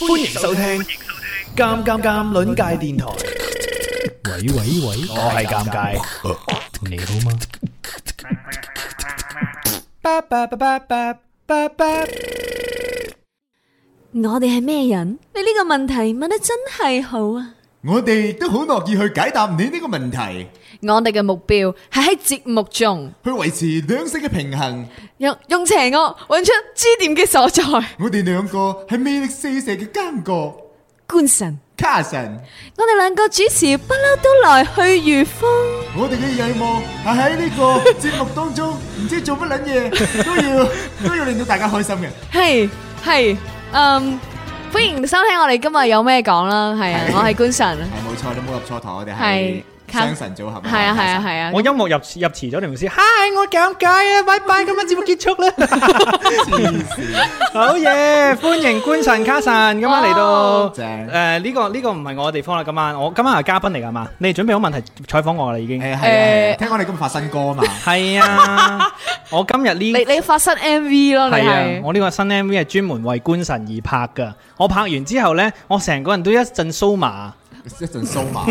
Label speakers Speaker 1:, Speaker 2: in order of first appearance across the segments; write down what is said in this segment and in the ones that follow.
Speaker 1: 欢迎收听《尴尷尷》邻界電台。
Speaker 2: 喂喂喂，
Speaker 1: 我係尷尬，
Speaker 2: 你好嗎？
Speaker 1: 巴巴巴巴巴巴巴。
Speaker 3: 我哋系咩人？你呢个问题问得真系好啊！
Speaker 4: 我哋都好乐意去解答你呢个问题，
Speaker 3: 我哋嘅目标系喺节目中
Speaker 4: 去维持两性嘅平衡。
Speaker 3: 用用邪恶揾出支点嘅所在。
Speaker 4: 我哋两个系魅力四射嘅奸角，
Speaker 3: 官神，
Speaker 4: 卡神。
Speaker 3: 我哋两个主持不嬲都来去如风。
Speaker 4: 我哋嘅任务系喺呢个节目当中，唔知做乜撚嘢都要都要令到大家开心嘅。
Speaker 3: 系系，嗯，欢迎收听我哋今日有咩讲啦。系啊，
Speaker 4: 係
Speaker 3: 我系官神，
Speaker 4: 系冇错，你冇入错台，我哋
Speaker 3: 係
Speaker 4: 系
Speaker 3: 卡
Speaker 4: 双神组合。
Speaker 3: 系啊系啊系啊。
Speaker 2: 我音樂入入遲咗，你唔知。嗨，我尷尬啊！拜拜，今日節目結束啦。
Speaker 4: 黐線
Speaker 2: 好嘢，歡迎官神卡神，今晚嚟到
Speaker 3: 哦
Speaker 4: 正
Speaker 2: 誒呢個呢個唔係我嘅地方啦。今晚我今晚係嘉賓嚟㗎嘛？你哋準備好問題採訪我啦已經。
Speaker 4: 誒係啊係
Speaker 3: 誒
Speaker 4: 啊，聽講你今日發新歌啊嘛，
Speaker 2: 係啊，我今日呢
Speaker 3: 你你发生 M V 咯，你
Speaker 2: 係啊，
Speaker 3: 系
Speaker 2: 我呢個新 M V 係專門為官神而拍㗎。我拍完之後呢，我成個人都一陣酥麻。
Speaker 4: 一陣蘇麻，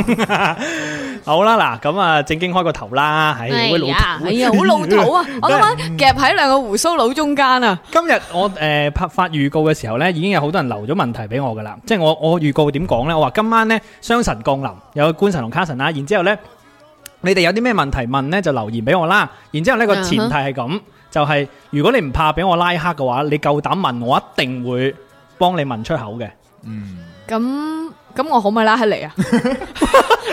Speaker 2: 好啦，嗱咁啊，正經開個頭啦，係
Speaker 3: 哎
Speaker 2: 會老
Speaker 3: 呀，
Speaker 2: 土
Speaker 3: 哎呀，好老土啊！我今晚夹喺两个胡须佬中间啊！
Speaker 2: 今日我誒、呃拍發預告嘅時候呢，已經有好多人留咗問題俾我噶啦，即係我我預告點講呢？我話今晚呢，雙神降臨，有官神同卡神啦，然之後呢，你哋有啲咩問題問呢，就留言俾我啦。然之後呢個
Speaker 3: 嗯哼
Speaker 2: 前提係咁就係、如果你唔怕俾我拉黑嘅話，你夠膽問我，一定會幫你問出口嘅。
Speaker 4: 嗯，
Speaker 3: 咁咁我可唔可以拉黑你啊？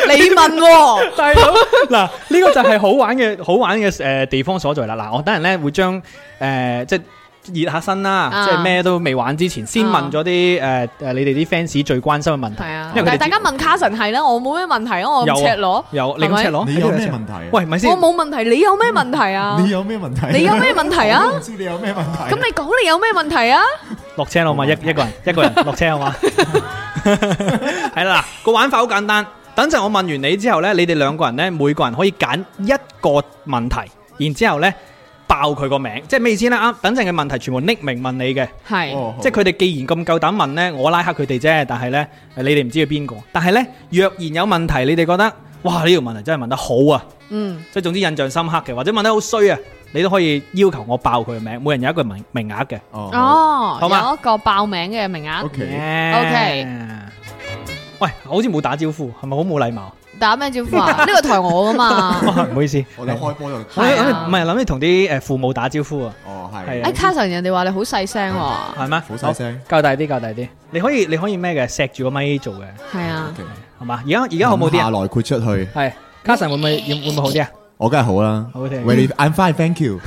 Speaker 3: 你問喎，
Speaker 2: 大佬， 嗱呢個就係好玩嘅好玩嘅誒地方所在啦。嗱，我等人咧會將誒、呃即係。熱下身啦，
Speaker 3: 啊
Speaker 2: 即係咩都未玩之前，先問咗啲誒誒你哋啲 fans 最關心嘅問題，
Speaker 3: 係啊，
Speaker 2: 因
Speaker 3: 但
Speaker 2: 為佢
Speaker 3: 係
Speaker 2: 哋
Speaker 3: 大家問卡神係啦，我冇咩問題啊，我
Speaker 2: 有
Speaker 3: 咁
Speaker 2: 啊
Speaker 3: 赤裸，
Speaker 2: 有你咁赤裸，
Speaker 4: 你有咩
Speaker 2: 赤裸
Speaker 4: 問題啊？
Speaker 2: 喂，咪
Speaker 3: 我
Speaker 2: 先，
Speaker 3: 冇問題，你有咩問題啊？
Speaker 4: 你有咩問題？
Speaker 3: 你有咩問 題啊
Speaker 4: 我都唔知你有咩問題啊。
Speaker 3: 咁你講你有咩問題啊？
Speaker 2: 落車啦好嘛，一一個 人一個人落車好啊嘛，係啦，嗱個玩法好簡單。等陣我問完你之後呢，你哋兩個人呢，每個人可以揀一個問題，然之後呢，爆佢個名，即係咩意思呢？啱，等陣嘅問題全部匿名問你嘅。
Speaker 3: 係
Speaker 4: 哦好
Speaker 2: 即係佢哋既然咁夠膽問呢，我拉黑佢哋啫。但係呢，你哋唔知佢邊個。但係呢，若然有問題，你哋覺得哇呢條問題真係問得好啊！
Speaker 3: 嗯，
Speaker 2: 即係總之印象深刻嘅，或者問得好衰啊，你都可以要求我爆佢嘅名，每人有一個名名額嘅。
Speaker 4: 哦好
Speaker 3: 哦，
Speaker 2: 好嘛
Speaker 3: 有一個爆名嘅名額，
Speaker 4: ，OK。
Speaker 2: Yeah 喂，好似冇打招呼，係咪好冇禮 貌？。
Speaker 3: 打咩招呼啊？呢個台我噶嘛
Speaker 2: 唔好意思，
Speaker 4: 我哋開波就
Speaker 2: 我
Speaker 3: 係
Speaker 2: 諗
Speaker 3: 啊
Speaker 2: 住唔係諗住同啲誒父母打招呼啊，
Speaker 4: 哦
Speaker 2: 係
Speaker 4: 係，
Speaker 2: 啊
Speaker 3: 哎，卡神人哋話你好細聲喎，
Speaker 2: 係咩？
Speaker 4: 好細聲。
Speaker 2: 好，較大啲，較大啲。你可以你可以咩嘅，錫住個咪做嘅，
Speaker 3: 係啊，
Speaker 2: 係嘛？而家而家好冇啲
Speaker 4: 下
Speaker 2: 啊？
Speaker 4: 來豁出去，
Speaker 2: 係，卡神會唔會會唔會好啲啊？
Speaker 4: 我梗係好啦。
Speaker 2: 好嘅
Speaker 4: 喂你，I'm fine, thank you。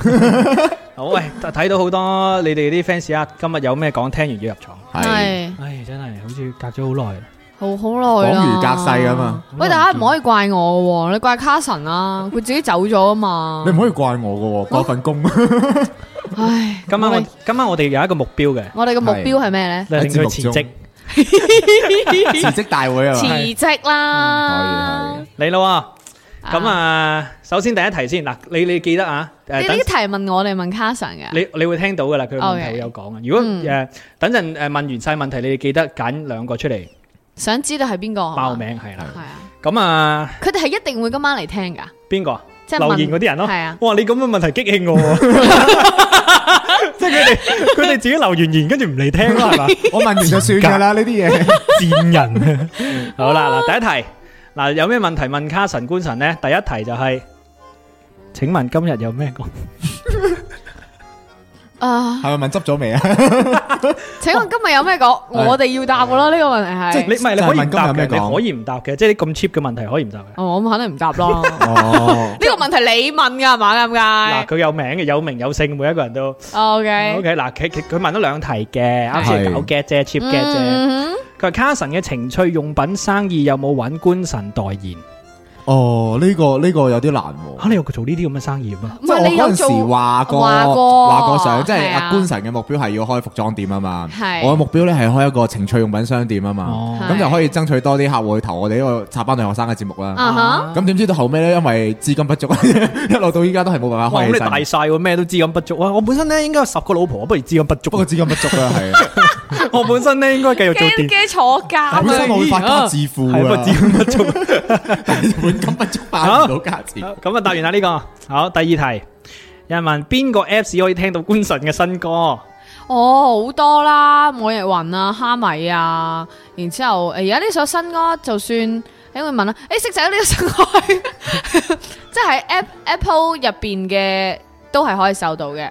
Speaker 2: 好 喂，睇到好多你哋啲 fans 啊，今日有咩講，聽完要入廠。
Speaker 4: 係
Speaker 3: 係
Speaker 2: 唉，真係好似隔咗好耐。
Speaker 3: 好好耐啦。
Speaker 4: 講如隔世啊嘛。
Speaker 3: 喂，大家唔可以怪我嘅喎，你怪卡神啊，佢自己走咗啊嘛
Speaker 4: 你。唔可以怪我噶，我份工
Speaker 3: 唉，
Speaker 2: 今晚我今晚我啊哋有一個目標嘅，
Speaker 3: 我哋嘅目標係咩咧？
Speaker 2: 令
Speaker 4: 喺節
Speaker 2: 佢
Speaker 4: 目
Speaker 2: 辭
Speaker 4: 中
Speaker 2: 職。
Speaker 4: 辭職大會啊
Speaker 3: 辭
Speaker 4: 嘛。
Speaker 3: 職啦。
Speaker 2: 嚟咯喎，咁啊，首先第一題先嗱，你你記得啊，
Speaker 3: 你
Speaker 2: 誒
Speaker 3: 呢
Speaker 2: 等
Speaker 3: 啲提問我哋問卡神嘅，
Speaker 2: 你你會聽到噶啦，佢問題
Speaker 3: OK
Speaker 2: 會有講嘅。如果
Speaker 3: 嗯
Speaker 2: 誒等陣誒問完晒問題，你哋記得揀兩個出嚟
Speaker 3: 想知道係邊個？
Speaker 2: 爆名係啦。
Speaker 3: 係啊！
Speaker 2: 咁啊，
Speaker 3: 佢哋係一定會今晚嚟聽㗎，
Speaker 2: 邊個啊
Speaker 3: 即係
Speaker 2: 留
Speaker 3: 問
Speaker 2: 言嗰啲人咯？
Speaker 3: 係啊，
Speaker 2: 哇！你咁嘅問題激興 我喎， 即係佢哋佢哋自己留完言，跟住唔嚟聽咯，係嘛？
Speaker 4: 我問完就算噶啦，呢啲嘢。
Speaker 2: 賤人。好啦，嗱，第一題，嗱，有咩問題問卡神官神呢？第一題就係、請問今日有咩講？
Speaker 3: 啊！
Speaker 4: 係咪問執咗未啊？
Speaker 3: 請問 今日有咩講？我哋要答㗎啦，呢個問題
Speaker 2: 你
Speaker 3: 係
Speaker 2: 唔係你可以唔答
Speaker 4: 就係問今日有
Speaker 2: 嘅，
Speaker 4: 咩講
Speaker 2: 你可以唔答嘅，即係啲咁 cheap 嘅問題可以唔答嘅。
Speaker 3: 哦，我肯定唔答啦。 呢
Speaker 4: 哦，
Speaker 3: 個問題你問㗎係嘛？尷
Speaker 2: 嗱，
Speaker 3: 尬。
Speaker 2: 佢有名嘅，有名有姓，每一個人都
Speaker 3: O K。
Speaker 2: OK。嗱，佢佢佢問咗兩題嘅，啱先係
Speaker 4: 係
Speaker 2: 搞 get 啫，cheap get 啫。
Speaker 3: 嗯哼
Speaker 2: 佢話卡神嘅情趣用品生意有冇揾官神代言？
Speaker 4: 哦，呢個呢個有啲難喎。
Speaker 2: 吓你有做呢啲咁嘅生意咩？
Speaker 3: 唔係啊你有
Speaker 4: 即係我嗰陣
Speaker 3: 做
Speaker 4: 時話過
Speaker 3: 話過
Speaker 4: 話過想，即係
Speaker 3: 係啊
Speaker 4: 阿官神嘅目標係要開服裝店啊嘛。
Speaker 3: 係
Speaker 4: 我嘅目標咧係開一個情趣用品商店啊嘛。
Speaker 2: 哦
Speaker 4: 咁
Speaker 3: 係
Speaker 4: 就可以爭取多啲客户去投我哋呢個插班女學生嘅節目啦。
Speaker 3: 啊哈，
Speaker 4: 咁點知到後尾咧，因為資金不足， 一路到依家都係冇辦法
Speaker 2: 哇！
Speaker 4: 開
Speaker 2: 咁
Speaker 4: 起
Speaker 2: 你大
Speaker 4: 身。
Speaker 2: 晒喎，咩都資金不足啊！我本身咧應該有十個老婆，不如資金不足。
Speaker 4: 不過資金不足 啦，係。啊
Speaker 2: 我本身咧應該繼續做
Speaker 3: 驚
Speaker 2: 電，
Speaker 3: 驚坐
Speaker 4: 本身
Speaker 3: 監
Speaker 4: 我會發家
Speaker 3: 啊！
Speaker 4: 致富
Speaker 2: 係不過資
Speaker 4: 啊，
Speaker 2: 金不足。
Speaker 4: 本金不足發唔到家錢。
Speaker 2: 咁啊，答完啦呢個。好，第二題，有人問邊個 Apps 可以聽到官神嘅新歌？
Speaker 3: 哦，好多啦，每日雲啊、蝦米啊，然之後而家呢首新歌就算，誒會問啦，誒識仔呢個新歌， 即係 App Apple 入邊嘅都係可以搜到嘅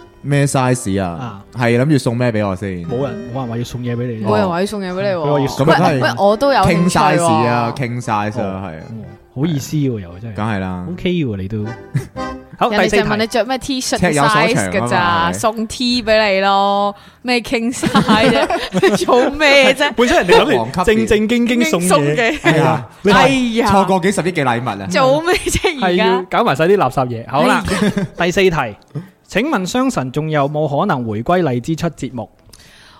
Speaker 4: 咩 size 啊
Speaker 2: 啊？
Speaker 4: 係諗住送咩俾我先？
Speaker 2: 冇人，冇人話要送嘢俾你。
Speaker 3: 冇人話要送嘢俾你
Speaker 2: 佢話要
Speaker 3: 喎，
Speaker 4: 咁啊梗係
Speaker 3: 喂喂，我都有
Speaker 4: 傾
Speaker 3: 興趣
Speaker 4: size 啊，
Speaker 3: 喎，
Speaker 4: 傾 size 啊，係啊，
Speaker 2: 哦好意思喎，又真係
Speaker 4: 梗。係啦。
Speaker 2: OK 喎，你都
Speaker 4: 哦
Speaker 2: 好
Speaker 3: 人
Speaker 2: 第
Speaker 3: 哋
Speaker 2: 四
Speaker 3: 就問
Speaker 2: 題
Speaker 3: 你，着咩 T 恤
Speaker 4: 尺有所長啊嘛
Speaker 3: size 㗎
Speaker 4: 係咪
Speaker 3: 咋，送 T 俾你咯，咩傾晒 啫，做咩啫？
Speaker 2: 本身人哋諗
Speaker 4: 黃
Speaker 2: 住
Speaker 4: 級
Speaker 2: 正
Speaker 4: 別
Speaker 2: 正經經送嘢，
Speaker 3: 嘅，
Speaker 4: 係啊，
Speaker 2: 你
Speaker 3: 哎
Speaker 4: 錯
Speaker 3: 呀，
Speaker 4: 過啊幾十億嘅禮物啊！
Speaker 3: 做咩啫？而
Speaker 2: 係要
Speaker 3: 家
Speaker 2: 搞埋晒啲垃圾嘢。好啦，第四題，請問雙神仲有冇可能回歸荔枝出節目？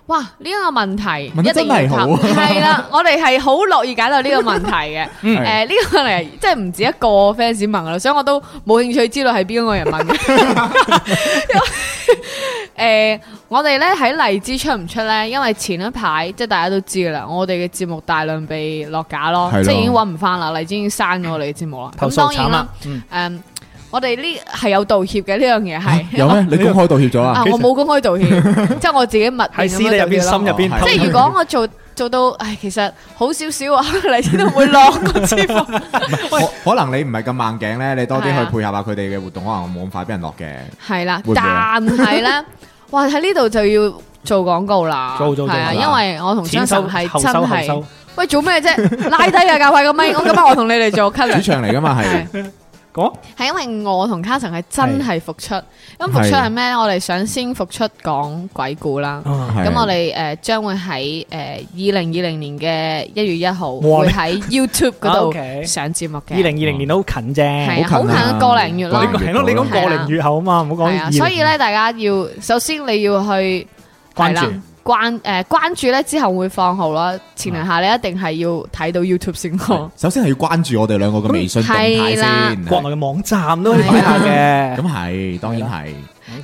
Speaker 3: 哇，呢一個問題
Speaker 4: 問得
Speaker 3: 一定要
Speaker 4: 真係好
Speaker 3: 答，
Speaker 4: 啊
Speaker 3: 係啦，我哋係好樂意解答呢個問題嘅。
Speaker 2: 嗯
Speaker 4: 係
Speaker 3: 誒，呢個嚟即係唔止一個 fans 問啦，所以我都冇興趣知道係邊個人問嘅。 因為誒，我哋咧喺荔枝出唔出咧？因為前一排即係大家都知噶啦，我哋嘅節目大量被落架咯
Speaker 4: 係，咯
Speaker 3: 即係已經揾唔翻啦，荔枝已經刪咗我哋嘅節目啦。
Speaker 2: 投
Speaker 3: 咁
Speaker 2: 訴
Speaker 3: 當然
Speaker 2: 慘
Speaker 3: 啦
Speaker 2: 啦，，嗯，
Speaker 3: 誒，我哋呢係有道歉嘅呢樣嘢
Speaker 4: 嚇
Speaker 3: 係。
Speaker 4: 有咩？你公開道歉咗
Speaker 3: 啊！
Speaker 4: 啊？
Speaker 3: 我冇公開道歉， 即係我自己默
Speaker 2: 喺
Speaker 3: 認
Speaker 2: 私
Speaker 3: 咁
Speaker 2: 底
Speaker 3: 樣
Speaker 2: 入
Speaker 3: 道
Speaker 2: 邊、
Speaker 3: 歉
Speaker 2: 心
Speaker 3: 咯。
Speaker 2: 入邊
Speaker 4: 哦
Speaker 2: 偷
Speaker 3: 即係如果我做做到，唉，其實好少少啊， 嚟先都會落個節目。
Speaker 4: 可可能你唔係咁硬頸咧，你多啲
Speaker 3: 係啊
Speaker 4: 去配合下佢哋嘅活動，可能冇咁快俾人落嘅。
Speaker 3: 係啦
Speaker 4: 會唔，會啊
Speaker 3: 但係 咧，哇喺呢度就要做廣告啦，
Speaker 2: 做做做
Speaker 3: 係啊，
Speaker 2: 係
Speaker 3: 因
Speaker 4: 嘛
Speaker 3: 為我同
Speaker 2: 前
Speaker 3: 張
Speaker 2: 收
Speaker 3: 神
Speaker 2: 後
Speaker 3: 係真
Speaker 2: 收後收
Speaker 3: 係，，喂做咩啫？拉低啊，教快 個咪，我今日我同你哋做
Speaker 4: 主
Speaker 3: cover。
Speaker 4: 唱嚟噶嘛係，
Speaker 3: 啊係
Speaker 2: 講
Speaker 3: 係因為我同卡神係真係復出，咁復出係咩？我哋想先復出講鬼故啦，
Speaker 2: 啊
Speaker 4: 係
Speaker 3: 咁我哋誒將會喺誒呃二零二零年嘅一月一號
Speaker 2: 哇
Speaker 3: 會喺 YouTube 嗰
Speaker 2: 啊 OK
Speaker 3: 度上節目嘅。
Speaker 2: 二零二零年都好近啫
Speaker 3: 係。啊，
Speaker 4: 好
Speaker 3: 好
Speaker 4: 近
Speaker 3: 近
Speaker 4: 啊
Speaker 3: 啊個零月
Speaker 4: 個
Speaker 3: 啦
Speaker 4: 零。月
Speaker 2: 係咯，你講
Speaker 3: 係啊
Speaker 2: 個零月後啊嘛，唔好講
Speaker 3: 系
Speaker 2: 二
Speaker 3: 啊，
Speaker 2: 零
Speaker 3: 所以咧，大家要首先你要去
Speaker 2: 關注
Speaker 3: 係啦關诶关注咧之後會放號啦。前提下你一定係要睇到 YouTube 先咯。
Speaker 4: 首先係要關注我哋兩個嘅微信動態
Speaker 3: 係啦
Speaker 4: 先。
Speaker 2: 國內嘅網站都可以睇下
Speaker 4: 咁
Speaker 2: 嘅。
Speaker 4: 係，當然係。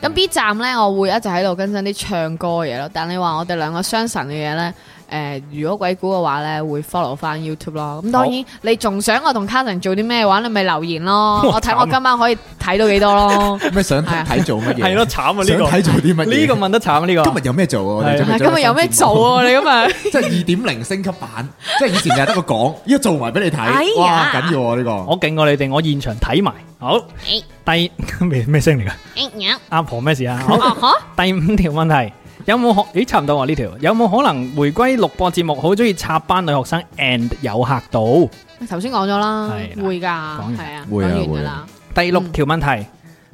Speaker 3: 咁 B 站咧，我會一直喺度更新啲唱歌嘅嘢咯。但你話我哋兩個雙神嘅嘢咧，诶、如果鬼故嘅話咧，會 follow 翻 YouTube 咯。咁當然，你仲想我同 Carson 做啲咩嘅話，你咪留言 咯。
Speaker 2: 哇
Speaker 3: 我睇
Speaker 2: 慘啊
Speaker 3: 我今晚可以睇到幾 多咯。
Speaker 4: 咩想睇
Speaker 3: 係啊
Speaker 4: 睇做乜嘢？
Speaker 2: 係咯，，慘啊
Speaker 4: 想睇
Speaker 2: 呢
Speaker 4: 做啲
Speaker 2: 個，
Speaker 4: 乜嘢？
Speaker 2: 呢個問得慘啊呢個。
Speaker 4: 今日有咩做啊？我哋
Speaker 2: 係
Speaker 4: 準備
Speaker 3: 係
Speaker 4: 咗
Speaker 3: 今日有咩
Speaker 4: 新節目
Speaker 3: 做啊？你今日？
Speaker 4: 即係二點零升級版，即係以前就係得個講，依家做埋俾你
Speaker 3: 哎呀
Speaker 4: 睇，哇緊要喎呢個。
Speaker 2: 我勁過你哋，我現場睇埋。好，
Speaker 3: 誒
Speaker 2: 第 咩咩聲嚟㗎？ 阿婆咩事 啊？好，
Speaker 3: 啊哈
Speaker 2: 第五條問題有冇可？咦，差唔多喎呢條。有冇可能回歸錄播節目？好中意插班女學生 and 有客到。
Speaker 3: 頭先講咗啦，
Speaker 2: 係啦
Speaker 3: 會㗎，係
Speaker 2: 完
Speaker 3: 啊，講
Speaker 4: 會啊
Speaker 3: 完
Speaker 4: 會
Speaker 3: 㗎
Speaker 4: 啊
Speaker 3: 啦。
Speaker 2: 第六條問
Speaker 3: 嗯
Speaker 2: 題，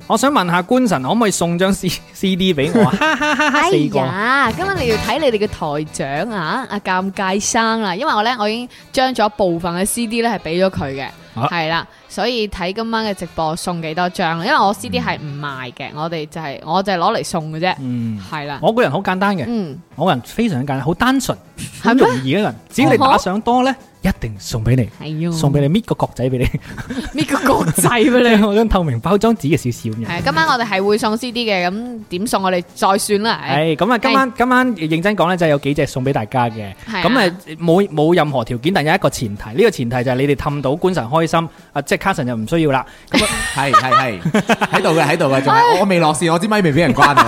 Speaker 2: 我想問下官神可唔可以送張 C C D 俾 我？哈哈哈哈！
Speaker 3: 哎
Speaker 2: 四個。
Speaker 3: 呀，今日你要睇你哋嘅台長啊，阿尷尬生啦，因為我咧我已經將咗部分嘅 CD 咧係俾咗佢嘅，
Speaker 2: 啊
Speaker 3: 係啦、所以睇今晚嘅直播送幾多張啦，因為我 CD 係唔賣嘅，我哋就係、我就係攞嚟送嘅啫，
Speaker 2: 嗯，
Speaker 3: 係啦，
Speaker 2: 我個人好簡單嘅，
Speaker 3: 嗯，
Speaker 2: 我個人非常簡單，好單純，好
Speaker 3: 係咩哦
Speaker 2: 容易嘅人。只要你打賞多呢，一定送俾你，
Speaker 3: 係要
Speaker 2: 送俾你搣個角仔俾你，
Speaker 3: 呢個 國際俾你。
Speaker 2: 我張透明包裝紙嘅少少咁樣。
Speaker 3: 係今晚我哋係會送 CD 嘅，咁點送我哋再算啦。唉
Speaker 2: 系咁啊！今晚今晚認真講咧，就係有幾隻送俾大家嘅。
Speaker 3: 係啊
Speaker 2: 咁誒冇冇任何條件，但有一個前提，呢、個前提就係你哋氹到官神開心，啊即係卡神就唔需要啦。
Speaker 3: 哎
Speaker 4: 係係係喺度嘅喺度嘅，仲係我我未落線，我支咪未俾人關啊嘛，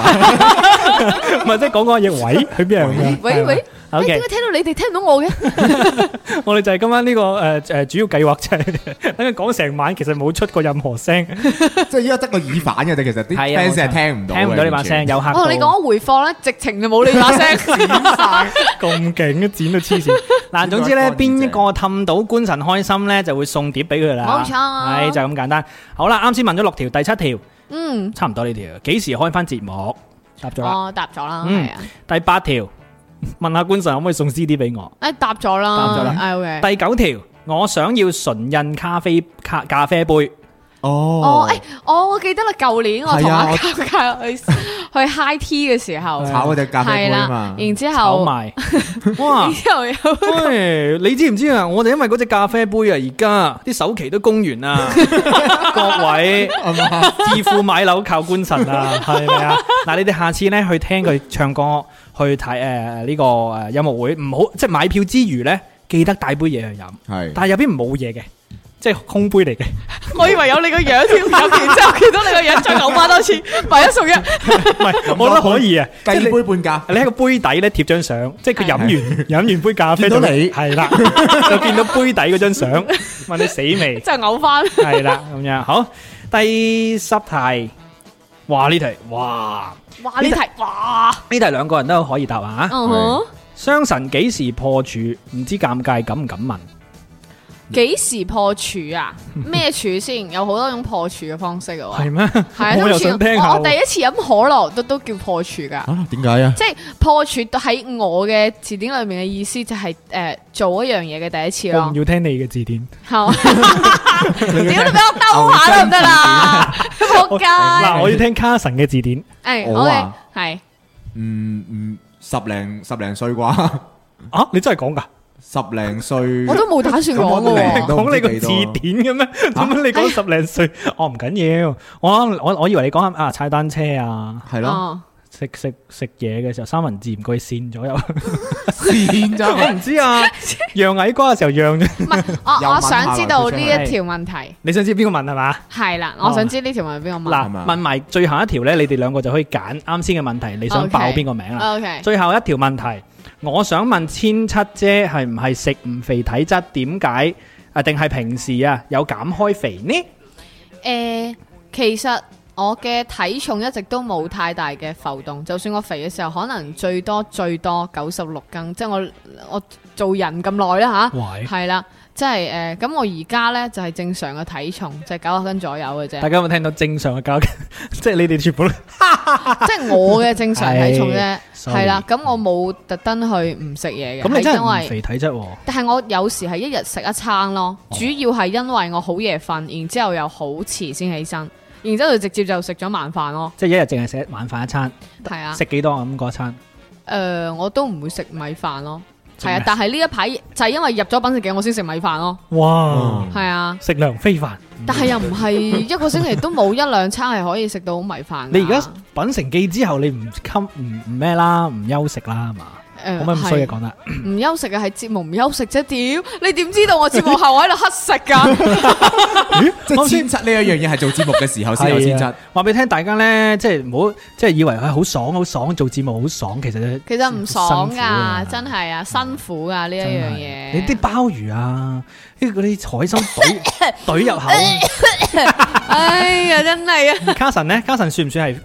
Speaker 2: 唔係即係講講嘢，喂，去邊啊咁樣？
Speaker 3: 喂喂，
Speaker 2: o
Speaker 3: 誒
Speaker 2: k
Speaker 3: 點解聽到你哋聽唔到我嘅？
Speaker 2: 我哋就係今晚呢、個誒誒、呃主要計劃就係等佢講成晚，其實冇出過任何聲，
Speaker 4: 即係依家得個耳返嘅啫，其實啲
Speaker 2: 係啊
Speaker 4: fans 係
Speaker 2: 冇錯
Speaker 4: 聽唔到嘅，
Speaker 2: 聽唔到呢把聲，
Speaker 4: 完全
Speaker 2: 有客。
Speaker 3: 我同哦你講，我回放咧，直情就冇你把 聲。
Speaker 2: 咁勁，剪到 黐線。嗱，總之咧，邊一個氹到官神開心咧，就會送碟俾佢啦。
Speaker 3: 冇錯
Speaker 2: 係就咁簡單。好啦，啱先問咗六條，第七條
Speaker 3: 嗯，
Speaker 2: 差唔多呢條，幾時開翻節目？答咗啦。
Speaker 3: 我答咗啦，
Speaker 2: 嗯
Speaker 3: 係啊，
Speaker 2: 第八條，問下官神可唔可以送 CD 俾我？
Speaker 3: 誒哎答咗啦，
Speaker 2: 答咗啦
Speaker 3: 係 OK。
Speaker 2: 第九條，我想要純印咖啡咖咖啡杯。
Speaker 3: 哦，
Speaker 4: 哦，
Speaker 3: 誒，我我記得啦，舊年我
Speaker 4: 係
Speaker 3: 同
Speaker 4: 啊
Speaker 3: 阿
Speaker 4: 我
Speaker 3: 卡卡去 去 high tea 嘅時候，
Speaker 4: 哦炒嗰只咖啡杯
Speaker 3: 係
Speaker 4: 啊
Speaker 3: 啦
Speaker 4: 嘛，，
Speaker 3: 然之
Speaker 2: 炒
Speaker 3: 後，
Speaker 2: 埋。哇
Speaker 3: 然！之後有。
Speaker 2: 喂，你知唔知啊？我哋因為嗰只咖啡杯啊，而家啲首期都供完 啦，各位致富買樓靠官神啊，係咪啊？嗱，你哋下次咧去聽佢唱歌，去睇诶呢個诶音樂會，唔好即係買票之餘咧，記得帶杯嘢去飲，
Speaker 4: 係
Speaker 2: 但係入邊冇嘢嘅，即係空杯嚟嘅。
Speaker 3: 我以為有你個樣添，飲完之後見到你個樣，再嘔翻多 次，買一送一。
Speaker 2: 唔係，我覺得可以啊，即係
Speaker 4: 雞
Speaker 2: 你
Speaker 4: 杯半價。
Speaker 2: 你喺個杯底咧貼張相，即係佢飲完 飲完杯咖啡
Speaker 4: 見到
Speaker 2: 就
Speaker 4: 你
Speaker 2: 係啦，就見到杯底嗰張相， 問你死未？
Speaker 3: 真係嘔翻。
Speaker 2: 系啦，咁样好。第十题，哇呢题，哇
Speaker 3: 哇！呢題哇，
Speaker 2: 呢题两个人都可以答啊。
Speaker 3: 嗯哼，
Speaker 2: 双神几时破處？唔知尷尬敢唔敢問？
Speaker 3: 幾時破處啊？咩處先？有好多種破處嘅方式嘅喎。
Speaker 2: 係咩？
Speaker 3: 係
Speaker 2: 我
Speaker 3: 啊，
Speaker 2: 又
Speaker 3: 好似
Speaker 2: 想聽下
Speaker 3: 我我
Speaker 2: 喎
Speaker 3: 第一次飲可樂都都叫破處㗎。
Speaker 4: 啊，點解啊？
Speaker 3: 即係破處喺我嘅字典裏面嘅意思就係呃做一樣嘢嘅第一次啊
Speaker 2: 我唔
Speaker 3: 咯，
Speaker 2: 要聽你嘅字典。
Speaker 3: 係嘛屌你俾我兜下得唔得啦？仆街！
Speaker 2: 嗱，我要聽卡神嘅字典。
Speaker 3: 誒
Speaker 4: 我
Speaker 3: ，OK，
Speaker 4: 啊
Speaker 3: 係
Speaker 4: 嗯嗯，十零十零歲啩，
Speaker 2: 啊，你真係講㗎？
Speaker 4: 十零歲。
Speaker 3: 我都冇打算講
Speaker 4: 咁我
Speaker 3: 嘅
Speaker 4: 哋
Speaker 3: 喎
Speaker 4: 嚟。都唔
Speaker 2: 講你
Speaker 4: 知
Speaker 2: 個
Speaker 4: 幾
Speaker 2: 字
Speaker 4: 多
Speaker 2: 典嘅咩？點解你講十零歲？哦，唔緊要。我我我以為你講下啊踩單車啊，
Speaker 4: 係咯，
Speaker 3: 哦
Speaker 2: 食食食嘢嘅時候三文治唔該跣左右。
Speaker 4: 線咋
Speaker 2: 我唔知 啊，讓矮瓜嘅時候讓咗。
Speaker 3: 唔係，我
Speaker 4: 又
Speaker 3: 我
Speaker 4: 問下
Speaker 3: 想知道
Speaker 4: 佢
Speaker 3: 呢
Speaker 4: 先
Speaker 3: 一條問題
Speaker 2: 你想知邊個問係嘛？
Speaker 3: 係啦，
Speaker 2: 哦
Speaker 3: 我想知呢條問題邊個問
Speaker 2: 嗱
Speaker 4: 係，嘛
Speaker 2: 問埋最後一條咧，你哋兩個就可以揀啱先嘅問題，你想
Speaker 3: OK
Speaker 2: 爆邊個名啦？
Speaker 3: 哦？OK，
Speaker 2: 最後一條問題，我想問千七姐係唔係食唔肥體質？點解啊？定係平時啊有減開肥呢？
Speaker 3: 誒，呃其實我嘅體重一直都冇太大嘅浮動，就算我肥嘅時候，可能最多最多九十六斤，即係我我做人咁耐啦
Speaker 2: 喂，
Speaker 3: 吓，係啦，即係誒，咁、我而家呢，就係、正常嘅體重，就係九十斤左右嘅
Speaker 2: 大家
Speaker 3: 啫，
Speaker 2: 有冇聽到正常嘅 交？即係你哋全部都
Speaker 3: 即係我嘅正常體重啫，
Speaker 2: sorry
Speaker 3: 係啦，咁我冇特登去唔食嘢嘅，
Speaker 2: 咁，你真
Speaker 3: 係因
Speaker 2: 係唔
Speaker 3: 為。
Speaker 2: 肥體哦質喎？
Speaker 3: 但係我有時係一日食一餐咯，主要係因為我好夜瞓，然之後又好遲先起身，然之後就直接就食咗晚飯咯，
Speaker 2: 即係一日淨係食晚飯一餐，
Speaker 3: 係啊。
Speaker 2: 食幾多啊咁嗰餐？
Speaker 3: 诶、呃我都唔會食米飯咯，
Speaker 2: 做
Speaker 3: 係
Speaker 2: 咩
Speaker 3: 啊，但係呢一排就係因為入咗品食嘅，我先食米飯咯，
Speaker 2: 哇！
Speaker 3: 係啊，
Speaker 2: 食量非凡，
Speaker 3: 但係又唔 係一個星期都冇一兩餐係可以食到米飯㗎。
Speaker 2: 你而家品成記之後，你唔襟唔唔咩啦，唔休息啦係嘛？
Speaker 3: 诶
Speaker 2: 可唔可以咁衰嘅講得？
Speaker 3: 呃唔休息嘅係節目唔休息啫，屌你點知道我節目後我喺度乞食 㗎？
Speaker 4: 即係千七呢一樣嘢係做節目嘅時候先有千七
Speaker 2: 係。啊話俾你聽，大家咧即係唔好即係以為佢好爽好爽，做節目好爽，其實
Speaker 3: 其實唔爽
Speaker 2: 辛苦啊
Speaker 3: 㗎，真係啊，辛苦㗎呢一
Speaker 2: 真係
Speaker 3: 樣嘢。
Speaker 2: 你啲鮑魚啊，啲嗰啲海參懟 懟入口。
Speaker 3: 哎呀，真係啊！
Speaker 2: 卡神咧，卡神算唔算係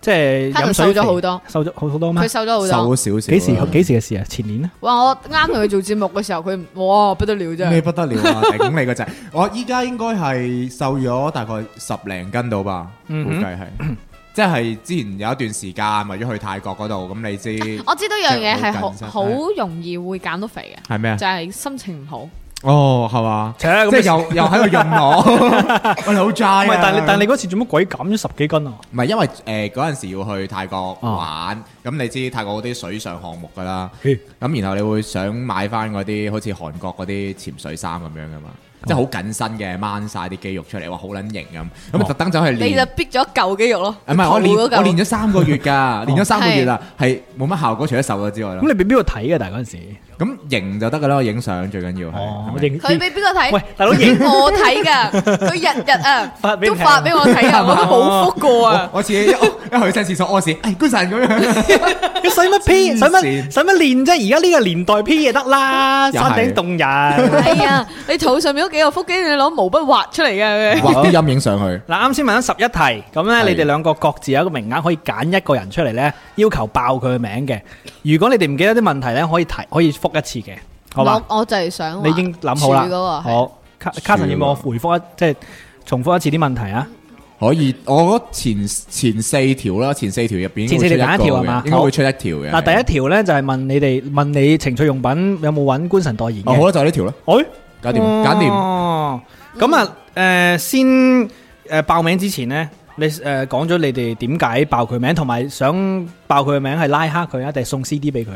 Speaker 2: 即係
Speaker 3: 卡
Speaker 2: 飲
Speaker 3: 神
Speaker 2: 水
Speaker 3: 瘦咗
Speaker 2: 肥
Speaker 3: 好多，
Speaker 2: 瘦咗好好多咩
Speaker 3: 佢？瘦咗好
Speaker 4: 瘦
Speaker 3: 多。
Speaker 4: 咗少少。
Speaker 2: 幾時幾時嘅事啊？前年啊？
Speaker 3: 哇！我啱同佢做節目嘅時候，佢哇不得了真
Speaker 4: 咩
Speaker 3: 係。
Speaker 4: 不得了啊！頂你個掣！ 我依家應該係瘦咗大概十零斤到吧，估
Speaker 2: 嗯哼
Speaker 4: 計係。即係之前有一段時間為咗去泰國嗰度，咁你知係
Speaker 3: 我知道一樣嘢係好
Speaker 4: 腳
Speaker 3: 好
Speaker 4: 好緊身
Speaker 3: 容易會減到肥嘅，
Speaker 4: 咩啊
Speaker 3: 就？係心情唔好。
Speaker 4: 哦，係嘛？
Speaker 2: 切咁
Speaker 4: 即係又又喺度用 我，我哋好 dry 啊
Speaker 2: 唔係，但係你但係你嗰次做乜鬼減咗十幾斤啊？
Speaker 4: 唔係因為誒嗰陣時要去泰國
Speaker 2: 哦
Speaker 4: 玩，咁你知泰國嗰啲水上項目㗎啦，
Speaker 2: 嘿
Speaker 4: 咁然後你會想買翻嗰啲好似韓國嗰啲潛水衫咁樣噶嘛，
Speaker 3: 哦
Speaker 4: 即係好緊身嘅，掹晒啲肌肉出嚟，哇好撚型咁，咁
Speaker 2: 哦
Speaker 4: 特登走去
Speaker 3: 你就
Speaker 4: 練。
Speaker 3: 逼咗一嚿肌肉咯，
Speaker 4: 唔係我練，
Speaker 3: 肚
Speaker 4: 我
Speaker 3: 嗰嚿哦
Speaker 4: 練咗 三個月㗎，練咗三個月啦，係冇乜效果，除咗瘦咗之外啦
Speaker 2: 咁。你俾邊度睇嘅？但係嗰陣時哦
Speaker 4: 咁型就得噶啦，影相最緊要
Speaker 3: 哦
Speaker 4: 係。係咪
Speaker 2: 影
Speaker 3: 佢俾邊個睇？
Speaker 2: 喂大佬影
Speaker 3: 我睇㗎，佢日日啊
Speaker 2: 發俾
Speaker 3: 都
Speaker 2: 你睇
Speaker 3: 發俾我睇啊，我都冇覆過啊。
Speaker 4: 我自己一一去親廁所屙屎，哎官神 咁樣，
Speaker 2: 你使乜 P？
Speaker 4: 黐
Speaker 2: 使乜
Speaker 4: 線
Speaker 2: 使乜練啫？而家呢個年代 P 嘢得啦，
Speaker 4: 又
Speaker 2: 山
Speaker 4: 係
Speaker 2: 頂洞 人。
Speaker 3: 係啊，你肚上面嗰幾個腹肌，你攞毛筆畫出嚟嘅。
Speaker 4: 畫啲陰影上去。
Speaker 2: 嗱，啱先問咗十一題，咁咧
Speaker 4: 係
Speaker 2: 你哋兩個各自有一個名額，可以揀一個人出嚟咧，要求爆佢嘅名嘅。如果你哋唔記得啲問題咧，可以提可以覆一次嘅，好嘛？
Speaker 3: 我我就係想話
Speaker 2: 你已經諗好啦
Speaker 3: 柱嗰個。係
Speaker 2: 好，卡卡神要唔要我回覆一即係重複一次啲問題啊？
Speaker 4: 可以，我覺得前前四條啦，前四條入邊
Speaker 2: 前四條揀一條係嘛
Speaker 4: 應該
Speaker 2: 好
Speaker 4: 會出一條嘅。
Speaker 2: 嗱，第一條咧就係問你哋問你情趣用品有冇揾官神代言
Speaker 4: 哦好
Speaker 2: 嘅？
Speaker 4: 啦，就係呢條啦，
Speaker 2: 哎
Speaker 4: 搞掂，搞掂。
Speaker 2: 哦，咁啊，诶、先诶爆名之前呢，你诶讲咗你哋點解爆佢名，同埋想爆佢嘅名係拉黑佢啊，定係送 CD 俾佢？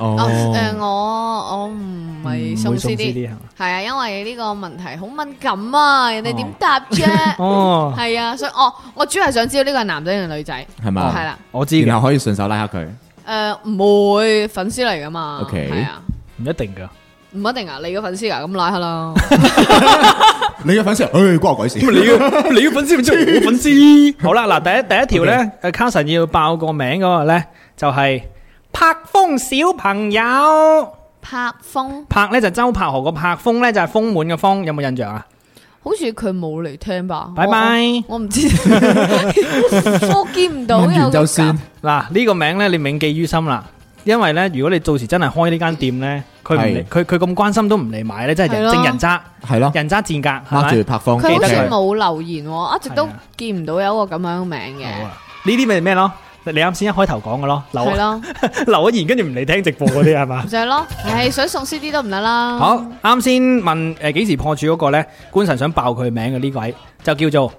Speaker 3: 哦
Speaker 4: 哦，
Speaker 3: 誒，我我唔係
Speaker 2: 唔
Speaker 3: 送
Speaker 2: 會送
Speaker 3: CD，
Speaker 2: CD 係嘛
Speaker 3: 係啊，因為呢個問題好敏感啊，人哋點答啫？
Speaker 2: 哦
Speaker 3: 係啊，所以我我主要係想知道呢個係男仔定係女仔，
Speaker 4: 係嘛
Speaker 3: 哦係啦，
Speaker 2: 我知嘅，
Speaker 4: 然後可以順手拉黑佢。
Speaker 3: 誒唔會粉絲嚟噶嘛
Speaker 4: OK
Speaker 3: 係啊，
Speaker 2: 唔一定噶。
Speaker 3: 唔一定啊，你嘅粉絲啊，咁拉黑啦。
Speaker 4: 你嘅粉絲，唉，關我鬼事。
Speaker 2: 你嘅 你嘅粉絲咪即 係我粉絲。好啦，嗱，第一第一條咧，诶，卡神要爆個名嗰個咧，就係柏峰小朋友。
Speaker 3: 拍風，
Speaker 2: 柏咧就周柏豪個柏，峰咧就係豐滿嘅豐，有冇印象啊？
Speaker 3: 好似佢冇嚟聽吧？
Speaker 2: 拜拜。
Speaker 3: 我，我我唔知， 我見唔到
Speaker 4: 問
Speaker 3: 有
Speaker 4: 完
Speaker 3: 個
Speaker 4: 就算
Speaker 3: 夾。
Speaker 2: 嗱，呢個名咧，你銘記於心啦。因為咧，如果你到時真係開呢間店咧，佢唔嚟，
Speaker 4: 係
Speaker 2: 佢佢咁關心都唔嚟買咧，真係
Speaker 3: 係
Speaker 2: 人
Speaker 3: 咯哦
Speaker 2: 正人渣，
Speaker 4: 係咯，
Speaker 2: 人渣賤格，
Speaker 4: 握
Speaker 2: 係
Speaker 4: 住
Speaker 2: 咪？
Speaker 4: 拍方。
Speaker 3: 佢好似
Speaker 4: OK
Speaker 3: 冇留言喎，一直都
Speaker 2: 係啊
Speaker 3: 見唔到有一個咁樣嘅名
Speaker 2: 好
Speaker 3: 嘅，
Speaker 2: 啊呢啲咪咩咯？你啱先一開頭講嘅咯，啊留
Speaker 3: 係咯，
Speaker 2: 留咗言跟住唔嚟聽直播嗰啲係嘛？
Speaker 3: 就係咯，唉，想送 CD 都唔得啦。
Speaker 2: 好，啱先問誒幾時破處嗰個咧，官神想爆佢名嘅呢位就叫做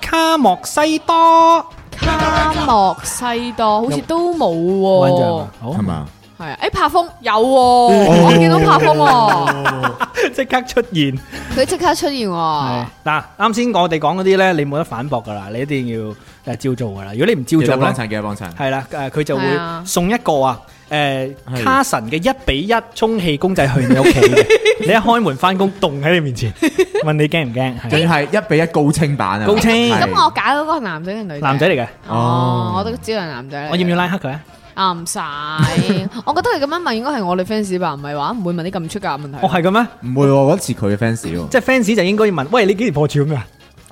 Speaker 2: 卡莫西多，
Speaker 3: 卡莫西多好似都冇
Speaker 2: 冇印象
Speaker 3: 喎
Speaker 2: 啊，好
Speaker 4: 係嘛？
Speaker 3: 係啊，誒柏峰有喎，我見到柏峰喎，
Speaker 2: 即刻出現。
Speaker 3: 佢即刻出現喎，
Speaker 2: 嗱，啱先我哋講嗰啲咧，你冇得反駁噶啦，你一定要誒照做噶啦。如果你唔
Speaker 4: 記
Speaker 2: 照
Speaker 4: 得
Speaker 2: 做
Speaker 4: 幫
Speaker 2: 咧，
Speaker 4: 襯，記得幫襯。
Speaker 2: 係啦，誒佢就
Speaker 3: 係啊
Speaker 2: 會送一個啊，誒
Speaker 4: 係
Speaker 2: 卡神嘅一比一充氣公仔去你屋企 嘅，你一開門翻工凍喺你面前，問你驚唔驚？係
Speaker 4: 定係一比一高清版啊！
Speaker 2: 高清
Speaker 4: 係
Speaker 3: 咁我揀嗰個係男仔定女仔？啊
Speaker 2: 男仔嚟嘅，
Speaker 3: 哦，我都知道係男仔嚟嘅。
Speaker 2: 我要唔要拉黑佢啊？
Speaker 3: 啊唔使，我覺得佢咁樣問應該係我哋 fans 吧，唔係話唔會問啲咁出格嘅問題。
Speaker 2: 我係咁咩？
Speaker 4: 唔會喎，我覺得似佢嘅 fans 喎，
Speaker 2: 即係 fans 就應該要問，喂，你幾時破處咁啊？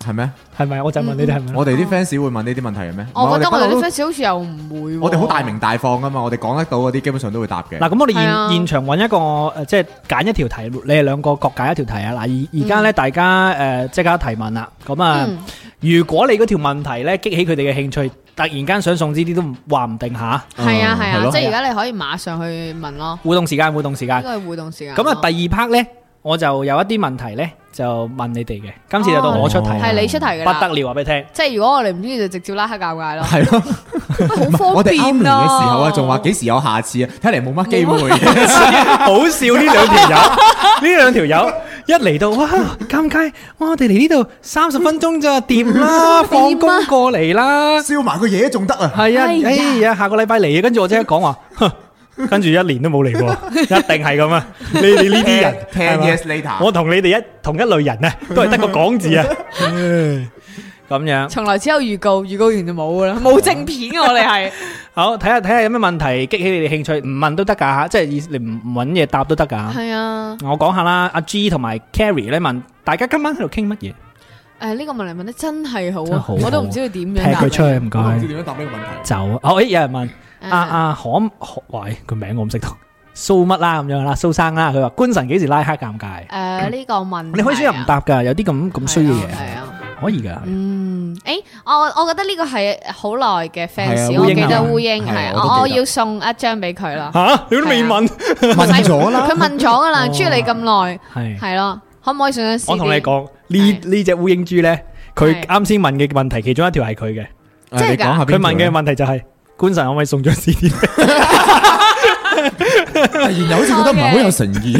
Speaker 4: 係咩？
Speaker 2: 係咪？我就問你哋係咪啦？
Speaker 4: 我哋啲 fans 會問呢啲問題嘅咩？
Speaker 3: 我覺得我哋啲
Speaker 4: 不嬲
Speaker 3: fans 好似又唔會喎。
Speaker 4: 我哋好大明大放噶嘛，我哋講得到嗰啲基本上都會答嘅。
Speaker 2: 嗱，咁我哋
Speaker 3: 係啊
Speaker 2: 現現場揾一個誒，即係揀一條題，你哋兩個各揀一條題啊！嗱，而而家咧，大家誒即刻提問啦。咁啊，
Speaker 3: 嗯
Speaker 2: 如果你嗰條問題咧激起佢哋嘅興趣，突然間想送呢啲都唔話唔定下。
Speaker 3: 係啊
Speaker 4: 嗯
Speaker 3: 係
Speaker 4: 係
Speaker 3: 啊，
Speaker 4: 咯
Speaker 3: 即係而家你可以馬上去問咯，
Speaker 2: 互動時間，互動時間。
Speaker 3: 呢個係互動時間咯。
Speaker 2: 咁啊，第二 part 咧，我就有一啲問題咧，就問你哋嘅。今次就到我出題，
Speaker 3: 嗯
Speaker 2: 啊
Speaker 3: 哦係你出題㗎
Speaker 2: 不得
Speaker 3: 啦。
Speaker 2: 了話俾你聽。
Speaker 3: 即係如果我哋唔中意就直接拉黑教界咯。
Speaker 4: 係咯，
Speaker 3: 喂好
Speaker 4: 我
Speaker 3: 方
Speaker 4: 哋
Speaker 3: 便
Speaker 4: 啱
Speaker 3: 啊！
Speaker 4: 年嘅時候啊，仲話幾時有下次啊？睇嚟冇乜機會。
Speaker 2: 好笑呢兩條友，呢兩條友一嚟到，哇，尷尬，哇，我哋嚟呢度三十分鐘咋，掂
Speaker 3: 啊
Speaker 2: 啦，放工過嚟啦，
Speaker 4: 燒埋個嘢 仲得啊！
Speaker 2: 係啊，
Speaker 3: 哎呀
Speaker 2: 哎呀，下個禮拜嚟啊，跟住我即刻講話，哼跟住一年都冇嚟過， 一定係咁啊！你哋呢啲人
Speaker 4: Ten
Speaker 2: 係嘛
Speaker 4: years later，
Speaker 2: 我同你哋一同一類人 啊，都係得個講字啊， 唉咁樣
Speaker 3: 從來只有預告，預告完就冇噶啦，冇正片啊嘅我哋係。
Speaker 2: 好睇下睇下有咩問題激起你哋興趣，唔問都得㗎，即係意思你唔唔揾嘢答都得㗎。
Speaker 3: 係啊，
Speaker 2: 我講下啦，阿 G 同埋 Carrie 咧問大家今晚喺度傾乜嘢？
Speaker 3: 誒呢個問題問得真係好
Speaker 2: 真係
Speaker 3: 啊
Speaker 2: 好，
Speaker 3: 我都唔知道點
Speaker 2: 踢
Speaker 3: 樣答嗯
Speaker 2: 佢
Speaker 3: 你
Speaker 2: 出去唔
Speaker 4: 我唔知
Speaker 2: 該，
Speaker 4: 點樣答呢個問題。
Speaker 2: 走。哦，誒有人問
Speaker 3: 誒
Speaker 2: 阿阿可可，喂個名我唔識讀，蘇乜啦咁樣啦，蘇生啦，佢話官神幾時拉黑尷尬？
Speaker 3: 誒呢個問題啊，
Speaker 2: 你可以選擇唔答㗎，有啲咁咁衰嘅
Speaker 3: 係
Speaker 2: 嘢
Speaker 3: 啊。
Speaker 2: 可以㗎。
Speaker 3: 嗯，誒，我我覺得呢個係好耐嘅
Speaker 4: 係啊
Speaker 3: fans，
Speaker 4: 烏
Speaker 3: 我
Speaker 4: 蠅
Speaker 3: 記得
Speaker 2: 啊
Speaker 3: 烏蠅
Speaker 4: 係
Speaker 3: 係，
Speaker 4: 啊我都記得
Speaker 3: 我我要送一張俾佢啦。
Speaker 2: 嚇，你都未問，
Speaker 4: 問咗 啦
Speaker 3: 佢，問咗噶啦，
Speaker 2: 哦
Speaker 3: 中意你咁耐，
Speaker 2: 係
Speaker 3: 係咯，可唔可以上張 CD？
Speaker 2: 我同你講呢
Speaker 3: 係
Speaker 2: 呢只烏蠅豬咧，佢
Speaker 3: 係
Speaker 2: 啱先問嘅問題其中一條係佢嘅，
Speaker 4: 誒你講下
Speaker 2: 佢
Speaker 4: 邊
Speaker 2: 問嘅
Speaker 4: 條啊
Speaker 2: 問題就係官神可唔可以送張 CD？
Speaker 4: 突然又好似覺得唔係好有誠意，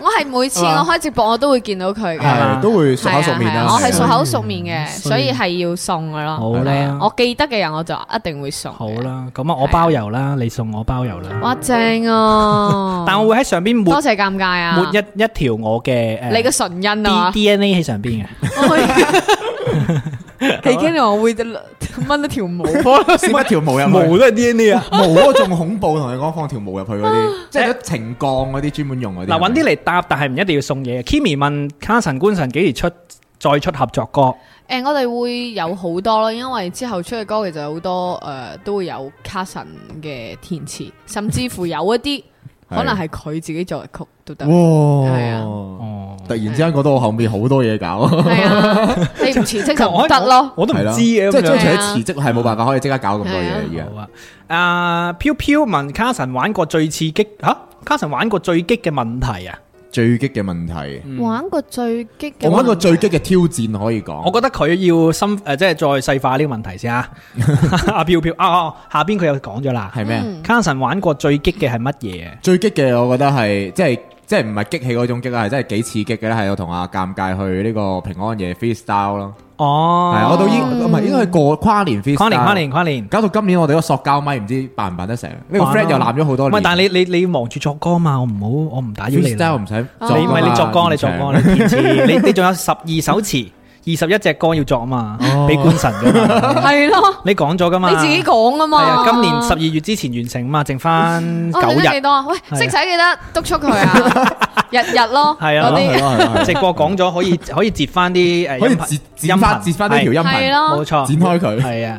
Speaker 3: 我係每次
Speaker 2: 係嘛
Speaker 3: 我開直播我都會見到佢嘅，係
Speaker 2: 嘛
Speaker 4: 係都會熟口
Speaker 3: 啊
Speaker 4: 熟面
Speaker 3: 係
Speaker 4: 啦
Speaker 3: 啊，。我係
Speaker 4: 係
Speaker 3: 熟口熟面嘅，
Speaker 2: 嗯
Speaker 3: 所以係要送嘅咯。
Speaker 2: 好啦
Speaker 3: 係啊我記得嘅人我就一定會送。
Speaker 2: 好，啦，咁啊，我包郵啦，你送我包郵啦。！
Speaker 3: 哇正啊
Speaker 2: 但我會喺上邊抹
Speaker 3: 多謝尷尬啊！
Speaker 2: 抹一一條我嘅誒
Speaker 3: 你嘅唇印啊
Speaker 2: D！D N A 喺上 邊嘅。
Speaker 3: 你驚我會掹一條毛波？
Speaker 4: 攝一條毛入去，
Speaker 2: 都係 D N A 啊！
Speaker 4: 毛嗰個仲恐怖，同你講放條毛入去嗰啲，即係啲情降嗰啲專門用嗰啲。
Speaker 2: 嗱，揾啲嚟答，但係唔一定要送嘢。Kimi 問卡神官神幾時出再出合作歌？
Speaker 3: 誒，我哋會有好多咯，因為之後出嘅歌其實好多誒都會有卡神嘅填詞，甚至乎有一啲
Speaker 4: 係
Speaker 3: 可能係佢自己作嘅曲 都得。係啊
Speaker 4: 哇！
Speaker 2: 哦，
Speaker 4: 突然之間覺得我後面好 多嘢搞，
Speaker 3: 係啊，你唔辭職就唔得咯。
Speaker 2: 我都唔
Speaker 4: 係啦
Speaker 2: 知嘅
Speaker 4: 即係
Speaker 2: 咁
Speaker 4: 張
Speaker 2: 樣。
Speaker 4: 琪一辭職係冇辦法可以即刻搞咁多嘢而家
Speaker 2: 好。啊！啊，飄飄問卡神玩過最刺激吓？卡神玩過最激嘅問題啊！
Speaker 4: 最激嘅問題，
Speaker 3: 玩過最激嘅，
Speaker 4: 我揾個最激嘅挑戰可以講。
Speaker 2: 我覺得佢要深誒，即係再細化呢個問題先 啊！ 阿飄飄啊，哦下邊佢又講咗啦，
Speaker 4: 係咩啊？
Speaker 3: 嗯
Speaker 2: 卡神玩過最激嘅係乜嘢？
Speaker 4: 最激嘅，我覺得係即係即係唔係激氣嗰種激啦，係真係幾刺激嘅啦。係我同阿尷尬去呢個平安夜 freestyle 咯，係啊
Speaker 2: 哦，
Speaker 4: 我到應唔係應該係過跨年 freestyle。
Speaker 2: 跨年跨年跨年。
Speaker 4: 搞到今年我哋個塑膠咪唔知辦唔辦得成？呢個
Speaker 2: 辦啦
Speaker 4: friend 又攬咗好多
Speaker 2: 哦唔係，
Speaker 4: 年。
Speaker 2: 但係你你你要忙住作歌嘛，我唔好我唔打擾你啦。
Speaker 4: freestyle 唔使
Speaker 3: 哦
Speaker 4: 作
Speaker 2: 你
Speaker 4: 歌
Speaker 2: 咪
Speaker 4: 啦
Speaker 2: 你作歌，你
Speaker 4: 現
Speaker 2: 作
Speaker 4: 場
Speaker 2: 歌，你填詞，你你仲有十二首詞，二十一隻歌要作啊嘛，
Speaker 4: 哦
Speaker 2: 俾官神噶 嘛，
Speaker 3: 係咯，
Speaker 2: 你講咗噶嘛？
Speaker 3: 你自己講啊
Speaker 2: 係
Speaker 3: 嘛。
Speaker 2: 啊，今年十二月之前完成嘛，剩翻
Speaker 3: 哦
Speaker 2: 九
Speaker 3: 你都
Speaker 2: 日
Speaker 3: 幾。多啊？喂，
Speaker 2: 啊
Speaker 3: 識仔記得督促 佢啊，日日咯，
Speaker 2: 係啊
Speaker 3: 嗰
Speaker 4: 係
Speaker 3: 啲
Speaker 4: 咯係咯
Speaker 2: 直播講咗可以可以截翻啲誒
Speaker 4: 可以
Speaker 2: 啊音
Speaker 4: 截
Speaker 2: 頻，
Speaker 4: 剪翻截翻呢
Speaker 2: 音
Speaker 4: 條音
Speaker 3: 係
Speaker 4: 頻，
Speaker 2: 頻，冇
Speaker 3: 咯。
Speaker 2: 錯，
Speaker 4: 剪開佢。
Speaker 2: 係啊，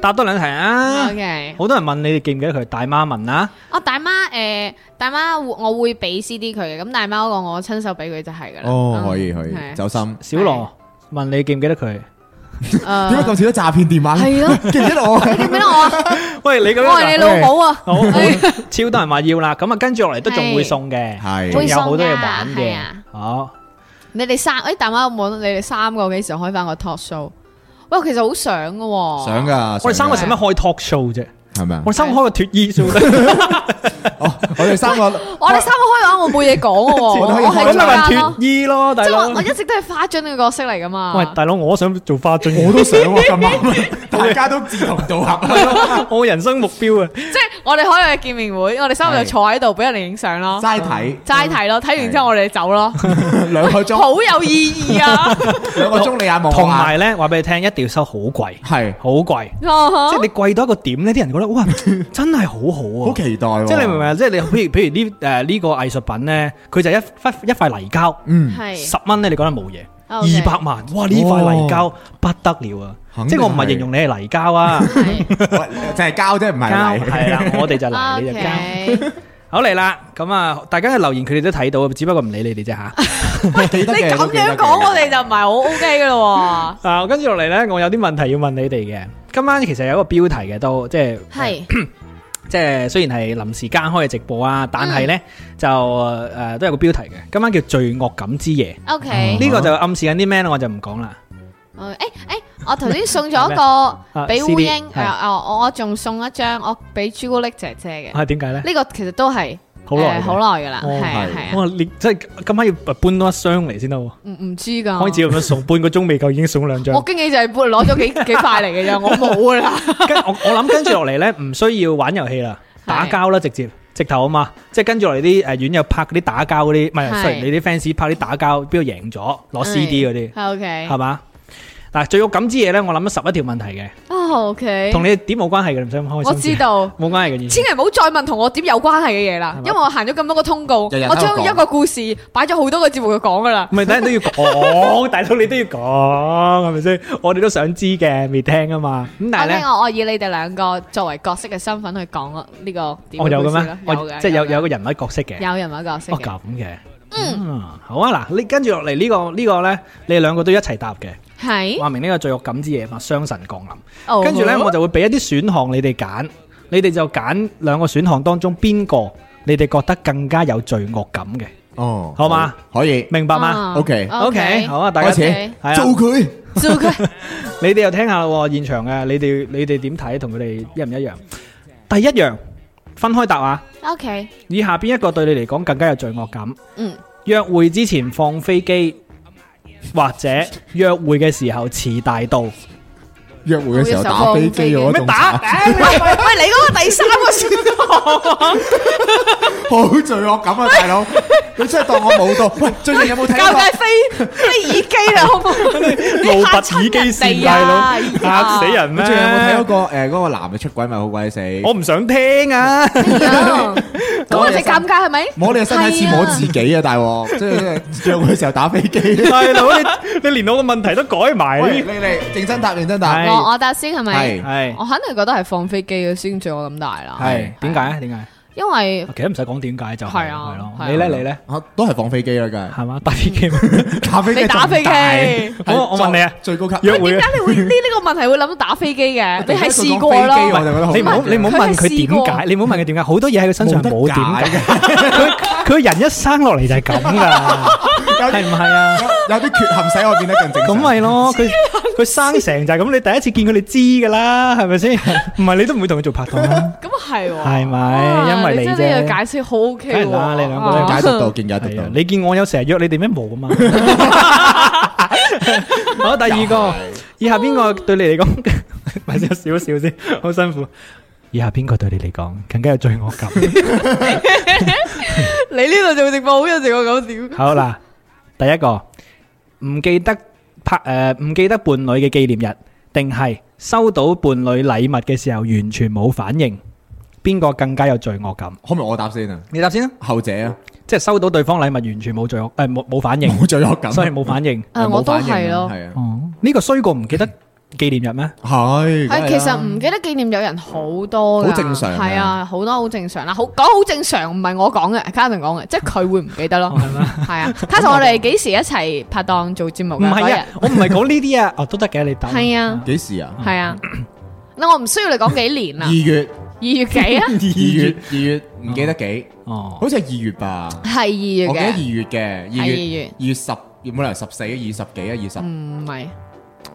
Speaker 2: 答多兩題啊！
Speaker 3: OK，
Speaker 2: 好多人問你哋記唔記得佢大媽文啦，
Speaker 3: 哦大媽誒，大媽我會俾 CD 佢嘅，咁大媽嗰個我親手俾佢就係噶啦。
Speaker 4: 哦
Speaker 3: 嗯，
Speaker 4: 可以可以
Speaker 3: 係，啊
Speaker 4: 走心。
Speaker 2: 小羅問你記唔記得佢？
Speaker 4: 點解
Speaker 2: 啊
Speaker 3: 誒
Speaker 4: 咁少咗詐騙電話？
Speaker 3: 係咯，
Speaker 4: 記唔記得我？
Speaker 3: 你記唔記得我 啊？
Speaker 2: 喂，你咁
Speaker 3: 我係你老母啊！
Speaker 2: 好，超多人話要啦，咁啊跟住落嚟都仲會送嘅，
Speaker 4: 係
Speaker 2: 仲有好多嘢
Speaker 3: 會
Speaker 2: 玩
Speaker 3: 送㗎係
Speaker 2: 嘅
Speaker 3: 啊，
Speaker 2: 好
Speaker 3: 你哋三，誒大媽有冇？你哋三個幾時開翻個 talk show？喂，其實好想嘅喎，
Speaker 4: 想㗎，
Speaker 2: 我哋三個使
Speaker 4: 想
Speaker 2: 乜開
Speaker 4: 㗎
Speaker 2: talk show 啫？
Speaker 4: 係咪啊
Speaker 2: 我？哋三個開個脱衣 show 得，
Speaker 4: 哦我哋三個
Speaker 3: 我哋三個開嘅話，我冇嘢講嘅喎，
Speaker 4: 我可以
Speaker 3: 我係
Speaker 2: 咁
Speaker 3: 中
Speaker 2: 咪
Speaker 3: 間
Speaker 2: 脱
Speaker 3: 咯。
Speaker 2: 衣咯，大
Speaker 3: 即係
Speaker 2: 佬
Speaker 3: 我。我一直都係花樽嘅角色嚟噶嘛。
Speaker 2: 喂，大佬，我想做花樽，
Speaker 4: 我都想喎，今晚大家都志同道 合，
Speaker 2: 我人生目標啊！
Speaker 3: 即係我哋開個見面會，我哋三個就坐喺度俾人哋影相咯，
Speaker 4: 齋 睇
Speaker 3: 齋睇咯，睇完之後我哋走咯，
Speaker 4: 兩個鐘，
Speaker 3: 好有意義 啊！
Speaker 4: 兩個鐘你眼望
Speaker 2: 同
Speaker 4: 我眼，
Speaker 2: 埋咧，話俾你聽，一定要收好貴，
Speaker 4: 係
Speaker 2: 好貴，
Speaker 3: 哦
Speaker 2: 即係你貴到一個點呢啲人覺得哇，真係好好
Speaker 4: 好
Speaker 2: 啊！
Speaker 4: 期待喎。
Speaker 2: 即係你明唔明啊？即係你 譬如譬如呢誒呢個藝術品咧，佢就一忽一塊泥膠，
Speaker 4: 嗯，
Speaker 3: 係哦
Speaker 2: 十蚊咧你覺得冇嘢，
Speaker 3: OK
Speaker 2: 二百萬，哇呢塊泥膠不得了啊！
Speaker 4: 哦肯
Speaker 2: 即
Speaker 4: 定
Speaker 2: 係我唔係形容你係泥膠啊，
Speaker 4: 喂就係膠啫，唔 係
Speaker 2: 膠
Speaker 4: 泥。
Speaker 2: 係啦，我哋就泥 你就膠。
Speaker 3: OK，
Speaker 2: 好嚟啦，咁啊，大家嘅留言佢哋都睇到，只不過唔理你哋 啫吓。啊
Speaker 4: 記得
Speaker 3: 你
Speaker 4: 嘅
Speaker 3: 咁樣講我哋就唔係好 OK 噶咯
Speaker 2: 啊，跟住落嚟呢，我有啲問題要問你哋嘅。今晚其實有一個標題嘅，都即係
Speaker 3: 喎。係
Speaker 2: 即係雖然係臨時間開嘅直播啊，但係呢，
Speaker 3: 嗯
Speaker 2: 就誒、呃都有個標題嘅。今晚叫罪惡感之夜，
Speaker 3: OK，哦
Speaker 2: 呢、個就暗示緊啲咩呢？我就唔講啦。
Speaker 3: 誒誒，我頭先送咗一個
Speaker 2: 啊
Speaker 3: 俾烏
Speaker 2: CD
Speaker 3: 蠅，
Speaker 2: 係
Speaker 3: 誒哦我我仲送一張我俾朱古力姐姐嘅，
Speaker 2: 啊，點解呢？
Speaker 3: 呢個其實都係
Speaker 2: 好耐
Speaker 3: 誒好
Speaker 2: 耐。
Speaker 3: 耐噶啦，
Speaker 2: 哦
Speaker 3: 係啊
Speaker 4: 係
Speaker 3: 係啊，
Speaker 2: 哇！你即係今晚要搬多一箱嚟先得喎。
Speaker 3: 唔唔知噶，
Speaker 2: 開始咁樣送，半個鐘未夠已經送兩張
Speaker 3: 我。經紀就係搬攞咗幾 幾塊嚟嘅咋，我冇噶啦。
Speaker 2: 跟我我諗跟住落嚟咧，唔需要玩遊戲 啦，打交啦，直接直頭啊嘛，即係跟住落嚟啲誒院友拍嗰啲打交嗰啲，唔係
Speaker 3: 係
Speaker 2: sorry，你啲 fans 拍啲打交，邊個贏咗攞 CD 嗰啲，
Speaker 3: 係 OK，
Speaker 2: 係嘛？嗱，最有感之嘢咧，我諗咗十一條問題嘅，
Speaker 3: 啊 OK，
Speaker 2: 同你點冇關係嘅，你唔使咁開心。
Speaker 3: 我知，道。
Speaker 2: 冇關係嘅意思
Speaker 3: 千。祈唔好再問同我點有關係嘅嘢啦，
Speaker 2: 係嘛
Speaker 3: 因為我行咗咁多個通告，
Speaker 4: 日日都
Speaker 3: 我將
Speaker 4: 講
Speaker 3: 一個故事擺咗好多個節目去講噶啦。
Speaker 2: 唔係，等人都要講，大佬你都要講，係咪先？我哋都想知嘅，未聽啊嘛。咁但係
Speaker 3: OK，
Speaker 2: 咧，
Speaker 3: 我我以你哋兩個作為角色嘅身份去講呢個點嘅
Speaker 2: 哦我有
Speaker 3: 故事
Speaker 2: 嘅
Speaker 3: 啦
Speaker 2: 咩？
Speaker 3: 有
Speaker 2: 我
Speaker 3: 嘅，
Speaker 2: 即係有
Speaker 3: 嘅
Speaker 2: 有個人物角色嘅。
Speaker 3: 有人物角色
Speaker 2: 哦
Speaker 3: 嘅，
Speaker 2: 咁嘅，嗯，好啊嗱，你跟住落嚟呢個呢個咧，你哋兩個都一齊答嘅，
Speaker 3: 係
Speaker 2: 話明呢個罪惡感之夜嘛，雙神降臨。
Speaker 3: 哦
Speaker 2: 跟住咧，我就會俾一啲選項你哋揀，你哋就揀兩個選項當中邊個你哋覺得更加有罪惡感嘅，
Speaker 4: 哦，
Speaker 2: 好嘛？
Speaker 4: 可以
Speaker 2: 明白嗎
Speaker 3: 啊
Speaker 4: OK
Speaker 2: ？OK，好啊，大家
Speaker 4: 開始
Speaker 2: 係啊
Speaker 4: 做佢。
Speaker 3: 做 佢
Speaker 2: 你哋又聽下啦喎，現場嘅你哋你哋點睇同佢哋一唔一樣？第一樣分開答啊！
Speaker 3: O K，
Speaker 2: 以下邊一個對你嚟講更加有罪惡感？
Speaker 3: 嗯，
Speaker 2: 約會之前放飛機，或者約會嘅時候遲大到。
Speaker 4: 約會嘅時候打飛機嗰種，
Speaker 3: 喂喂，你嗰個第三個選項，
Speaker 4: 好罪惡感啊，大佬！你真係當我冇到。喂，最近有冇睇
Speaker 3: 教
Speaker 4: 過
Speaker 3: 界飛飛耳機啦，好唔好？
Speaker 2: 路
Speaker 3: 路
Speaker 2: 拔耳機線
Speaker 3: 啊，
Speaker 2: 嚇死人咩？
Speaker 4: 最近有冇睇嗰個誒嗰個男嘅出軌咪好鬼死？
Speaker 2: 我唔想聽啊！
Speaker 3: 咁我哋尷尬係咪？
Speaker 4: 摸你嘅身體似摸自己啊，大鑊！即係即係約會嘅時候打 飛機。
Speaker 2: 大佬，你你連我個問題都改埋，
Speaker 4: 喂，你你認真答，認真答。
Speaker 2: 係
Speaker 3: 我我答先係咪？
Speaker 4: 係
Speaker 2: 係
Speaker 3: 我肯定覺得係放飛機嘅先最我咁大啦，
Speaker 2: 係點解啊？點解？
Speaker 3: 因為
Speaker 2: 其實唔使講點解就係
Speaker 3: 係啊
Speaker 2: 係
Speaker 3: 係
Speaker 2: 咯。
Speaker 3: 啊
Speaker 2: 你咧，你咧，
Speaker 4: 啊，都係放飛機 啦，梗
Speaker 2: 係嘛？打飛機，
Speaker 3: 嗯
Speaker 4: 係打飛機。
Speaker 3: 你打飛機。
Speaker 2: 好我問你啊
Speaker 4: 最高級
Speaker 2: 約
Speaker 3: 喂
Speaker 2: 會
Speaker 3: 點
Speaker 2: 啊
Speaker 3: 解你會呢呢個問題會諗到打飛機 嘅？你係試過
Speaker 4: 飛機
Speaker 3: 咯，
Speaker 4: 我就覺得好
Speaker 2: 你唔好
Speaker 4: 緊張
Speaker 2: 你唔好問佢
Speaker 3: 佢係
Speaker 2: 點
Speaker 3: 試
Speaker 2: 解，
Speaker 3: 過
Speaker 2: 你唔好問佢點解，好多嘢喺佢身上冇點解。佢佢人一生落嚟就係咁噶，
Speaker 4: 有
Speaker 2: 係唔係啊？
Speaker 4: 有啲缺陷使我變得更正
Speaker 2: 咁
Speaker 4: 常。
Speaker 2: 咪咯，佢佢生成就係咁，你第一次見佢，你知噶啦，係咪先？唔係你都唔會同佢做拍檔啦，
Speaker 3: 咁啊係喎，
Speaker 2: 係咪？
Speaker 3: 哇
Speaker 2: 因為你
Speaker 3: 真
Speaker 2: 啫
Speaker 3: 係呢個解釋好 OK
Speaker 2: 梗係啦
Speaker 3: 喎，
Speaker 2: 你兩個都
Speaker 3: 啊
Speaker 4: 解讀到，見解讀
Speaker 2: 係
Speaker 4: 到
Speaker 2: 啊。，你見我有成日約你哋咩冇啊 嘛？好，第二個，以下邊個對你 嚟講，咪先少少先，好辛苦。以下邊個對你嚟講更加有罪惡感？
Speaker 3: 你呢度做直播好有直播咁 屌，
Speaker 2: 好啦，第一個唔記得拍诶，唔、記得伴侶嘅紀念日，定係收到伴侶禮物嘅時候完全冇反應，邊個更加有罪惡感？
Speaker 4: 可唔可以我答先啊？
Speaker 2: 你答先啦，
Speaker 4: 後者啊，
Speaker 2: 即係收到對方禮物完全冇罪惡，诶冇冇反應，
Speaker 4: 冇罪惡感，
Speaker 2: 所以冇反應。
Speaker 3: 誒我都係咯。
Speaker 4: 係啊，
Speaker 2: 哦，呢、個衰過唔記得紀念日 咩？
Speaker 4: 係。
Speaker 3: 係，其實唔記得紀念有人好多㗎
Speaker 4: 好正常㗎
Speaker 3: 係啊，好多好正常啦。好講好正常，唔係我講嘅，嘉明講嘅，即係佢會唔記得咯。 係啊，他同我哋幾時一齊拍檔做節目
Speaker 2: 唔
Speaker 3: 嘅嗰
Speaker 2: 係
Speaker 3: 日
Speaker 2: 啊？，我唔係講呢啲啊， 哦都得嘅，你答。
Speaker 3: 係啊，
Speaker 4: 幾時啊？
Speaker 3: 係啊。嗱，我唔需要你講幾年啦
Speaker 4: 二，月，
Speaker 3: 二月幾啊？
Speaker 4: 二月，二月，唔記得幾，
Speaker 2: 哦，
Speaker 4: 好似係二月吧。
Speaker 3: 係二月
Speaker 4: 我記得二
Speaker 3: 嘅，
Speaker 4: 月嘅，二
Speaker 3: 係二月嗯
Speaker 4: 月，二月十，冇理由十四，二十幾啊，二十。
Speaker 3: 唔係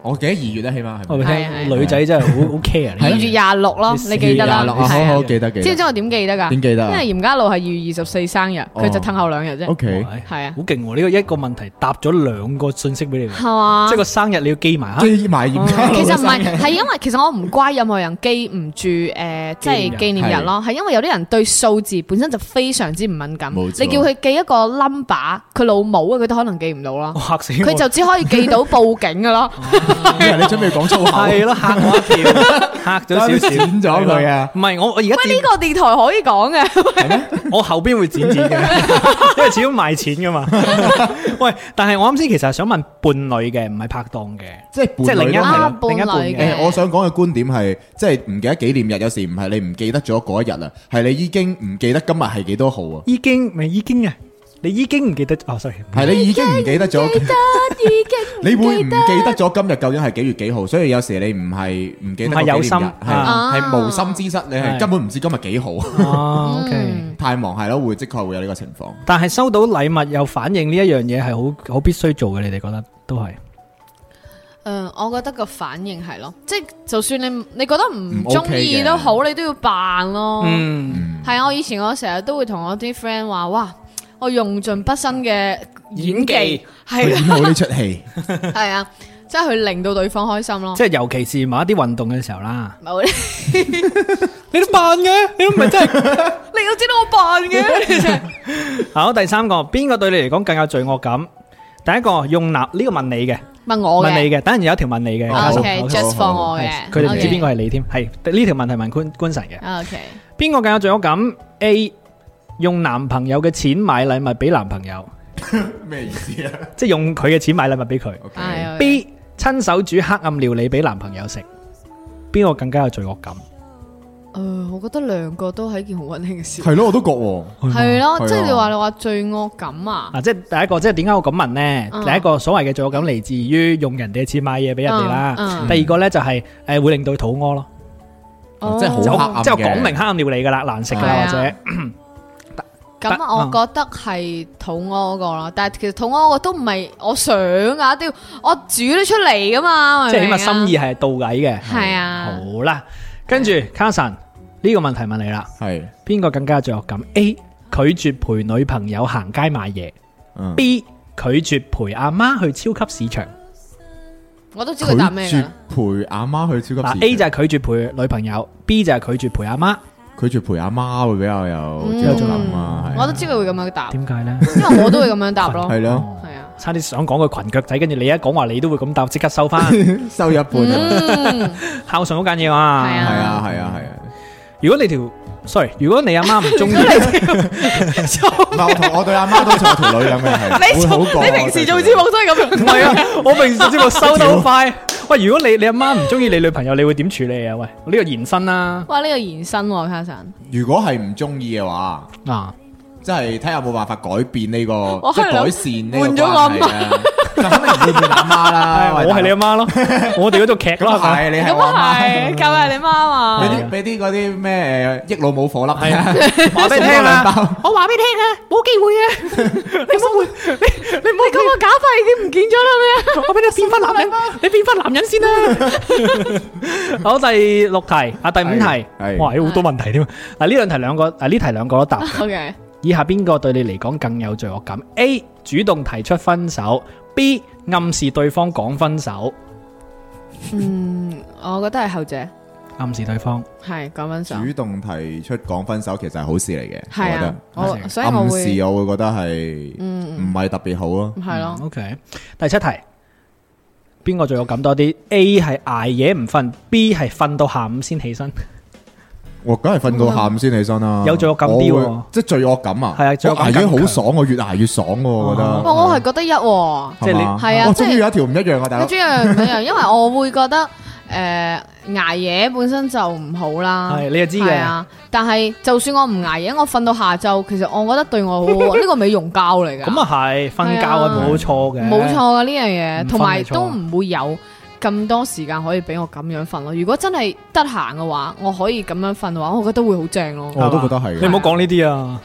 Speaker 4: 我記得二月啦，起碼係
Speaker 2: 我
Speaker 4: 咪。
Speaker 2: 咪
Speaker 3: 係啊係
Speaker 2: 聽
Speaker 3: 啊
Speaker 2: 女仔真係好 好 care
Speaker 3: 二
Speaker 2: 呢啲
Speaker 3: 月
Speaker 2: 嘢。
Speaker 3: 廿六咯，
Speaker 2: 你
Speaker 3: 你記得啦，
Speaker 2: 4月
Speaker 4: 廿六啊，好
Speaker 3: 係啊
Speaker 4: 好記得記
Speaker 3: 知唔知
Speaker 4: 得。
Speaker 3: 我點記得㗎？
Speaker 4: 點記得啊
Speaker 3: 因為嚴家路係二月二十四生日，佢就
Speaker 4: 哦
Speaker 3: 褪後兩日啫
Speaker 4: O，K，
Speaker 2: 係
Speaker 3: 係啊
Speaker 2: 好勁喎！呢個一個問題答咗兩個信息俾你喎。
Speaker 3: 係嘛？
Speaker 2: 即係個生日你要記埋啊！
Speaker 4: 即係埋嚴家
Speaker 3: 其
Speaker 4: 路
Speaker 3: 實
Speaker 4: 嘅
Speaker 3: 唔
Speaker 4: 生日
Speaker 3: 係，係因為其實我唔怪任何人記唔住誒、呃即係紀念日咯，係因為有啲人對數字本身就非常之唔敏感，
Speaker 4: 冇
Speaker 3: 你
Speaker 4: 錯
Speaker 3: 叫佢記一個 number，佢老母啊，佢都可能記唔到
Speaker 4: 哦
Speaker 3: 啦
Speaker 2: 我，嚇死我！
Speaker 3: 佢就只可以記到報警噶 咯，
Speaker 4: 以為你準備講粗口。
Speaker 2: 係咯，嚇我一跳， 嚇咗少 少，
Speaker 4: 剪咗佢啊
Speaker 2: 唔係我我而家
Speaker 3: 喂，呢
Speaker 2: 剪，
Speaker 3: 個電台可以講嘅，
Speaker 2: 我後邊會剪剪 嘅，因 為始終賣錢噶嘛。 喂，但係我啱先其實係想問伴侶嘅，唔係拍檔嘅，
Speaker 4: 即係
Speaker 2: 即係另一
Speaker 4: 伴侶咯
Speaker 3: 啊
Speaker 2: 係啦
Speaker 3: 伴侶
Speaker 2: 另一半
Speaker 3: 嘅
Speaker 2: 嘅。
Speaker 4: 誒，我想講嘅觀點係，即係唔記得紀念日，有時唔係你唔記得咗嗰一日啦，係你已經唔記得今日係幾多號啊，
Speaker 2: 已經咪已經啊，你已經唔記得哦，sorry，
Speaker 4: 係你已經唔記得咗，
Speaker 3: 已
Speaker 4: 你會唔記得咗今日究竟係幾月幾號？所以有時你唔係唔記得個紀
Speaker 2: 唔係
Speaker 4: 念
Speaker 2: 有心
Speaker 4: 日，係
Speaker 2: 啊
Speaker 4: 係無心之失，你
Speaker 2: 係
Speaker 4: 係根本唔知今日幾號，
Speaker 2: 哦，OK。
Speaker 3: 嗯
Speaker 4: 太忙係咯，會即確會有呢個情況。
Speaker 2: 但係收到禮物有反應呢一樣嘢係好好必須做嘅，你哋覺得都係
Speaker 3: 嗯，我覺得個反應係咯，即係就算你你覺得唔
Speaker 4: 唔
Speaker 3: 中
Speaker 4: OK
Speaker 3: 意
Speaker 4: 嘅
Speaker 3: 都好，你都要扮咯。
Speaker 2: 嗯。
Speaker 3: 係啊，我以前我成日都會同我啲 friend 話，哇，我用盡畢生嘅演
Speaker 2: 演技
Speaker 3: 技，係 啦
Speaker 4: 演好呢出戲，
Speaker 3: 係啊，即係去令到對方開心咯。
Speaker 2: 即係尤其是某一啲運動嘅時候啦，
Speaker 3: 冇咧，
Speaker 2: 你都扮嘅，你都唔係真係。
Speaker 3: 你都知道我扮嘅，你真 係嗯
Speaker 2: 好，第三個邊個對你嚟講更有罪惡感？第一個用男呢個問你嘅，
Speaker 3: 問我
Speaker 2: 問
Speaker 3: 嘅啊
Speaker 2: 你嘅，等陣有一條問你嘅。
Speaker 4: 哦
Speaker 2: 家屬
Speaker 3: OK，
Speaker 2: 好
Speaker 3: just
Speaker 4: 好
Speaker 3: 放
Speaker 4: 好
Speaker 3: 我
Speaker 2: 係
Speaker 3: 嘅，嗯
Speaker 2: 佢哋唔知邊個係你添，係呢條問題問官官神嘅，
Speaker 3: 個。OK，
Speaker 2: 邊個更有罪惡感？A 用男朋友嘅錢買禮物俾男朋友，
Speaker 4: 咩意思啊
Speaker 2: 即係用佢嘅錢買禮物俾佢。
Speaker 4: ？OK，
Speaker 3: 係啊
Speaker 2: B 親手煮黑暗料理俾男朋友食，邊個更加有罪惡感？
Speaker 3: 誒，我覺得兩個都係一件好温馨嘅事，
Speaker 4: 係咯，我都覺喎。
Speaker 3: 係
Speaker 4: 係
Speaker 3: 咯，
Speaker 4: 啊
Speaker 3: 即係你話你話罪惡感啊，
Speaker 2: 啊，即係第一個，即係點解我咁問呢？
Speaker 3: 嗯
Speaker 2: 第一個所謂嘅罪惡感嚟自於用人哋嘅錢買嘢俾人哋啦。
Speaker 3: 嗯嗯
Speaker 2: 第二個呢，就係誒會令到佢肚屙咯，
Speaker 3: 哦
Speaker 4: 即係好
Speaker 2: 就
Speaker 4: 黑暗嘅
Speaker 2: 即係講明黑暗料理噶啦，難食噶
Speaker 3: 係
Speaker 2: 啦
Speaker 3: 啊
Speaker 2: 或者。
Speaker 3: 咁
Speaker 2: 得
Speaker 3: 我覺得係肚屙嗰個啦，但係其實肚屙嗰個都唔係我想啊，都要我煮咗出嚟噶嘛，
Speaker 2: 即係起碼
Speaker 3: 係
Speaker 2: 心意係到位嘅。
Speaker 3: 係啊
Speaker 2: 好啦，跟住 Carson，呢個問題問你啦，
Speaker 4: 係，
Speaker 2: 邊個更加罪惡感？A 拒絕陪女朋友行街買嘢
Speaker 4: 嗯
Speaker 2: ，B 拒絕陪阿媽去超級市場。
Speaker 3: 我都知佢答咩
Speaker 4: 拒
Speaker 3: 㗎
Speaker 4: 絕
Speaker 3: 啦。
Speaker 4: 陪阿媽去超級市場
Speaker 2: 嗱，A 就係拒絕陪女朋友，B 就係拒絕陪阿媽。
Speaker 4: 拒絕陪阿媽會比較有即係諗啊，係
Speaker 3: 我都知佢會咁樣答，
Speaker 2: 點解呢？
Speaker 3: 因為我都會咁樣答咯。
Speaker 4: 係
Speaker 3: 係
Speaker 4: 咯，
Speaker 3: 啊，
Speaker 2: 哦差啲想講佢裙腳仔，跟住你一講話你都會咁答，即刻收 翻
Speaker 4: 收一半係
Speaker 3: 嗯，
Speaker 2: 孝順好緊要啊！
Speaker 3: 係啊
Speaker 4: 啊係啊係啊。
Speaker 2: 如果你條 sorry，如果你阿媽唔中 意，
Speaker 3: 啊
Speaker 4: 唔係我同我對阿媽都好似我條女咁嘅係，會好過
Speaker 3: 你平時做節目都係咁樣。
Speaker 2: 唔係啊，我平時節目收得好快。喂，如果你你阿媽唔中意你女朋友，你會點處理啊？喂，呢個延伸啦，
Speaker 3: 哇！呢個延伸喎卡神，
Speaker 4: 如果係唔中意嘅話，
Speaker 2: 啊，
Speaker 4: 即係睇下有冇辦法改變呢個，
Speaker 3: 我
Speaker 4: 即
Speaker 3: 係
Speaker 4: 係
Speaker 3: 諗
Speaker 4: 改善呢個
Speaker 3: 換咗我
Speaker 4: 關係啊。就肯定唔會變阿媽啦，
Speaker 2: 哎我係你阿 媽咯，我哋嗰度劇咯，係 咪？
Speaker 4: 係你係
Speaker 3: 咁
Speaker 4: 我阿
Speaker 3: 啊
Speaker 4: 媽。
Speaker 3: 係，教下你媽嘛
Speaker 4: 俾。啲俾啲嗰啲咩誒益老母火粒，
Speaker 2: 係啊 話俾你聽
Speaker 4: 兩
Speaker 2: 啦，
Speaker 4: 包
Speaker 3: 我話俾你聽啊，冇機會啊！你唔好你你唔好咁我假髮已經唔見咗 啦咩？
Speaker 2: 我俾你變翻男人，你變翻男人先啦。好，第六題啊，第五題
Speaker 4: 係，係
Speaker 2: 哇，有好多問題添啊！嗱，呢兩題兩個，啊呢題兩個都答。
Speaker 3: O K，
Speaker 2: 以下邊個對你嚟講更有罪惡感？A 主動提出分手，B 暗示對方講分手，
Speaker 3: 嗯，我覺得係後者，
Speaker 2: 暗示對方
Speaker 3: 係講分手，
Speaker 4: 主動提出講分手，其實係好事嚟嘅，我
Speaker 3: 係
Speaker 4: 覺
Speaker 3: 啊
Speaker 4: 得，。
Speaker 3: 我所以我
Speaker 4: 暗
Speaker 3: 會嗯
Speaker 4: 示我會嗯覺得係唔係特別好咯，
Speaker 3: 係咯，
Speaker 2: 哦 OK，第七題，邊個罪惡感多啲？A 係捱夜唔瞓，B 係瞓到下午先起身。
Speaker 4: 我梗係瞓
Speaker 3: 嗯
Speaker 4: 到下午先起身啦，
Speaker 2: 有罪惡感啲喎
Speaker 4: 我會即係罪惡感啊，
Speaker 2: 係啊罪惡感
Speaker 4: 我捱夜
Speaker 2: 更
Speaker 4: 好
Speaker 2: 強
Speaker 4: 爽，我越捱越爽喎，我覺得。
Speaker 3: 哇！我係覺得一喎。
Speaker 2: 即係你
Speaker 4: 係嘛
Speaker 3: 係啊
Speaker 4: 我
Speaker 3: 哦即係
Speaker 4: 終於有一條唔一樣啊，大
Speaker 3: 我
Speaker 4: 佬
Speaker 3: 中。意唔一樣，因為我會覺得誒捱夜本身就唔好啦。
Speaker 2: 係你又知嘅
Speaker 3: 係啊，但係就算我唔捱夜，我瞓到下晝，其實我覺得對我好 好。呢個美容覺嚟㗎。
Speaker 2: 咁啊係，瞓覺係冇錯嘅，
Speaker 3: 冇錯㗎呢
Speaker 2: 唔
Speaker 3: 樣嘢，
Speaker 2: 嗯瞓
Speaker 3: 同埋
Speaker 2: 係錯
Speaker 3: 都唔會有咁多時間可以俾我咁樣瞓咯。如果真係得閒嘅話，我可以咁樣瞓嘅話，我覺得會好正咯
Speaker 2: 係。嘛，
Speaker 4: 我都覺得係
Speaker 2: 你唔好講呢啲啊，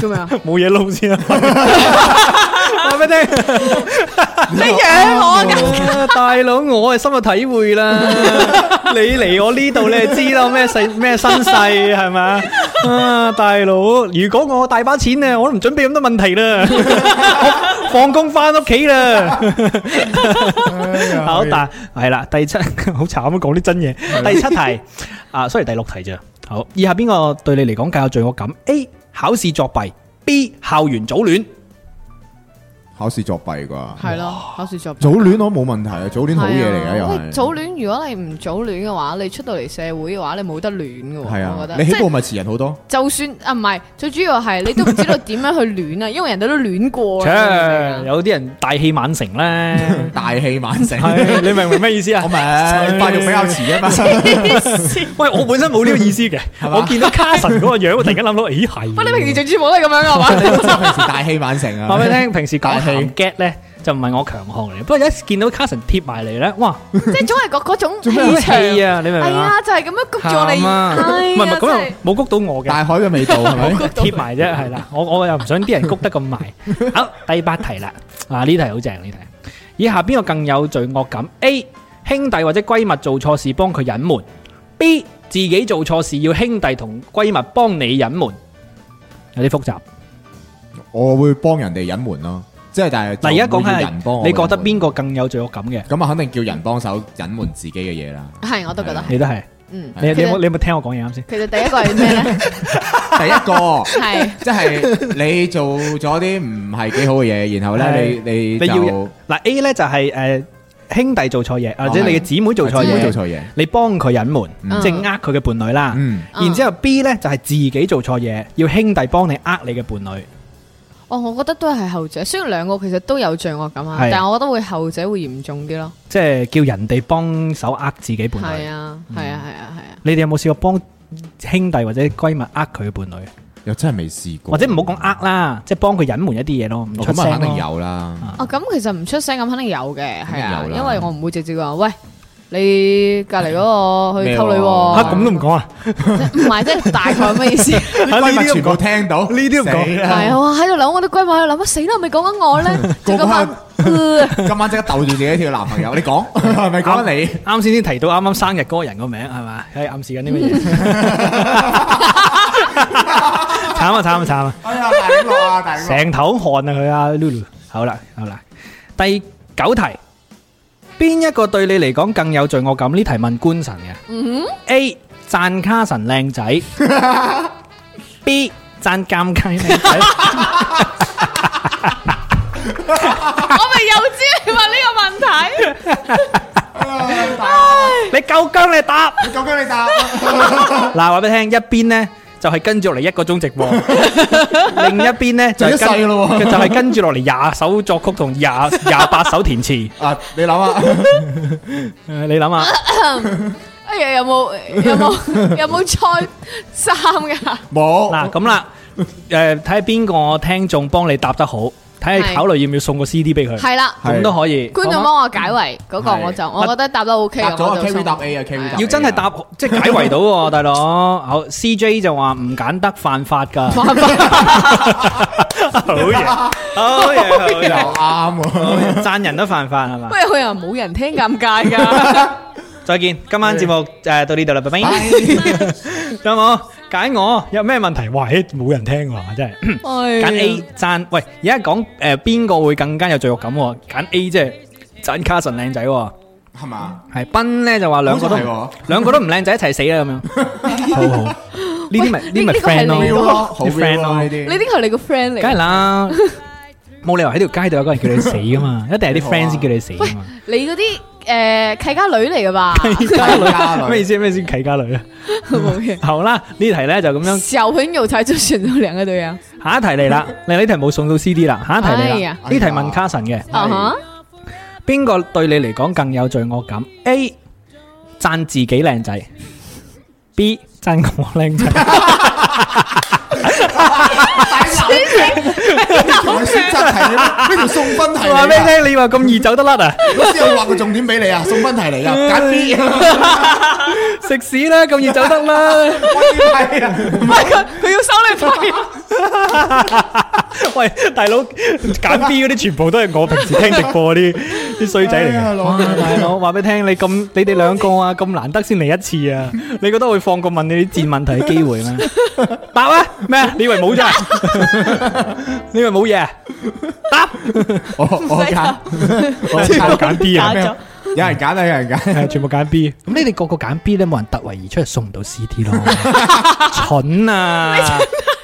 Speaker 3: 做咩啊？
Speaker 2: 冇嘢撈先啊。話俾你聽，
Speaker 3: 你
Speaker 2: 哎
Speaker 3: 養我 㗎？
Speaker 2: 大佬我係深有體會啦。你嚟我呢度，你係知道咩世咩身世係咪啊？大佬，如果我大把錢咧，我都唔準備咁多問題啦，我放工翻屋企啦。好，但系啦，第七 好慘啊，講啲真嘢。第七題啊，sorry，第六題咋？好，以下邊個對你嚟講較有罪惡感？A 考試作弊，B 校園早戀。
Speaker 4: 考試作弊啩？
Speaker 3: 係咯，考試作弊
Speaker 4: 早戀我冇問題啊，早戀好嘢嚟
Speaker 3: 係
Speaker 4: 嘅
Speaker 3: 啊
Speaker 4: 又
Speaker 3: 喂
Speaker 4: 係。
Speaker 3: 早戀，如果你唔早戀嘅話，你出到嚟社會嘅話，你冇得戀嘅喎。
Speaker 4: 係
Speaker 3: 我覺得
Speaker 4: 啊，你
Speaker 3: 即
Speaker 4: 起
Speaker 3: 係
Speaker 4: 步咪遲人好多。，
Speaker 3: 就算啊，唔係最主要係你都唔知道點樣去戀啊，因為人哋都戀 過
Speaker 2: 切
Speaker 3: 啦。，
Speaker 2: 有啲人大器晚 成咧
Speaker 4: 大器晚成，
Speaker 2: 係你明唔明咩意 思啊
Speaker 4: 我？咪發育比較遲啊 嘛。
Speaker 2: 喂，我本身冇呢個意思嘅，
Speaker 4: 嘛
Speaker 2: 我見到卡神嗰個樣，我突然間諗到，咦係喎。
Speaker 3: 喂，你平時做節目都係咁樣嘅嘛？
Speaker 4: 我真係平時大器晚成
Speaker 2: 話
Speaker 4: 啊
Speaker 2: 俾。你聽，平時講
Speaker 4: 大氣
Speaker 2: 鹹 get 咧就唔係我強項嚟，不過一見到卡神貼埋嚟咧，哇，
Speaker 3: 即係總係嗰嗰種
Speaker 2: 做咩
Speaker 3: 氣場
Speaker 2: 氣啊？你明唔
Speaker 3: 係
Speaker 2: 明啊？
Speaker 3: 啊，就係咁樣谷咗你。
Speaker 2: 喊啊
Speaker 3: 哎呀
Speaker 2: 唔係唔係，
Speaker 3: 真
Speaker 2: 咁
Speaker 3: 係
Speaker 2: 又冇谷到我嘅。
Speaker 4: 大海嘅味道 係咪？
Speaker 2: 貼埋啫，係啦，我我又唔想啲人谷得咁 埋。好，第八題啦，啊呢題好正呢題。以下邊個更有罪惡感？A 兄弟或者閨蜜做錯事幫佢隱瞞，B 自己做錯事要兄弟同閨蜜幫你隱瞞，有啲複雜。
Speaker 4: 我會幫人哋隱瞞咯，即係但係
Speaker 2: 嗱，而家講
Speaker 4: 就會
Speaker 2: 緊
Speaker 4: 要人幫
Speaker 2: 係
Speaker 4: 我
Speaker 2: 你覺得
Speaker 4: 隱瞞
Speaker 2: 邊？個更有罪惡感嘅？
Speaker 4: 咁啊，肯定叫人幫手隱瞞自己嘅嘢啦。
Speaker 3: 係，我都覺得係。
Speaker 2: 你都係，
Speaker 3: 嗯，
Speaker 2: 你你有冇
Speaker 3: 其實
Speaker 2: 你有冇聽我講嘢啱先？
Speaker 3: 其實第一個係咩咧？
Speaker 4: 第一個。
Speaker 3: 係
Speaker 4: 即係你做咗啲唔係幾好嘅嘢，然後咧
Speaker 2: 係
Speaker 4: 你你
Speaker 2: 你要
Speaker 4: 就哦
Speaker 2: 嗱 A 咧就係誒兄弟做錯嘢，或者你嘅姊妹做錯
Speaker 4: 自己
Speaker 2: 嘢
Speaker 4: 做，錯嘢，
Speaker 2: 你幫佢隱瞞，
Speaker 4: 嗯
Speaker 2: 即係呃佢嘅伴侶啦。
Speaker 4: 嗯，
Speaker 3: 嗯
Speaker 2: 然之後 B 呢，就係自己做錯嘢，要兄弟幫你呃你嘅伴侶。
Speaker 3: 哦，我覺得都係後者。雖然兩個其實都有罪惡感啊，
Speaker 2: 係
Speaker 3: 但係我覺得會後者會嚴重啲咯。
Speaker 2: 即係叫人哋幫手呃自己伴
Speaker 3: 係
Speaker 2: 侶。
Speaker 3: 啊，係啊，係啊，係啊。
Speaker 2: 你哋有冇試過幫兄弟或者閨蜜呃佢嘅伴侶？
Speaker 4: 又真係未試過，
Speaker 2: 或者唔好講呃啦，即係幫佢隱瞞一啲嘢咯，唔
Speaker 4: 哦，
Speaker 2: 出
Speaker 4: 咁
Speaker 2: 聲
Speaker 4: 啊肯定
Speaker 2: 咯。
Speaker 4: 有啦，
Speaker 3: 哦，咁其實唔出聲咁肯定有嘅，係啊，
Speaker 4: 肯定有啦
Speaker 3: 因為我唔會直接話喂。你隔離嗰個去溝女喎，
Speaker 4: 咩喎
Speaker 2: 嚇咁都唔講啊！
Speaker 3: 唔係即係大概係咩意 思？係
Speaker 4: 呢 啲全部聽到，呢
Speaker 2: 啲唔講
Speaker 3: 啊，我喺度諗，我啲閨蜜喺度諗，啊死啦，係咪講緊我咧？就
Speaker 4: 個
Speaker 3: 咁
Speaker 4: 個
Speaker 3: 問，
Speaker 4: 今晚即刻逗住自己條男朋友，你講係咪講緊你？
Speaker 2: 啱先先提到啱啱生日嗰個人個名係 嘛？喺暗示緊呢個嘢。 慘啊慘啊慘啊！
Speaker 4: 哎呀，大佬啊，大佬！
Speaker 2: 成頭汗啊佢啊，Lulu。好 à, 啦好啦，第九題，邊一個對你嚟講更有罪惡感？呢題問官神嘅。A 讚卡神靚仔，B 讚尷尬靚仔，
Speaker 3: 我咪又知你問呢個問題。
Speaker 2: 你夠姜你答。
Speaker 4: 你究竟你答？
Speaker 2: 嗱，話俾你聽，一邊呢就係跟住落嚟一個鐘直播，另一邊呢就係
Speaker 4: 一世
Speaker 2: 跟
Speaker 4: 咯喎
Speaker 2: 就係跟住落嚟廿首作曲同廿廿八首填詞。
Speaker 4: 啊，你諗啊，
Speaker 2: 誒你諗下，
Speaker 3: 哎呀，有冇-有冇-有冇猜衫㗎？
Speaker 2: 嗱
Speaker 4: 冇哦
Speaker 2: 咁啦，誒睇下邊個聽眾幫你答得好，睇下
Speaker 3: 係
Speaker 2: 你考慮要唔要送個 CD 俾佢，
Speaker 3: 係啦，
Speaker 2: 咁都可以。
Speaker 3: 觀眾
Speaker 2: 好嗎
Speaker 3: 幫我解圍嗰個，
Speaker 4: 係。
Speaker 3: 我就-我覺得答得OK，
Speaker 4: 答咗啊
Speaker 3: 我就
Speaker 4: K V
Speaker 3: 送。
Speaker 4: 答 A 啊，K V 答 A 啊
Speaker 2: 要真係答即係解圍到 喎，大佬。好，CJ 就話唔揀得犯法㗎。犯法，好嘢，好嘢，好
Speaker 4: 又
Speaker 2: 嘢，
Speaker 4: 啱喎。
Speaker 2: 讚人都犯法係嘛？
Speaker 3: 喂，佢又冇人聽，尷尬㗎。
Speaker 2: 再見，今晚節目誒到呢度啦，拜拜。仲有冇解我有咩問題？哇，咦冇人聽喎，真係
Speaker 3: 哎呀。
Speaker 2: 揀 A 讚。喂，而家講誒邊個會更加有罪惡感喎？揀 A 即係讚卡神靚仔喎。
Speaker 4: 係嘛？
Speaker 2: 係斌咧就話兩個都
Speaker 4: 好似係喎
Speaker 2: 兩個都唔靚仔一齊死啦咁樣。好好，呢啲 咪呢啲咪
Speaker 3: 呢個係
Speaker 2: friend
Speaker 3: 你
Speaker 2: 咯，
Speaker 4: real 咯，好
Speaker 2: 啲 friend
Speaker 4: real 咯
Speaker 2: 咯
Speaker 4: 呢啲。
Speaker 3: 你呢個係你個friend嚟㗎。
Speaker 2: 梗係啦。冇理由喺條街度有個人叫你死噶 嘛，一定係啲
Speaker 4: 好啊
Speaker 2: friend 先叫你死噶嘛。
Speaker 3: 你嗰啲，呃，契家女嚟㗎吧？
Speaker 4: 家啊女
Speaker 2: 咩意思？咩先契家女啊？
Speaker 3: 冇嘢。
Speaker 2: 好啦，呢題咧就咁樣。
Speaker 3: 小朋友才就選到兩個對啊。
Speaker 2: 下一題嚟啦，你呢題冇送到 CD 啦，下一題
Speaker 3: 哎
Speaker 2: 嚟啦
Speaker 3: 呀，
Speaker 2: 呢題問卡神嘅，
Speaker 4: 係。
Speaker 3: 啊哈。
Speaker 2: 邊個對你嚟講更有罪惡感？A 讚自己靚仔，B 讚我靚仔，
Speaker 4: 同你選擇題嚟㗎呢條送分題
Speaker 2: 話
Speaker 4: 嚟
Speaker 2: 俾
Speaker 4: 㗎。
Speaker 2: 你聽，你話咁易走得甩啊？
Speaker 4: 老師有畫個重點俾你啊，送分題嚟㗎，揀 B
Speaker 2: 食屎啦，咁易走得啦！
Speaker 4: 喂係啊。
Speaker 3: 唔係，佢-佢要收你費。
Speaker 2: 喂，大佬揀 B 嗰啲全部都係我平時聽直播嗰啲啲衰仔嚟
Speaker 4: 哎呀
Speaker 2: 嘅。
Speaker 4: 老
Speaker 2: 哇啊大 佬話俾你聽，你咁你哋兩個啊咁難得先嚟一次啊，你覺得會放過問你啲賤問題嘅機會 咩？答啊咩啊？你以為 冇咋？你以為冇嘢啊？答
Speaker 4: 我我揀，我
Speaker 2: 我
Speaker 4: 揀
Speaker 2: 揀 B 啊！
Speaker 4: 咩？有人揀啊，有人揀。
Speaker 2: 係全部揀 B，咁你哋個個揀 B 咧，冇人突圍而出，送唔到 CD 咯， 蠢 啊，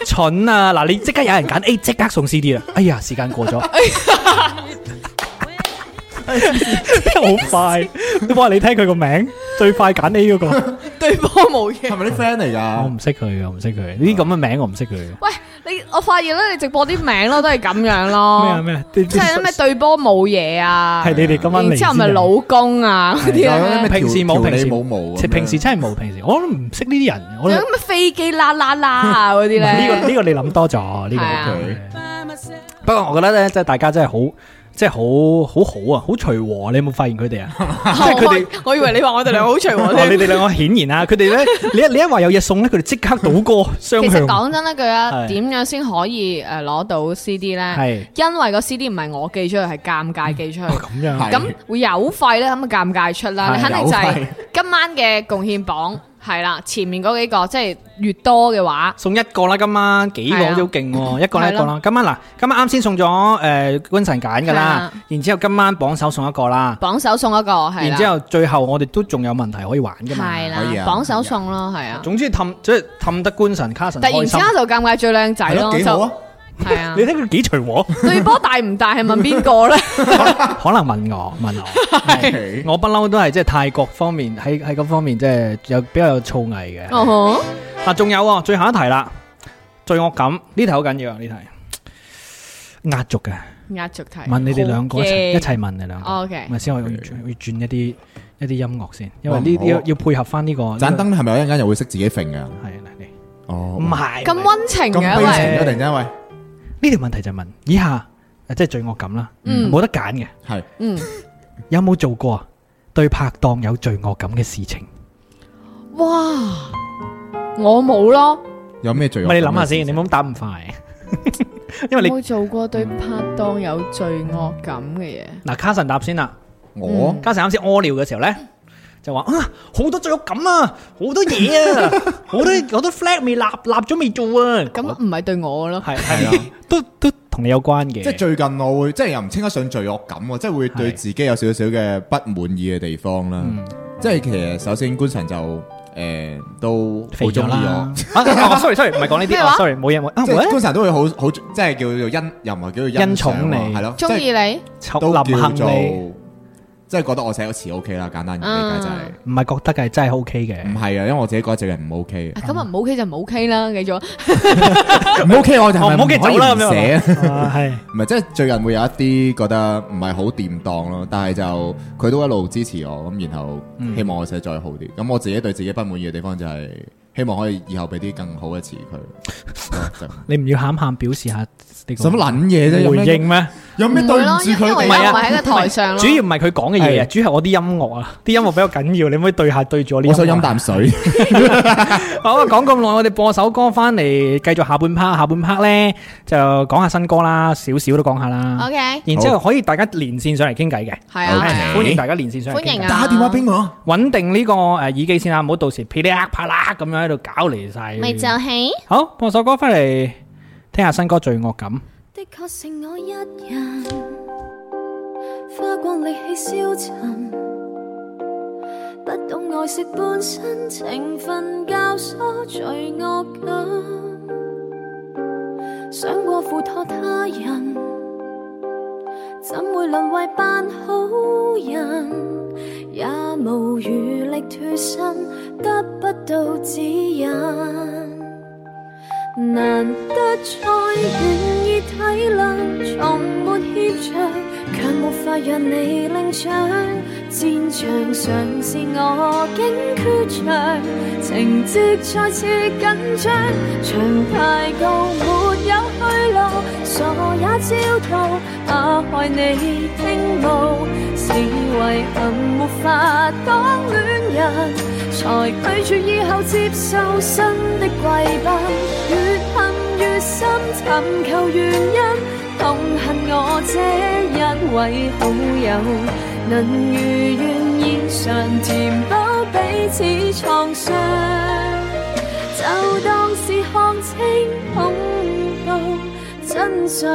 Speaker 2: 蠢啊！嗱，你即刻有人揀 A，即刻送 CD 啦！哎呀，時間 過咗，好快！你話你聽佢個名，最快揀 A 嗰個，
Speaker 3: 對方冇嘢。
Speaker 4: 係咪啲 friend 嚟
Speaker 2: 我
Speaker 4: 㗎？
Speaker 2: 唔識佢嘅，我唔識佢呢啲咁嘅名，我唔識佢嘅。咩
Speaker 3: 喂，你我發現咧，你直播啲名咯，都係咁樣
Speaker 2: 啊
Speaker 3: 咯，
Speaker 2: 咩啊？即
Speaker 3: 即係咩對波冇嘢啊，
Speaker 2: 係你哋今晚嚟
Speaker 3: 然之後咪
Speaker 2: 先啊
Speaker 3: 老公啊嗰啲
Speaker 4: 係
Speaker 3: 咧
Speaker 4: 咩，
Speaker 2: 平時
Speaker 4: 條
Speaker 2: 冇，
Speaker 4: 條
Speaker 2: 平時
Speaker 4: 理冇毛啊咁樣
Speaker 2: 平時真係冇，平時我都唔識呢啲人，我
Speaker 3: 仲
Speaker 2: 哋
Speaker 3: 有咩飛機啦啦啦啊嗰啲
Speaker 2: 呢 個
Speaker 3: 咧，
Speaker 2: 呢個你諗多咗，呢個
Speaker 3: 係啊
Speaker 4: OK
Speaker 2: 不過我覺得咧，即係大家真係好，即係好好好啊，好隨和。你有冇發現佢哋啊？即係佢哋
Speaker 3: 我我以為你話我哋兩個好隨和
Speaker 2: 哦，你
Speaker 3: 添。
Speaker 2: 哋兩個顯然啊，佢哋咧， 你一你一話有嘢送咧，佢哋即刻倒戈雙
Speaker 3: 其實
Speaker 2: 向。
Speaker 3: 講真一句啊，
Speaker 2: 係
Speaker 3: 點樣先可以誒攞到 CD 咧
Speaker 2: 係？
Speaker 3: 因為個 CD 唔係我寄出去，係尷尬寄出去。
Speaker 2: 咁樣
Speaker 4: 係
Speaker 3: 咁會有費咧，咁咪尷尬出啦。
Speaker 2: 係
Speaker 3: 你肯定就
Speaker 4: 有費
Speaker 3: 係今晚嘅貢獻榜係啦，前面嗰幾個即係越多嘅話，
Speaker 2: 送一個啦，今晚幾個
Speaker 3: 係啊
Speaker 2: 都好勁 喎，一個啦
Speaker 3: 係
Speaker 2: 一
Speaker 3: 咯
Speaker 2: 個啦。今晚嗱，今晚啱先送咗誒君臣揀㗎
Speaker 3: 係
Speaker 2: 啦
Speaker 3: 啊，
Speaker 2: 然之後今晚榜首送一個啦，
Speaker 3: 榜首送一個係啦。
Speaker 2: 然之後最後我哋都仲有問題可以玩㗎嘛。
Speaker 3: 係
Speaker 4: 可以
Speaker 3: 啦
Speaker 4: 啊，
Speaker 3: 榜首送咯，係啊。
Speaker 2: 總之氹即係氹得官神卡神
Speaker 3: 突然
Speaker 2: 開
Speaker 3: 之
Speaker 2: 心
Speaker 3: 間。就尷尬最靚仔
Speaker 4: 係
Speaker 3: 咯，
Speaker 4: 咯，幾好
Speaker 3: 就
Speaker 4: 啊！
Speaker 3: 係啊
Speaker 2: 你。睇佢幾隨 和，
Speaker 3: 對波大唔大係問邊 個咧？
Speaker 2: 可能問我問 我。
Speaker 4: 係
Speaker 2: 我不嬲都係即係泰國方面喺喺嗰方面即係有比較有造詣嘅。
Speaker 3: 哦
Speaker 2: 啊，仲有喎，最後一題啦，罪惡感呢題好緊要啊，呢題壓軸嘅，
Speaker 3: 哼，壓軸睇。
Speaker 2: 問你哋兩個一齊
Speaker 3: 耶
Speaker 2: 一齊問你兩個，
Speaker 3: OK
Speaker 2: 咪先我要轉要轉一啲一啲音樂先，因為
Speaker 4: 哇
Speaker 2: 呢
Speaker 4: 哦唔好
Speaker 2: 啲要要配合翻呢個
Speaker 4: 盞
Speaker 2: 盞
Speaker 4: 燈係咪有一陣間又會識自己揈
Speaker 2: 係
Speaker 4: 㗎？
Speaker 2: 嚟嚟
Speaker 4: 哦，
Speaker 2: 唔係
Speaker 3: 咁温情
Speaker 4: 咁
Speaker 3: 嘅
Speaker 4: 悲情
Speaker 3: 喂，
Speaker 4: 啊！突然間喂，
Speaker 2: 呢條問題就問以下誒即係罪惡感啦，
Speaker 3: 嗯
Speaker 2: 冇得揀嘅，
Speaker 4: 係
Speaker 3: 嗯，
Speaker 2: 有冇做過啊對拍檔有罪惡感嘅事情？
Speaker 3: 哇，我冇咯，
Speaker 4: 有咩罪惡
Speaker 2: 咪
Speaker 4: 感？嗯
Speaker 2: 你諗下先，你唔好咁答咁快。 因為
Speaker 3: 有
Speaker 2: 你
Speaker 3: 冇做過對拍檔有罪惡感嘅嘢？
Speaker 2: 嗱，卡神答先啦。
Speaker 4: 我
Speaker 2: 加上啱先屙尿嘅時候咧，就話啊好多罪惡感啊，好多嘢 啊，好多好多 flag 未立立咗未做啊，
Speaker 3: 咁唔係對我咯，
Speaker 2: 係
Speaker 4: 係啊
Speaker 2: 係 都都同你有關嘅，
Speaker 4: 即係最近我會即係又唔稱得上罪惡感喎，即係會對
Speaker 2: 係嗯
Speaker 4: 自己有少少嘅不滿意嘅地方啦。即係其實首先官神就誒都
Speaker 2: 肥
Speaker 4: 好
Speaker 2: 咗
Speaker 4: 中意
Speaker 2: 啦
Speaker 4: 我。。
Speaker 2: 啊啊，sorry sorry，唔係講呢
Speaker 3: 咩
Speaker 2: 啲
Speaker 3: 話
Speaker 2: 啊，sorry 冇嘢冇啊，
Speaker 4: 即係
Speaker 2: 喂
Speaker 4: 通常都會好好，即係叫做欣，又唔係叫做欣
Speaker 2: 欣
Speaker 4: 賞
Speaker 2: 寵
Speaker 4: 喎
Speaker 2: 你
Speaker 4: 係咯，
Speaker 3: 中意你
Speaker 4: 即係
Speaker 2: 臭
Speaker 4: 都
Speaker 2: 林
Speaker 4: 叫
Speaker 2: 幸
Speaker 4: 做
Speaker 2: 你，
Speaker 4: 即係覺得我寫個詞 OK 啦，簡單理解就係
Speaker 2: 唔係覺得嘅，真係 OK 嘅
Speaker 4: 唔。係啊，因為我自己覺得自己係唔 OK
Speaker 3: 啊咁啊唔 OK 就唔 OK 啦，繼續。
Speaker 4: 嘅，唔 OK 我就
Speaker 2: 哦
Speaker 4: 係
Speaker 2: 唔 OK
Speaker 4: 可以
Speaker 2: 走啦咁
Speaker 4: 唔寫 啊
Speaker 2: 樣，啊係
Speaker 4: 唔係即係最近會有一啲覺得唔係好掂當咯，但係就佢都一路支持我，咁然後希望我寫再好啲。咁我自己對自己不滿意嘅地方就係希望可以以後俾啲更好嘅詞佢。哦就
Speaker 2: 你唔要喊喊表示下你個
Speaker 4: 使乜撚嘢啫？有
Speaker 2: 回
Speaker 4: 咩
Speaker 2: 應咩？
Speaker 4: 有咩
Speaker 3: 唔
Speaker 4: 對
Speaker 3: 會
Speaker 4: 唔
Speaker 3: 咯，
Speaker 4: 住
Speaker 3: 因因
Speaker 4: 佢
Speaker 3: 為
Speaker 4: 哋
Speaker 2: 唔係啊
Speaker 3: 我唔喺個台上咯。
Speaker 2: 主要唔係佢講嘅嘢啊，
Speaker 4: 係
Speaker 2: 主要係我啲音樂啊，啲音樂比較緊要，你可唔可以對下對住我啲
Speaker 4: 我
Speaker 2: 音樂啊？
Speaker 4: 想飲啖水。
Speaker 2: 好啊，講咁耐，我哋播首歌翻嚟，繼續下半 part。下半 part 咧就講下新歌啦，少少都講下啦。
Speaker 3: OK，
Speaker 2: 然之後可以大家連線上嚟傾偈嘅，
Speaker 3: 係啊，係啊
Speaker 4: OK
Speaker 2: 歡迎大家連線上嚟傾偈。
Speaker 3: 歡迎啊
Speaker 4: 打電話俾我。
Speaker 2: 穩定呢個誒耳機先啊，唔好到時噼里啪啦咁樣喺度搞嚟晒。
Speaker 3: 咪就係。
Speaker 2: 好，播首歌翻嚟聽下新歌《罪惡感》。
Speaker 5: 的確剩我一人，花光力氣消沉，不懂愛惜本身，情分教唆罪惡感，想過付託他人，怎會淪為扮好人？也無餘力脱身，得不到指引。難得再願意體諒，從沒怯場，卻沒法讓你領獎。戰場上是我竟缺場，情節再次緊張，長牌告沒有去路，傻也焦頭，怕害你傾慕，是遺憾沒法當戀人。才拒絕以後接受新的貴賓，越恨越深，尋求原因，痛恨我這一位好友，能如願以償填補彼此創傷，就當是看清恐怖真相。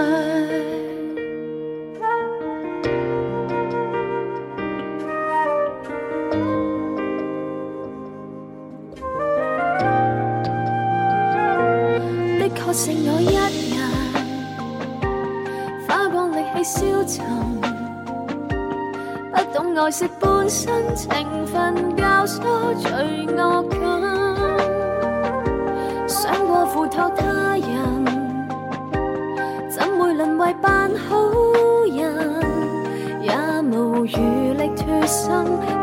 Speaker 5: 的確剩我一人，花光力氣消沉，不懂愛惜本身，情分教唆罪惡感，想過付託他人，怎會淪為扮好人？也無餘力脱身，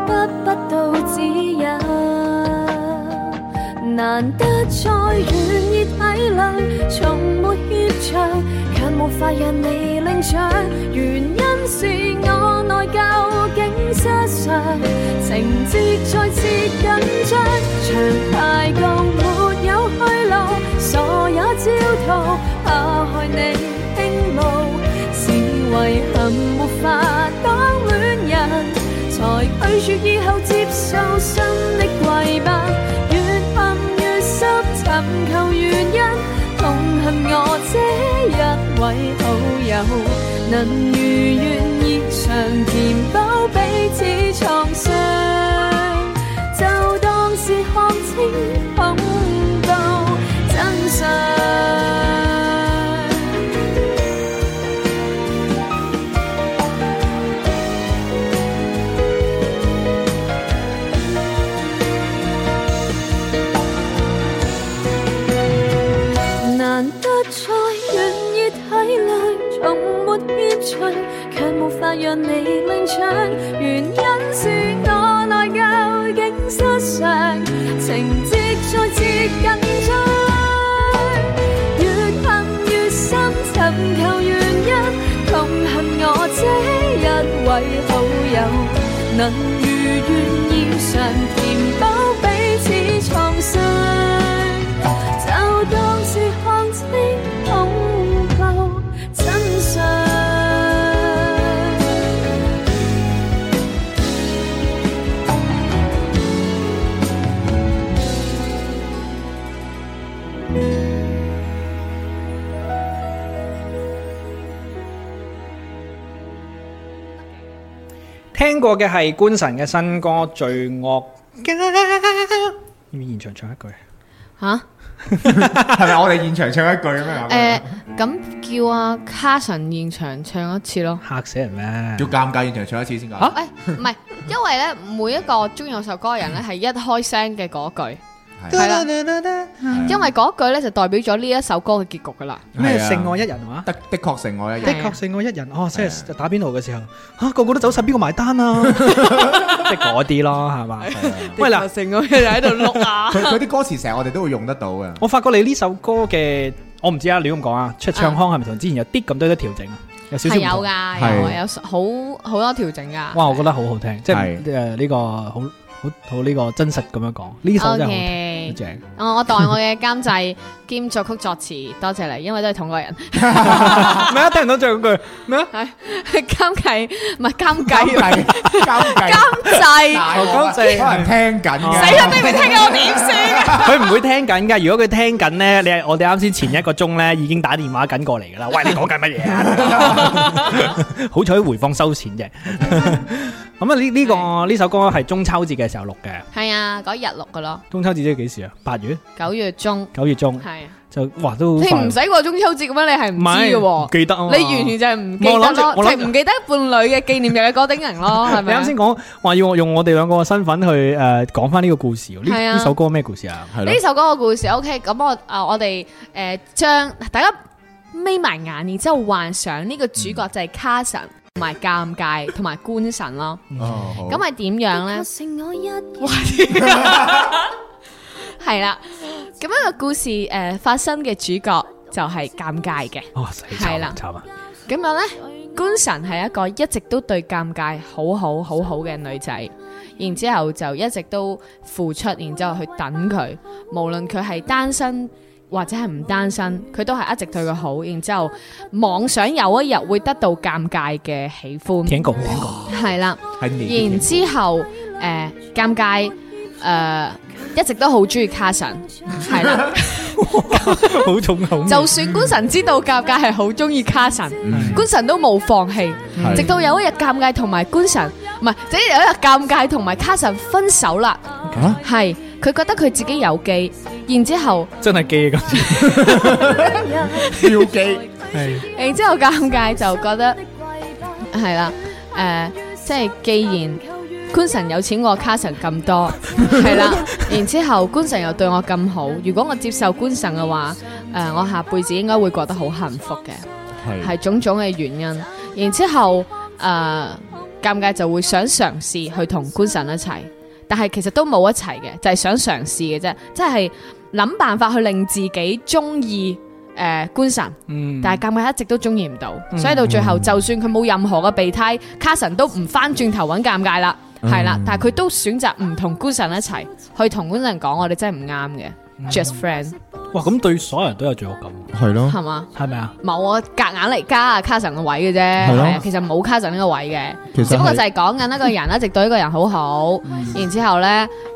Speaker 5: 得不到指引。難得再願意體諒，從沒怯場，卻沒法讓你領獎。原因是我內疚，竟失常，情節再次緊張，長牌告沒有去路，傻也焦頭，怕害你傾慕，是遺憾沒法當戀人。才拒絕以後接受新的跪拜，越恨越深，尋求原因，痛恨我這一位好友，能如願以償填補彼此創傷，就當是看清恐怖真相。難得再願意體諒，從沒怯場，卻無法讓你領獎。原因是我內疚，竟失常，情節再次緊張。越恨越深，尋求原因，痛恨我這一位好友，能如願以償填補彼此創傷。就當是看清恐怖
Speaker 2: 聽過嘅係官神嘅新歌《罪惡家》，要唔要現場唱一句？
Speaker 3: 吓？
Speaker 4: 系咪我哋現場唱一句啊咩？
Speaker 3: 诶，咁叫阿 Carson 現場唱一次咯。
Speaker 2: 嚇死人咩
Speaker 4: 要？尷尬現場唱一次先㗎。
Speaker 2: 嚇
Speaker 3: 诶，唔係，因為咧每一個中意我首歌嘅人咧，係一開聲嘅嗰句，
Speaker 4: 係
Speaker 3: 係啦，
Speaker 4: 啊
Speaker 3: 因為嗰句咧就代表咗呢一首歌嘅結局噶啦。
Speaker 2: 咩
Speaker 4: 係啊
Speaker 2: 性愛一人話？
Speaker 4: 的的確成我一
Speaker 2: 的
Speaker 4: 樣。
Speaker 3: 係啊
Speaker 2: 確性愛一人哦，即係打邊爐嘅時候，嚇個個都走晒，邊個埋單啊？即係嗰啲咯，係嘛？喂嗱，
Speaker 3: 成個人喺度碌啊！
Speaker 4: 佢佢啲歌詞成日我哋都會用得到嘅。
Speaker 2: 我發覺你呢首歌嘅，我唔知啊，亂咁講啊，出唱腔係咪同之前有啲咁多啲調整啊？有少少
Speaker 3: 係
Speaker 2: 唔同
Speaker 3: 有㗎，
Speaker 4: 係
Speaker 3: 有有好好多調整㗎。
Speaker 2: 哇，我覺得好好聽，即係
Speaker 4: 係
Speaker 2: 誒呢個好好好呢個真實咁樣講，呢首真係好聽
Speaker 3: OK
Speaker 2: 好正。
Speaker 3: 我我代我嘅監製兼作曲作詞，多謝你，因為都係同一個人。
Speaker 2: 咩啊？聽唔到最後嗰句咩啊？
Speaker 3: 監計唔係監
Speaker 4: 尷
Speaker 3: 計，
Speaker 4: 尬，尷尬，
Speaker 3: 監製。
Speaker 4: 大鑊
Speaker 2: 尷尬
Speaker 4: 啊可能聽緊
Speaker 2: 哦
Speaker 4: 嘅。
Speaker 3: 死啦！你唔聽我點 算？
Speaker 2: 佢唔會聽緊㗎。如果佢聽緊咧，你係我哋啱先前一個鐘咧已經打電話緊過嚟㗎 啦。喂，你講緊乜嘢啊？ 好彩回放收錢啫。 咁啊，呢呢個呢首歌係中秋節嘅時候錄嘅。
Speaker 3: 係啊，嗰日錄噶咯，
Speaker 2: 中秋節即係幾時啊？八月、
Speaker 3: 九月中
Speaker 2: 九月中
Speaker 3: 係啊。
Speaker 2: 就哇都好
Speaker 3: 你
Speaker 2: 快
Speaker 3: 唔使過中秋節嘅咩？你係唔知嘅
Speaker 2: 係唔
Speaker 3: 喎。
Speaker 2: 記得啊嘛。
Speaker 3: 你完全就係唔記
Speaker 2: 我
Speaker 3: 得
Speaker 2: 諗住
Speaker 3: 咯，
Speaker 2: 我諗
Speaker 3: 即係唔記得伴侶嘅紀念日嘅歌丁 人咯，係
Speaker 2: 你
Speaker 3: 咪啊？
Speaker 2: 啱先講話要我用我哋兩個嘅身份去誒講翻呢個故事喎，呢
Speaker 3: 係啊
Speaker 2: 呢首歌咩故事啊？
Speaker 4: 係
Speaker 3: 呢首歌嘅故事 OK，咁我啊我哋誒將大家眯埋眼，然之後幻想呢個主角就係卡神同埋尷尬同埋官神咯。
Speaker 4: 哦，
Speaker 3: 咁係點樣咧？
Speaker 5: 剩我一人
Speaker 3: 係啦，咁樣嘅故事誒發生嘅主角就係尷尬嘅。
Speaker 2: 哦，死
Speaker 3: 係
Speaker 2: 慘
Speaker 3: 啦
Speaker 2: 啊慘啊！
Speaker 3: 咁樣咧，官神係一個一直都對尷尬好好好好嘅女仔，然之後就一直都付出，然之後去等佢，無論佢係單身或者係唔單身，佢都係一直對佢好，然之後妄想有一日會得到尷尬嘅喜歡，
Speaker 2: 聽過聽過，
Speaker 3: 係啦。
Speaker 4: 係你
Speaker 3: 然之後，誒、尷尬，誒、一直都好中意卡神， 係啦。
Speaker 2: 好重口味。
Speaker 3: 就算官神知道尷尬係好中意卡神，官神都冇放棄，
Speaker 4: 嗯係
Speaker 3: 直到有一日尷尬同埋官神，唔係，即係有一日尷尬同埋卡神分手啦。
Speaker 4: 嚇
Speaker 3: 係佢覺得佢自己有機，然之後，
Speaker 2: 真係記咁。
Speaker 4: 要記。
Speaker 2: 係
Speaker 3: 然之後尷尬 就覺得係啦，誒、即係既 然。
Speaker 5: 嗯
Speaker 3: 官神有錢過卡神咁多，係啦，然之後官神又對我咁好，如果我接受官神嘅話，誒、呃我下輩子應該會過得好幸福嘅。係種種嘅原因。然之後誒、呃，尷尬就會想嘗試去同官神一齊，但係其實都冇一齊嘅，就係、想嘗試嘅啫，即係諗辦法去令自己中意。誒、官神，
Speaker 2: 嗯
Speaker 3: 但係尷尬一直都中意唔到，所以到最後，就算佢冇任何嘅備胎，卡神都唔翻轉頭揾尷尬啦，係啦、但係佢都選擇唔同官神一齊，去同官神講我哋真係唔啱嘅、
Speaker 2: 嗯
Speaker 3: j u s t friend
Speaker 2: 哇，咁對所有人都有罪惡感，
Speaker 4: 係咯，
Speaker 3: 係嘛？
Speaker 2: 係咪啊？
Speaker 3: 冇啊，夾硬嚟加啊卡神個位嘅啫，
Speaker 4: 係咯
Speaker 3: 係啊，其實冇卡神呢個位嘅，
Speaker 4: 其實
Speaker 3: 只不過
Speaker 4: 係
Speaker 3: 就係講緊一個人一直對一個人好好，然之後咧，誒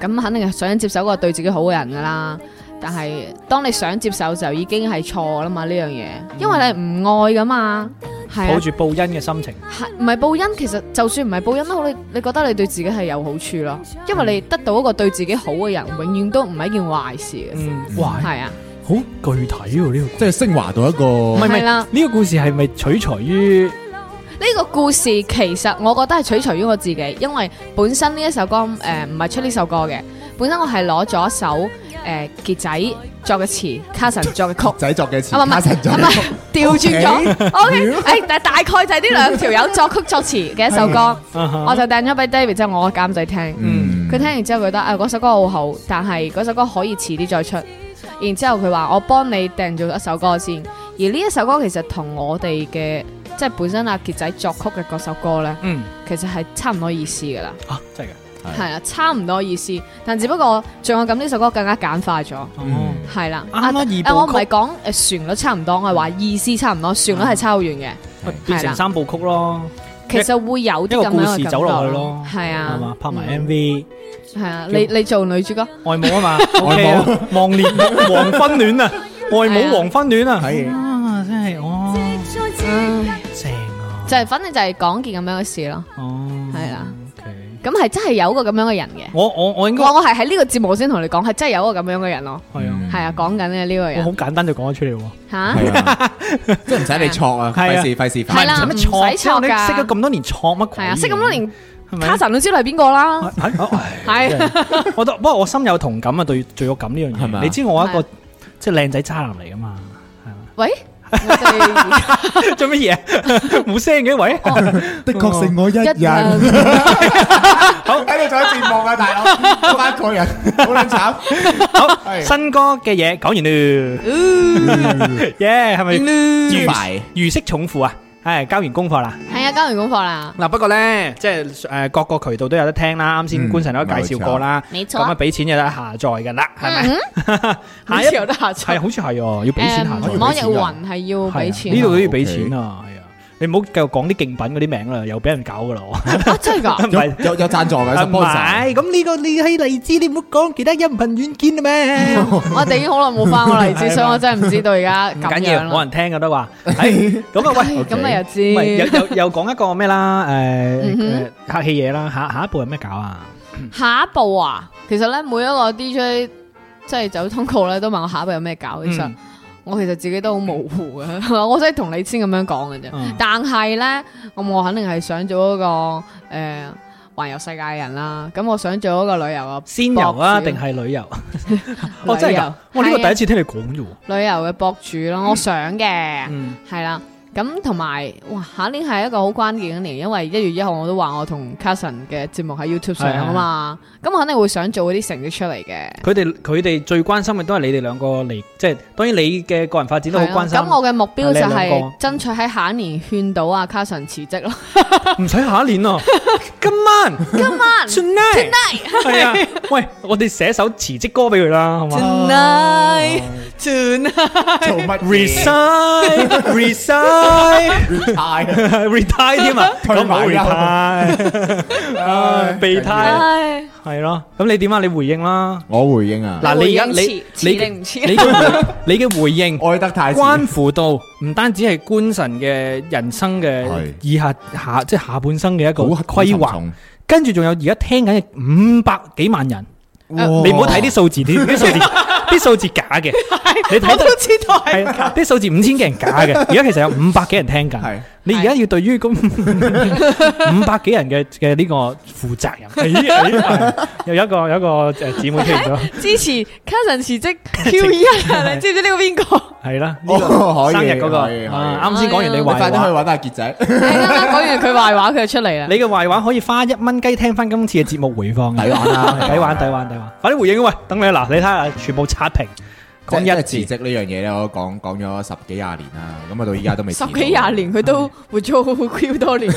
Speaker 3: 咁肯定係想接受一個對自己好嘅人噶啦。但係當你想接受就已經係錯啦嘛呢樣嘢，因為你係唔愛噶嘛，係
Speaker 2: 抱
Speaker 3: 啊
Speaker 2: 住報恩嘅心情，
Speaker 3: 係唔係報恩？其實就算唔係報恩都好，你你覺得你對自己係有好處咯，因為你得到一個對自己好嘅人，永遠都唔係一件壞事嘅，
Speaker 2: 嗯，哇，
Speaker 3: 係啊，
Speaker 2: 好具體喎呢
Speaker 4: 即係升華到一個
Speaker 2: 個，唔係唔
Speaker 3: 係啦
Speaker 2: 係呢個故事係咪取材於
Speaker 3: 呢個故事其實我覺得係取材於我自己，因為本身呢一首歌誒唔係出呢首歌嘅，本身我係攞咗一首誒、呃、傑仔作嘅詞，卡神作嘅曲，
Speaker 4: 仔作嘅詞，
Speaker 3: 啊唔係唔
Speaker 4: 卡神
Speaker 3: 係
Speaker 4: 作
Speaker 3: 唔
Speaker 4: 嘅
Speaker 3: 係 調轉咗，OK，誒 但大概就係呢兩條友作曲作詞嘅一首歌，
Speaker 2: 啊
Speaker 3: 我就掟咗俾 David 之後，我個監製聽。
Speaker 4: 嗯
Speaker 3: 佢聽完之後覺得啊嗰首歌好好，但係嗰首歌可以遲啲再出。然之後佢話我幫你訂做一首歌先，而呢一首歌其實同我哋嘅即係本身阿傑仔作曲嘅嗰首歌呢，
Speaker 2: 嗯
Speaker 3: 其實係差唔多意思噶啦，
Speaker 2: 啊？真係㗎，
Speaker 4: 係
Speaker 3: 係啦，差唔多意思，但只不過《罪惡感》呢首歌更加簡化咗，
Speaker 2: 哦
Speaker 3: 係啦。
Speaker 2: 啱啦二
Speaker 3: 啊
Speaker 2: 部曲
Speaker 3: 啊我唔係講誒旋律差唔多，我係話意思差唔
Speaker 2: 嗯
Speaker 3: 多，旋律係差好遠嘅，
Speaker 2: 變成三部曲咯，
Speaker 3: 其實會有啲咁樣嘅
Speaker 2: 一個故事走落去咯
Speaker 3: 感覺係
Speaker 2: 係
Speaker 3: 啊
Speaker 2: 嘛？，拍埋 MV，
Speaker 3: 係啊，你你做女主角。
Speaker 2: 外母啊 嘛，OK 啊，忘年黃昏戀 啊，外母黃昏戀啊，
Speaker 4: 係
Speaker 2: 啊真係哦，
Speaker 5: 再接
Speaker 2: 正啊！
Speaker 3: 就係反正就係講件咁樣嘅事咯。
Speaker 2: 哦，
Speaker 3: 係啊啦
Speaker 2: OK
Speaker 3: 咁係真係有個咁樣嘅人嘅。
Speaker 2: 我我我應該
Speaker 3: 我我係喺呢個節目先同你講，係真係有一個咁樣嘅人咯。
Speaker 2: 係啊，
Speaker 4: 嗯
Speaker 3: 係啊，講緊嘅呢個
Speaker 2: 我好
Speaker 3: 人
Speaker 2: 簡單就講咗出嚟喎。
Speaker 3: 吓，
Speaker 4: 係 啊，即係唔使你錯啊，
Speaker 2: 係啊
Speaker 4: 費事費事
Speaker 2: 唔係
Speaker 3: 係啦
Speaker 2: 使乜錯
Speaker 3: 唔使錯㗎
Speaker 2: 你識咗咁多年錯乜
Speaker 3: 係
Speaker 2: 鬼嘢？
Speaker 3: 啊，識咁多年，
Speaker 2: 係咪，
Speaker 3: 卡神都知道係邊個啦。
Speaker 2: 係嗯係 唉
Speaker 3: 係啊
Speaker 2: 我都不過我深有同感啊，對罪惡感呢樣
Speaker 4: 係咪
Speaker 2: 嘢。
Speaker 4: 啊
Speaker 2: 你知我一個
Speaker 3: 係
Speaker 2: 即係靚仔渣男嚟噶嘛？
Speaker 3: 喂，我哋
Speaker 2: 做 乜嘢？冇聲嘅喂，
Speaker 4: 的確勝我一
Speaker 2: 哦
Speaker 3: 而家一樣
Speaker 4: 好喺度做緊節目啊，大佬，得翻一 個人，好撚慘。
Speaker 2: 好
Speaker 4: 係
Speaker 2: 新歌嘅嘢講完啦， 耶係咪如
Speaker 4: 快
Speaker 2: 如釋重負啊？係交完功課啦。
Speaker 3: 係啊，交完功課啦，
Speaker 2: 嗱，不過咧，即係誒各個渠道都有得聽啦。啱先
Speaker 4: 嗯
Speaker 2: 官神都介紹過啦，
Speaker 3: 冇錯
Speaker 2: 咁啊俾錢有得下載嘅啦，係咪？
Speaker 3: 好
Speaker 2: 下
Speaker 3: 似
Speaker 2: 一
Speaker 3: 有得下
Speaker 2: 係
Speaker 3: 載。
Speaker 2: 好似係喎，要俾錢下
Speaker 3: 誒，
Speaker 2: 載
Speaker 4: 嗯。
Speaker 3: 網易雲係要俾
Speaker 2: 係啊呢
Speaker 3: 錢
Speaker 2: 度
Speaker 3: 啊
Speaker 2: 都要俾錢啊，係啊。你唔好繼續講啲競品嗰啲名啦，又俾人搞 噶啦。我
Speaker 3: 啊，真係㗎。
Speaker 2: 唔
Speaker 4: 有
Speaker 2: 係
Speaker 4: 有有贊助嘅
Speaker 2: 唔
Speaker 4: sponsor，
Speaker 2: 係，咁呢個你喺荔枝，你唔好講其他音頻軟件啊 咩？
Speaker 3: 我哋已經好耐冇翻過荔枝，
Speaker 2: 係
Speaker 3: 所以我真係唔知道 而家
Speaker 2: 唔
Speaker 3: 咁
Speaker 2: 緊
Speaker 3: 樣
Speaker 2: 要，冇
Speaker 3: 啦。
Speaker 2: 人聽嘅都 話。係咁啊，喂。
Speaker 3: 咁咪又
Speaker 2: 喂，又
Speaker 3: 知。
Speaker 2: 又又講一個咩啦？誒
Speaker 3: 嗯哼
Speaker 2: 誒客氣嘢啦，下下一步係咩搞啊？
Speaker 3: 下一步啊，其實咧每一個 DJ 即係走通告咧，都問我下一步有咩搞。其實
Speaker 2: 嗯
Speaker 3: 我其實自己都好模糊嘅， 我真係同你先咁樣講嘅啫。
Speaker 2: 嗯
Speaker 3: 但係咧，咁我肯定係想做一個誒、呃、環遊世界嘅人啦。咁我想做一個旅遊嘅
Speaker 2: 先遊啊，
Speaker 3: 博主
Speaker 2: 定係 旅遊？哦，真係㗎！我呢個
Speaker 3: 係啊
Speaker 2: 第一次聽你講啫喎。
Speaker 3: 旅遊嘅博主咯，我想嘅
Speaker 2: 嗯
Speaker 3: 係啦。咁同埋哇，下一年係一個好關鍵嘅年，因為一月一號我都話我同 Carson 嘅節目喺 YouTube 上啊嘛，咁我肯定會想做嗰啲成績出嚟嘅。
Speaker 2: 佢哋佢哋最關心嘅都係你哋兩個嚟，即係當然你嘅個人發展都好關心
Speaker 3: 係啊。咁我嘅目標就
Speaker 2: 你兩
Speaker 3: 係爭取喺下一年勸到阿 Carson 辭職咯。
Speaker 2: 唔使下一年 啊，Come on，Come on，tonight，係啊，喂，我哋寫首辭職歌俾佢啦，好嘛
Speaker 3: Tonight, tonight，
Speaker 4: 做乜嘢
Speaker 2: ？Resign，resign，retire
Speaker 4: 太
Speaker 2: 添啊，
Speaker 4: 退
Speaker 2: 咁唔好
Speaker 4: 埋啦
Speaker 2: retire，啊備胎
Speaker 3: 唉
Speaker 2: 係咯，咁你點啊？你回應啦，
Speaker 4: 我回應啊，
Speaker 2: 嗱，你而家你
Speaker 3: 回應遲
Speaker 2: 你
Speaker 3: 遲定唔遲啊
Speaker 2: 你嘅回你嘅回應。
Speaker 4: 愛得太
Speaker 2: 關乎到唔單止係官神嘅人生嘅
Speaker 4: 係
Speaker 2: 以下下即係下半生嘅一個
Speaker 4: 好
Speaker 2: 規劃，，跟住仲有而家聽緊嘅五百幾萬人，你唔好睇啲數字，啲啲數字 啲數字假嘅，你睇得
Speaker 3: 知道係
Speaker 2: 係啊啲數字五千幾人假嘅，而家其實有五百幾人聽緊
Speaker 4: 係，
Speaker 2: 你而家要對於咁 五百幾人嘅嘅呢個負責任，哎哎哎又有一個有一個誒姊妹出現 咗，
Speaker 3: 支持 Carson 辭職 Q 一啊！你知唔知呢個邊個？
Speaker 2: 係啦，呢
Speaker 4: 哦
Speaker 2: 個
Speaker 4: 可以
Speaker 2: 生日嗰個
Speaker 4: 可以可以
Speaker 2: 啊啱先講完你
Speaker 3: 你
Speaker 4: 哦你
Speaker 2: 壞
Speaker 4: 快啲
Speaker 2: 話
Speaker 4: 去。揾阿傑 仔，
Speaker 3: 係啦，講完佢壞話，佢就出嚟啦。
Speaker 2: 你嘅壞話可以花一蚊雞聽翻今次嘅節目回放嘅
Speaker 4: 抵，玩啦，
Speaker 2: 抵玩抵玩抵玩！快啲回應啊喂，等你嗱，你睇下全部刷 屏，講
Speaker 4: 即係
Speaker 2: 一
Speaker 4: 辭
Speaker 2: 字，
Speaker 4: 職呢樣嘢咧，我講講咗十幾廿年啦，咁啊到依家都未辭
Speaker 3: 十
Speaker 4: 到
Speaker 3: 幾廿，年佢都活咗好 Q 多 年，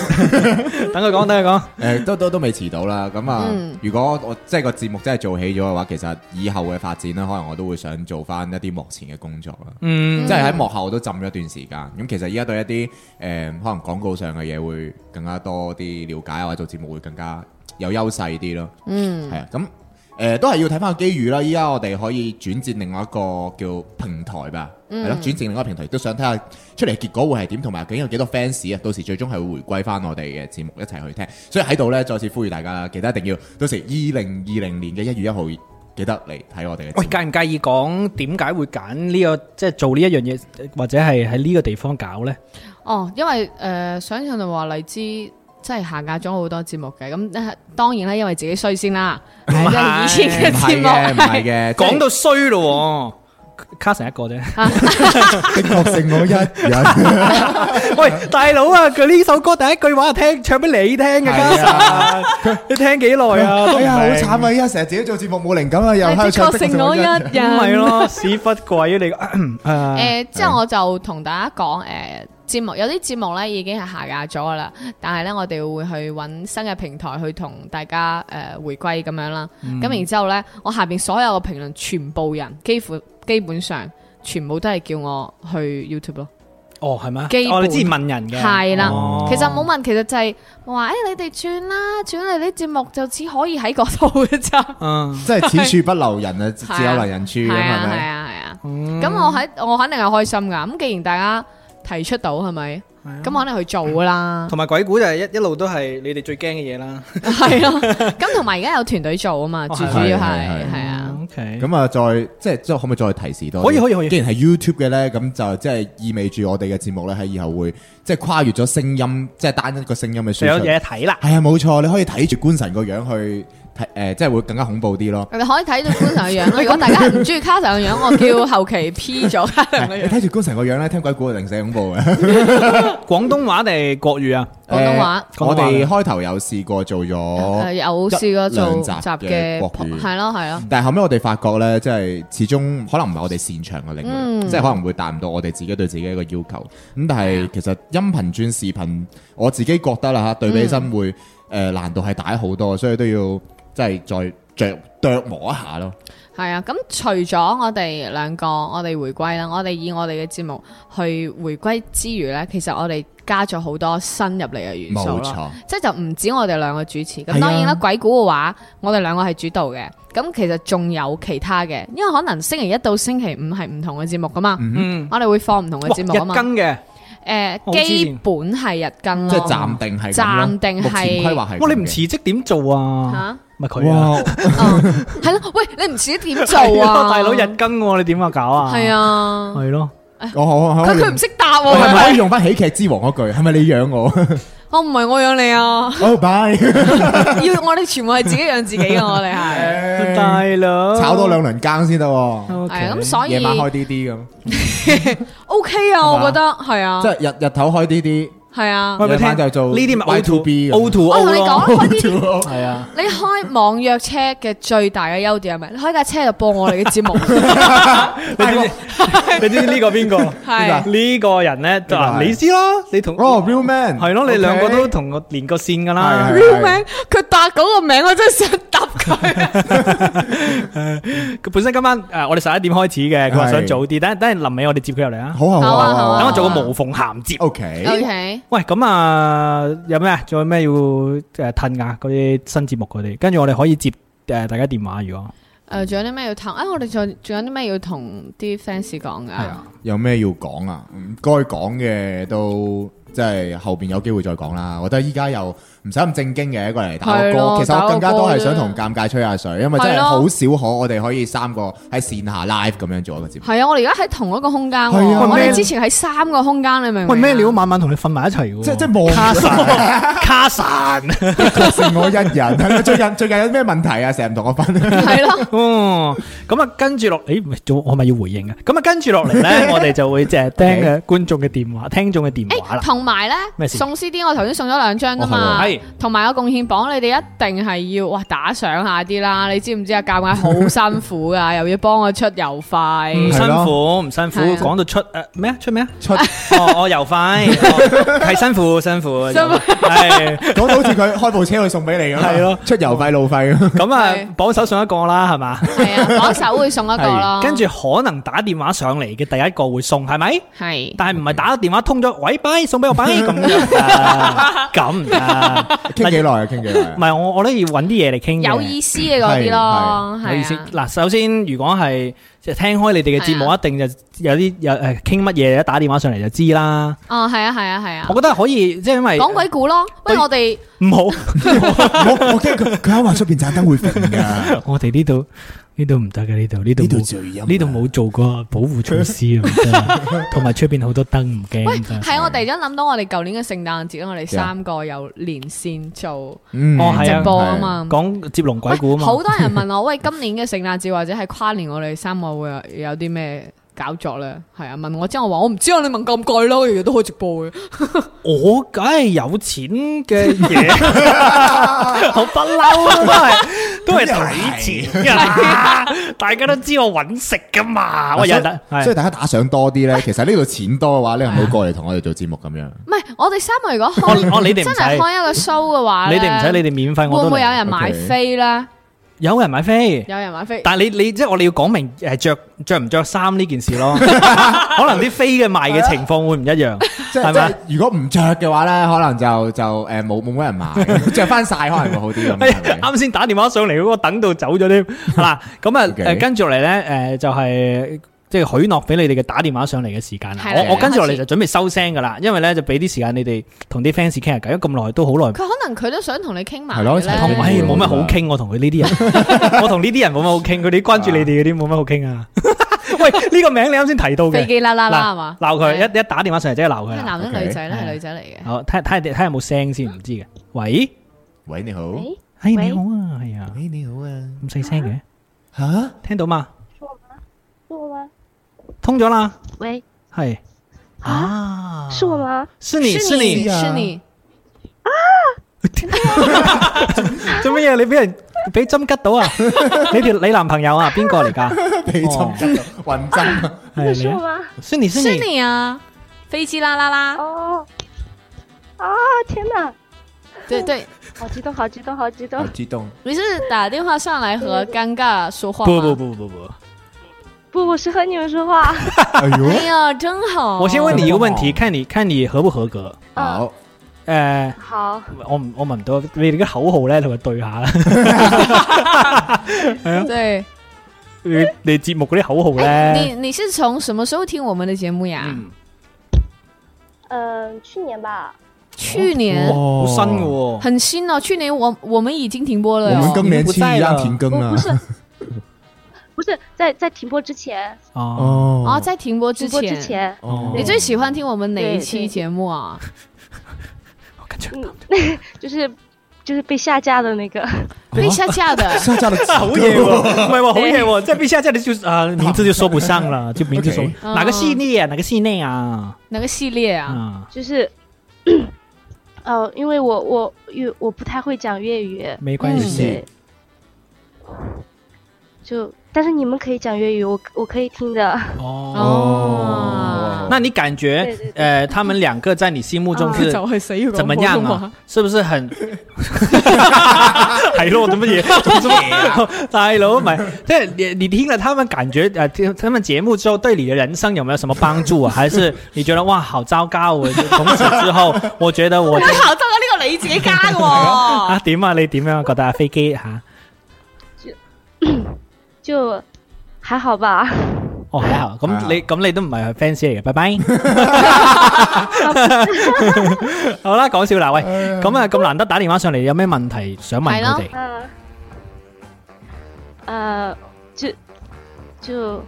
Speaker 2: 等佢講，等佢講。
Speaker 4: 誒都都都未遲到啦。咁啊
Speaker 3: 嗯，
Speaker 4: 如果我即係個節目真係做起咗嘅話，其實以後嘅發展咧，可能我都會想做翻一啲幕前嘅工作啦。
Speaker 2: 嗯，
Speaker 4: 即係喺幕後都浸咗一段時間，咁其實依家對一啲誒、可能廣告上嘅嘢會更加多啲了解，或者做節目會更加有優勢啲咯。
Speaker 3: 嗯，
Speaker 4: 係啊、咁誒、都係要睇翻個機遇啦。依家我哋可以轉戰另外一個叫平台吧，
Speaker 3: 嗯
Speaker 4: 係咯、轉戰另外一個平台，都想睇下出嚟結果會係點，同埋究竟有幾多 fans 啊？到時最終係會回歸翻我哋嘅節目一齊去聽。所以喺度呢，再次呼籲大家啦，記得一定要到時二零二零年嘅一月一號記得嚟睇我哋嘅
Speaker 2: 喂，
Speaker 4: 節目。
Speaker 2: 介唔介意講點解會揀呢個即係做呢一樣嘢，或者係喺呢個地方搞咧？
Speaker 3: 哦，因為誒想象就話荔枝。真係下架咗好多節目嘅，咁呃當然啦，因為自己衰先啦，因為以前嘅
Speaker 4: 唔
Speaker 3: 節
Speaker 4: 啊
Speaker 3: 目
Speaker 4: 係嘅，唔係
Speaker 3: 係
Speaker 4: 嘅，即係
Speaker 2: 講到衰咯喎，卡成一個啫。
Speaker 4: 的確剩 我一人，
Speaker 2: 喂，大佬啊，佢呢首歌第一句話係聽唱俾你聽嘅，卡
Speaker 4: 係啊
Speaker 2: 神，你聽幾耐啊？都唔
Speaker 4: 哎呀，好
Speaker 2: 明
Speaker 4: 慘啊！依家成日自己做節目冇靈感啊，又喺度
Speaker 3: 的
Speaker 4: 唱
Speaker 3: 確
Speaker 4: 的
Speaker 3: 剩我一
Speaker 4: 人。
Speaker 3: 人。
Speaker 2: 咁咪咯，屎忽鬼你個啊！
Speaker 3: 誒，呃之後我就同大家講，誒、呃節目有啲節目咧已經係下架咗噶啦，但係咧我哋會去揾新嘅平台去同大家誒、呃回歸咁樣啦。咁、然之後咧，我下邊所有嘅評論，全部人幾乎基本上全部都係叫我去 YouTube 咯。
Speaker 2: 哦，係咩？
Speaker 3: 基
Speaker 2: 哦，你
Speaker 3: 本
Speaker 2: 之前問人嘅
Speaker 3: 係啦
Speaker 2: 哦
Speaker 3: 其實冇問，其實就係話誒，哎你哋轉啦，轉你啲節目就只可以喺嗰度嘅咋。
Speaker 2: 嗯，
Speaker 4: 真係此處不留人啊，自有留人處咁
Speaker 3: 係
Speaker 4: 係
Speaker 3: 啊係
Speaker 4: 咪？
Speaker 3: 啊係啊。咁、我喺我肯定係開心噶。咁既然大家提出到係咪？咁肯定去做㗎啦，
Speaker 2: 同埋鬼故就係一一路都係你哋最驚嘅嘢啦。
Speaker 3: 係咯。咁同埋而家有團隊做啊嘛，
Speaker 2: 哦
Speaker 3: 最主要係
Speaker 4: 係係係
Speaker 3: 係 啊，
Speaker 2: OK，
Speaker 4: 咁啊，再即係即係可唔可以再提示多啲？
Speaker 2: 可以可以可以
Speaker 4: 既然係 YouTube 嘅咧，咁就即係意味住我哋嘅節目咧，喺以後會即係跨越咗聲音，即係單一個聲音嘅輸出。
Speaker 2: 就有嘢睇啦。
Speaker 4: 係啊，冇錯，你可以睇住官神個樣去睇，誒、即係會更加恐怖啲咯。
Speaker 3: 你可以睇到官神嘅樣咯。如果大家唔中意卡神嘅樣，我叫後期 P 咗卡神
Speaker 4: 你
Speaker 3: 嘅樣。
Speaker 4: 睇住官神個樣咧，聽鬼故係零舍恐怖嘅。
Speaker 2: 廣東話定係國語啊？
Speaker 3: 廣東話啊
Speaker 4: 誒我哋開頭有試過做咗
Speaker 3: 誒，有試過做
Speaker 4: 哦兩集
Speaker 3: 集
Speaker 4: 嘅
Speaker 3: 嘅，
Speaker 4: 國語
Speaker 3: 係咯係咯。
Speaker 4: 但係後尾我哋發覺咧，即係始終可能唔係我哋擅長嘅領域，
Speaker 3: 嗯
Speaker 4: 即係可能會達唔到我哋自己對自己一個要求。咁但
Speaker 3: 啊
Speaker 4: 係其實音頻轉視頻，我自己覺得啦嚇，對比起身會誒、
Speaker 3: 嗯
Speaker 4: 呃、難度係大好多，所以都要即係再着琢磨一下咯。
Speaker 3: 系啊，咁除咗我哋兩個，我哋回歸啦，我哋以我哋嘅節目去回歸之餘呢，其實我哋加咗好多新入嚟嘅元
Speaker 4: 冇
Speaker 3: 素咯，
Speaker 4: 錯，
Speaker 3: 即係就唔止我哋兩個主持。
Speaker 4: 係啊
Speaker 3: 咁當然啦，鬼故嘅話，我哋兩個係主導嘅。咁其實仲有其他嘅，因為可能星期一到星期五係唔同嘅節目噶嘛，
Speaker 4: Ừ.
Speaker 2: 嗯，
Speaker 3: 我哋會放唔同嘅
Speaker 2: 哇
Speaker 3: 節目啊
Speaker 2: 日
Speaker 3: 嘛。
Speaker 2: 更嘅，
Speaker 3: 诶、
Speaker 2: 我好
Speaker 3: 基
Speaker 2: 之前
Speaker 3: 本係日更咯，
Speaker 4: 即係暫定係咁咯
Speaker 3: 暫定係
Speaker 4: 目前規劃係咁嘅。
Speaker 2: 哇！你唔辭職點做啊？
Speaker 3: 吓，
Speaker 2: 咪
Speaker 4: à?
Speaker 2: 佢啊，
Speaker 4: 哇！
Speaker 3: 哦係咯，喂，你唔知點做
Speaker 2: 係
Speaker 3: 啊，
Speaker 2: 咯大佬日更喎，你點啊搞啊？
Speaker 3: 係，啊，
Speaker 2: 係咯。
Speaker 4: 我我我
Speaker 3: 佢佢唔識答喎，係
Speaker 4: 係
Speaker 3: 咪
Speaker 4: 咪哦可以用翻喜劇之王嗰句？係咪你養 我？
Speaker 3: 我唔係我養你啊，
Speaker 4: 哦，拜
Speaker 3: 要我哋全部係自己養自己 嘅，我哋係。
Speaker 2: 大佬
Speaker 4: 炒多兩輪更先得喎，
Speaker 2: OK
Speaker 3: 係啊，咁所
Speaker 4: 夜
Speaker 3: 以
Speaker 4: 晚開啲啲咁，
Speaker 3: O K 啊，
Speaker 4: 係嘛
Speaker 3: 我覺得係啊
Speaker 4: 即，係日日頭開啲啲。
Speaker 3: 係啊。
Speaker 2: 喂咪聽
Speaker 4: 夜晚就做
Speaker 2: 呢啲咪
Speaker 4: Y to B 咁
Speaker 2: O to
Speaker 3: 我
Speaker 2: O
Speaker 3: 同你
Speaker 2: 咯，
Speaker 3: 講，快哦啲！
Speaker 4: 哦
Speaker 2: 係啊，
Speaker 3: 你開網約車嘅最大嘅優點係咩？你開架車就播我哋嘅節目，
Speaker 2: 你知唔知？你知唔知呢個邊個？
Speaker 3: 係
Speaker 2: 呢個人咧就
Speaker 4: 呢個
Speaker 2: 話
Speaker 4: 係
Speaker 2: 你知啦，你同
Speaker 4: 哦，Real Man，
Speaker 2: 係咯，你兩個都啊
Speaker 4: OK
Speaker 2: 同我連個線㗎啦
Speaker 4: 係。
Speaker 3: real 名佢答嗰個名，我真係想答佢。
Speaker 2: 佢本身今晚誒我哋十一點開始嘅，佢話
Speaker 4: 係
Speaker 2: 想早啲，等等陣臨尾我哋接佢入嚟啊。
Speaker 4: 好啊好
Speaker 3: 好
Speaker 4: 啊
Speaker 3: 啊好啊
Speaker 2: 等我做個無縫銜接。
Speaker 4: O K，
Speaker 3: O K，
Speaker 2: 喂，咁啊，有咩啊？仲有咩要誒褪啊？嗰啲新節目嗰啲，跟住我哋可以接誒大家電話，如果
Speaker 3: 誒，仲有啲咩要談？啊，我哋仲仲有啲咩要同啲 fans 講
Speaker 2: 係
Speaker 3: 㗎
Speaker 2: 啊？
Speaker 4: 有咩要講啊？唔該講嘅都即係後邊有機會再講啦。我覺得依家又唔使咁正經嘅過嚟打個
Speaker 3: 係咯
Speaker 4: 歌，其實
Speaker 3: 打個
Speaker 4: 我更加多
Speaker 3: 歌
Speaker 4: 係
Speaker 3: 啫
Speaker 4: 想同尷尬吹下水，因為真
Speaker 3: 係
Speaker 4: 係
Speaker 3: 咯
Speaker 4: 好少可我哋可以三個喺線下 live 咁樣做一個節目。
Speaker 3: 係啊，我哋而家喺同一個空間喎，
Speaker 4: 係啊
Speaker 3: 我
Speaker 2: 咩
Speaker 3: 哋之前喺三個空間，你明唔明啊？
Speaker 2: 喂咩料？晚晚同你瞓埋一齊嘅喎，
Speaker 4: 即即望
Speaker 2: 卡 神卡神，
Speaker 4: 佢剩 我一人。係咯最近最近有咩問題啊？成日唔同我分。
Speaker 3: 係 咯。
Speaker 2: 嗯，咁啊跟住落，咦，唔係做我咪要回應啊？咁啊跟住落嚟 咧，我哋就會即係聽嘅觀眾嘅電話、聽眾嘅電話
Speaker 3: 誒，
Speaker 2: 啦。
Speaker 3: 同埋
Speaker 2: 咩
Speaker 3: 咧，
Speaker 2: 事
Speaker 3: 送 CD 我頭先送咗兩張噶啊
Speaker 4: 哦
Speaker 3: 嘛
Speaker 2: 啊係喎係，
Speaker 3: 同埋個貢獻榜，你哋一定係要哇打賞下啲啦，你知唔知啊？教嗌好辛苦噶， 又要幫我出郵
Speaker 2: 唔
Speaker 3: 費，
Speaker 2: 辛
Speaker 4: 係咯
Speaker 2: 苦，唔辛苦
Speaker 3: 係啊，
Speaker 2: 講到出誒咩啊？出咩啊？
Speaker 4: 出
Speaker 2: 哦，我又快，哦係辛苦辛苦，
Speaker 3: 辛苦
Speaker 2: 係。
Speaker 4: 講到好似佢開部車去送俾你咁，啊
Speaker 2: 係咯
Speaker 4: 出郵費路 費咁。
Speaker 2: 咁啊
Speaker 3: 係，
Speaker 2: 榜首上一個啦，係嘛？
Speaker 3: 係啊，榜首會送一個咯，
Speaker 2: 跟住可能打電話上嚟嘅第一個會送，係咪？
Speaker 3: 係
Speaker 2: 但係唔係打電話通咗，喂，拜送俾我拜咁樣啊，咁唔得。
Speaker 4: 傾幾耐啊？傾幾
Speaker 2: 唔
Speaker 4: 耐啊？
Speaker 2: 係我我都要揾啲嘢嚟傾嘅
Speaker 3: 有意思嘅嗰啲咯，
Speaker 2: 有意
Speaker 3: 係
Speaker 2: 思
Speaker 3: 啊，
Speaker 2: 嗱，首先如果係即係聽開你哋嘅節目，
Speaker 3: 係
Speaker 2: 一定就有啲有誒傾乜嘢，一打電話上嚟就知啦。
Speaker 3: 哦，係啊，係啊，係
Speaker 2: 我
Speaker 3: 啊，
Speaker 2: 覺得可以，即係因為
Speaker 3: 講鬼故咯，不如我哋
Speaker 2: 唔好，
Speaker 4: 我我驚佢佢喺話出邊盞燈會瞓
Speaker 6: à?
Speaker 4: 㗎，
Speaker 2: 我哋呢度呢度唔得嘅，呢度呢度啊
Speaker 4: 呢度
Speaker 2: 冇
Speaker 4: 最陰。
Speaker 2: 呢度冇做過保護措施啊，唔 得同埋出邊好多燈唔驚。
Speaker 3: 喂，
Speaker 2: 唔得
Speaker 3: 係啊我突然間諗到我哋舊年嘅聖誕節，我哋三個有連線做
Speaker 4: 嗯
Speaker 2: 哦係啊
Speaker 3: 直播啊嘛。
Speaker 2: 講接龍鬼故啊嘛。
Speaker 3: 好多人問我，喂，今年嘅聖誕節或者係跨年，我哋三個會有有啲咩搞作咧？係啊，問我之後，我話我唔知啊，你問咁貴咯，日日都開直播嘅。
Speaker 2: 我梗係有錢嘅嘢， 我不嬲都係 都係睇錢 噶，大家都知我揾食噶嘛。
Speaker 4: 嗱
Speaker 2: 我有
Speaker 4: 所以
Speaker 2: 啊得
Speaker 4: 所以
Speaker 2: 係啊
Speaker 4: 大家打賞多啲咧，其實呢度錢多嘅話，你係咪好過嚟同我哋做節目咁樣？
Speaker 3: 唔係，我哋三個如果
Speaker 2: 我我你
Speaker 3: 開
Speaker 2: 哋唔
Speaker 3: 真
Speaker 2: 使
Speaker 3: 係開一個 show 嘅話
Speaker 2: 你
Speaker 3: 咧，
Speaker 2: 哋唔使，你哋免費我
Speaker 3: 啊會
Speaker 2: 都
Speaker 3: 唔會有人
Speaker 4: OK
Speaker 3: 買飛咧？
Speaker 2: 有人買飛？
Speaker 3: 有人買飛，
Speaker 2: 但係你你即係我哋要講明誒着着唔着衫呢件事 咯，可能啲飛嘅賣嘅情況會唔一樣，
Speaker 4: 即
Speaker 2: 係咪
Speaker 4: 係？即係如果唔着嘅話咧，可能就就誒冇冇乜人買， 着翻晒可能會好啲咁
Speaker 2: 哎呀
Speaker 4: 係咪。
Speaker 2: 啱先 打電話上嚟嗰個等到走咗添，嗱咁啊
Speaker 4: OK
Speaker 2: 誒跟住落嚟咧誒就係即係許諾俾你哋嘅打電話上嚟嘅時間啦
Speaker 3: 係。啦
Speaker 2: 我我跟住落嚟
Speaker 3: 開
Speaker 2: 就
Speaker 3: 始
Speaker 2: 準備收聲噶啦，因為咧就俾啲時間你哋同啲 fans 傾下偈，因為咁耐都好耐。
Speaker 3: 佢啊可能佢都想同你傾埋
Speaker 4: 係咯
Speaker 3: 嘅
Speaker 4: 一齊
Speaker 2: 同
Speaker 4: 傾
Speaker 2: 唉
Speaker 4: 哎
Speaker 3: 咧，
Speaker 2: 冇乜好傾，我同佢呢啲人， 我同呢啲人冇乜好傾，佢哋關注你哋嗰啲冇乜好傾啊。 喂，呢個名你啱先提到
Speaker 3: 飛
Speaker 2: 嘅，
Speaker 3: 機啦啦啦係
Speaker 2: 嗱
Speaker 3: 嘛？啊
Speaker 2: 鬧佢
Speaker 3: 係
Speaker 2: 一一打電話上嚟即係鬧
Speaker 3: 因
Speaker 2: 佢
Speaker 3: 為
Speaker 2: 啦。
Speaker 3: 男人
Speaker 4: OK
Speaker 3: 女仔咧
Speaker 2: 係
Speaker 3: 係女仔嚟嘅。
Speaker 2: 好睇睇下睇下有冇聲先，唔知嘅。喂，
Speaker 4: 喂，你好，
Speaker 5: 喂
Speaker 2: 哎
Speaker 5: 喂
Speaker 2: 你好啊，係啊，
Speaker 4: 喂，你好
Speaker 6: à.
Speaker 4: 啊，
Speaker 2: 咁細聲嘅，
Speaker 4: 吓，
Speaker 2: 聽到嘛？
Speaker 5: 是我吗？
Speaker 2: 通咗啦，
Speaker 5: 喂，
Speaker 2: 係啊，
Speaker 5: 是我吗？
Speaker 2: 是你是 你
Speaker 3: 你，是你，
Speaker 2: 做乜嘢？你俾人俾針吉到啊？ 你條你男朋友啊？邊個嚟㗎？
Speaker 3: 哎
Speaker 4: 被針吉
Speaker 2: 哦
Speaker 4: 到，暈針啊，
Speaker 2: 係
Speaker 5: 是
Speaker 2: 你
Speaker 5: 我
Speaker 2: 啊，
Speaker 5: 吗？
Speaker 2: 是你是
Speaker 3: 是
Speaker 2: 你，
Speaker 3: 你啊！飛機啦啦啦，
Speaker 5: 哦，啊，天哪，
Speaker 3: 对对，
Speaker 5: 好激动，好激动，好激
Speaker 4: 好
Speaker 5: 动！
Speaker 4: 激動，
Speaker 3: 你是打電話上來和尷尬說話
Speaker 2: 不
Speaker 3: 嗎？
Speaker 2: 不不不不。
Speaker 5: 不，我是和你们说话。
Speaker 4: 哎
Speaker 3: 哎
Speaker 4: 呦，
Speaker 3: 呀，真好！
Speaker 2: 我先问你一个问题，
Speaker 4: 哦
Speaker 2: 看你看你合不合格。
Speaker 3: 啊
Speaker 4: 好，
Speaker 2: 诶、
Speaker 5: 好，
Speaker 2: 我唔我问唔到，你哋嘅口號咧同佢對下啦。
Speaker 3: 对，
Speaker 2: 你你節目嗰啲口號
Speaker 3: 哎，
Speaker 2: 咧，
Speaker 3: 你你是從什麼時候聽我們的節目呀？
Speaker 2: 嗯，
Speaker 5: 嗯、去年吧，
Speaker 3: 去年，
Speaker 2: 好新嘅
Speaker 4: 喎，
Speaker 2: 喎、
Speaker 3: 很新哦，去年我我們已經停播了
Speaker 4: 我們
Speaker 3: 哦。
Speaker 4: 今年
Speaker 2: 不
Speaker 4: 千
Speaker 2: 在
Speaker 4: 一
Speaker 2: 了
Speaker 4: 啱停
Speaker 5: 不
Speaker 4: 更
Speaker 2: 啊
Speaker 6: à?
Speaker 4: 啦
Speaker 5: 哦不，是， 不是在在停播之前，
Speaker 2: 哦，
Speaker 3: 哦，
Speaker 4: 哦，
Speaker 3: 在停播之
Speaker 5: 停播之
Speaker 3: 前，
Speaker 5: 前，
Speaker 4: 哦
Speaker 3: 你最喜歡聽我們哪一
Speaker 5: 对
Speaker 3: 期
Speaker 5: 对
Speaker 3: 節目啊？
Speaker 2: 跟住
Speaker 5: 嗯，就是就是被下架的那个，
Speaker 3: 被下架的，
Speaker 4: 下架了
Speaker 2: 好嘢喎，哎唔係喎，好嘢
Speaker 5: 對
Speaker 2: 喎，即係必下即係你就啊，名字就說不上啦，就名字 說
Speaker 4: OK
Speaker 2: 哪個系列啊，哪個系列啊，
Speaker 3: 哪個系列啊？
Speaker 2: 啊，
Speaker 5: 就是，呃，因为我我粤我不太会讲粤语，
Speaker 2: 沒關
Speaker 3: 嗯
Speaker 2: 係，
Speaker 5: 对，就但是你们可以讲粤语，我我可以听的。
Speaker 2: 哦。
Speaker 3: 哦，
Speaker 2: 那你感
Speaker 5: 對
Speaker 2: 覺
Speaker 5: 對對
Speaker 2: 呃，他們兩個在你心目中是
Speaker 3: 係死要
Speaker 2: 怎麼樣啊？？是不是很？係咯，做乜嘢？做乜嘢？大佬，唔係，即係你你聽了他們感覺，呃，聽他們節目之後對你的人生有沒有什麼幫助啊？還是你覺得哇，好糟糕？啊我從此之後，我覺得 我
Speaker 3: 你 好得啊！呢個你自己加嘅
Speaker 2: 啊
Speaker 3: 喎，
Speaker 2: 點啊？你點樣覺得啊？飛機吓？
Speaker 5: 就还好吧，
Speaker 2: 哦，還好，
Speaker 4: 還
Speaker 2: 咁
Speaker 4: 好
Speaker 2: 你咁你都唔係 fans 嚟嘅，拜 拜。好啦，講笑啦，喂，咁啊咁難得打電話上嚟，有咩問題想問
Speaker 3: 係
Speaker 2: 佢
Speaker 3: 咯
Speaker 2: 哋？
Speaker 5: 嗯、呃，就就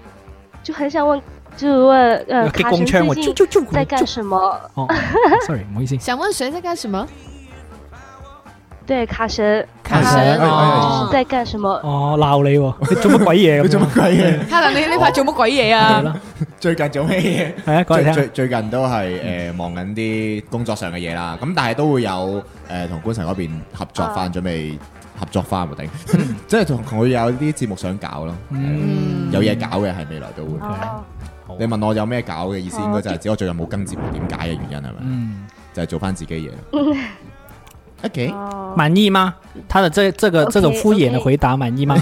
Speaker 5: 就很想问，就问呃，
Speaker 2: 激
Speaker 5: 卡
Speaker 2: 光
Speaker 5: 神
Speaker 2: 槍喎，
Speaker 5: 最
Speaker 2: 啾
Speaker 5: 近
Speaker 2: 啾啾
Speaker 5: 在
Speaker 2: 啾
Speaker 5: 干
Speaker 2: 啾。
Speaker 5: 什么？
Speaker 2: 哦，sorry，唔好意思。
Speaker 3: 想問誰在幹什麼？
Speaker 5: 对，卡神，
Speaker 3: 卡
Speaker 4: 神哎哎哎
Speaker 5: 他是在干什么？
Speaker 2: 哦，鬧你喎， 你做乜鬼嘢咁樣？
Speaker 4: 你做乜鬼嘢？
Speaker 3: 卡神，你呢排做乜鬼嘢啊
Speaker 2: 係？咯，
Speaker 4: 最近做咩嘢？
Speaker 2: 係啊，講嚟
Speaker 4: 最
Speaker 2: 聽
Speaker 4: 最。最近都係誒忙緊啲工作上嘅嘢啦，咁但係都會有誒同官神嗰邊合作
Speaker 2: 啊
Speaker 4: 翻，準備合作翻喎頂， 即係同佢有啲節目想搞咯，
Speaker 2: 嗯
Speaker 4: 有嘢搞嘅係未來都會。
Speaker 5: 哦，
Speaker 4: 你問我有咩搞嘅意思，應該就係指我最近冇更節目點解嘅原因係咪？
Speaker 2: 哦嗯，
Speaker 4: 就係做翻自己嘢。OK，
Speaker 5: 哦
Speaker 2: 滿意嗎？他的這這個
Speaker 5: OK，
Speaker 2: 這種敷衍的回答滿意嗎？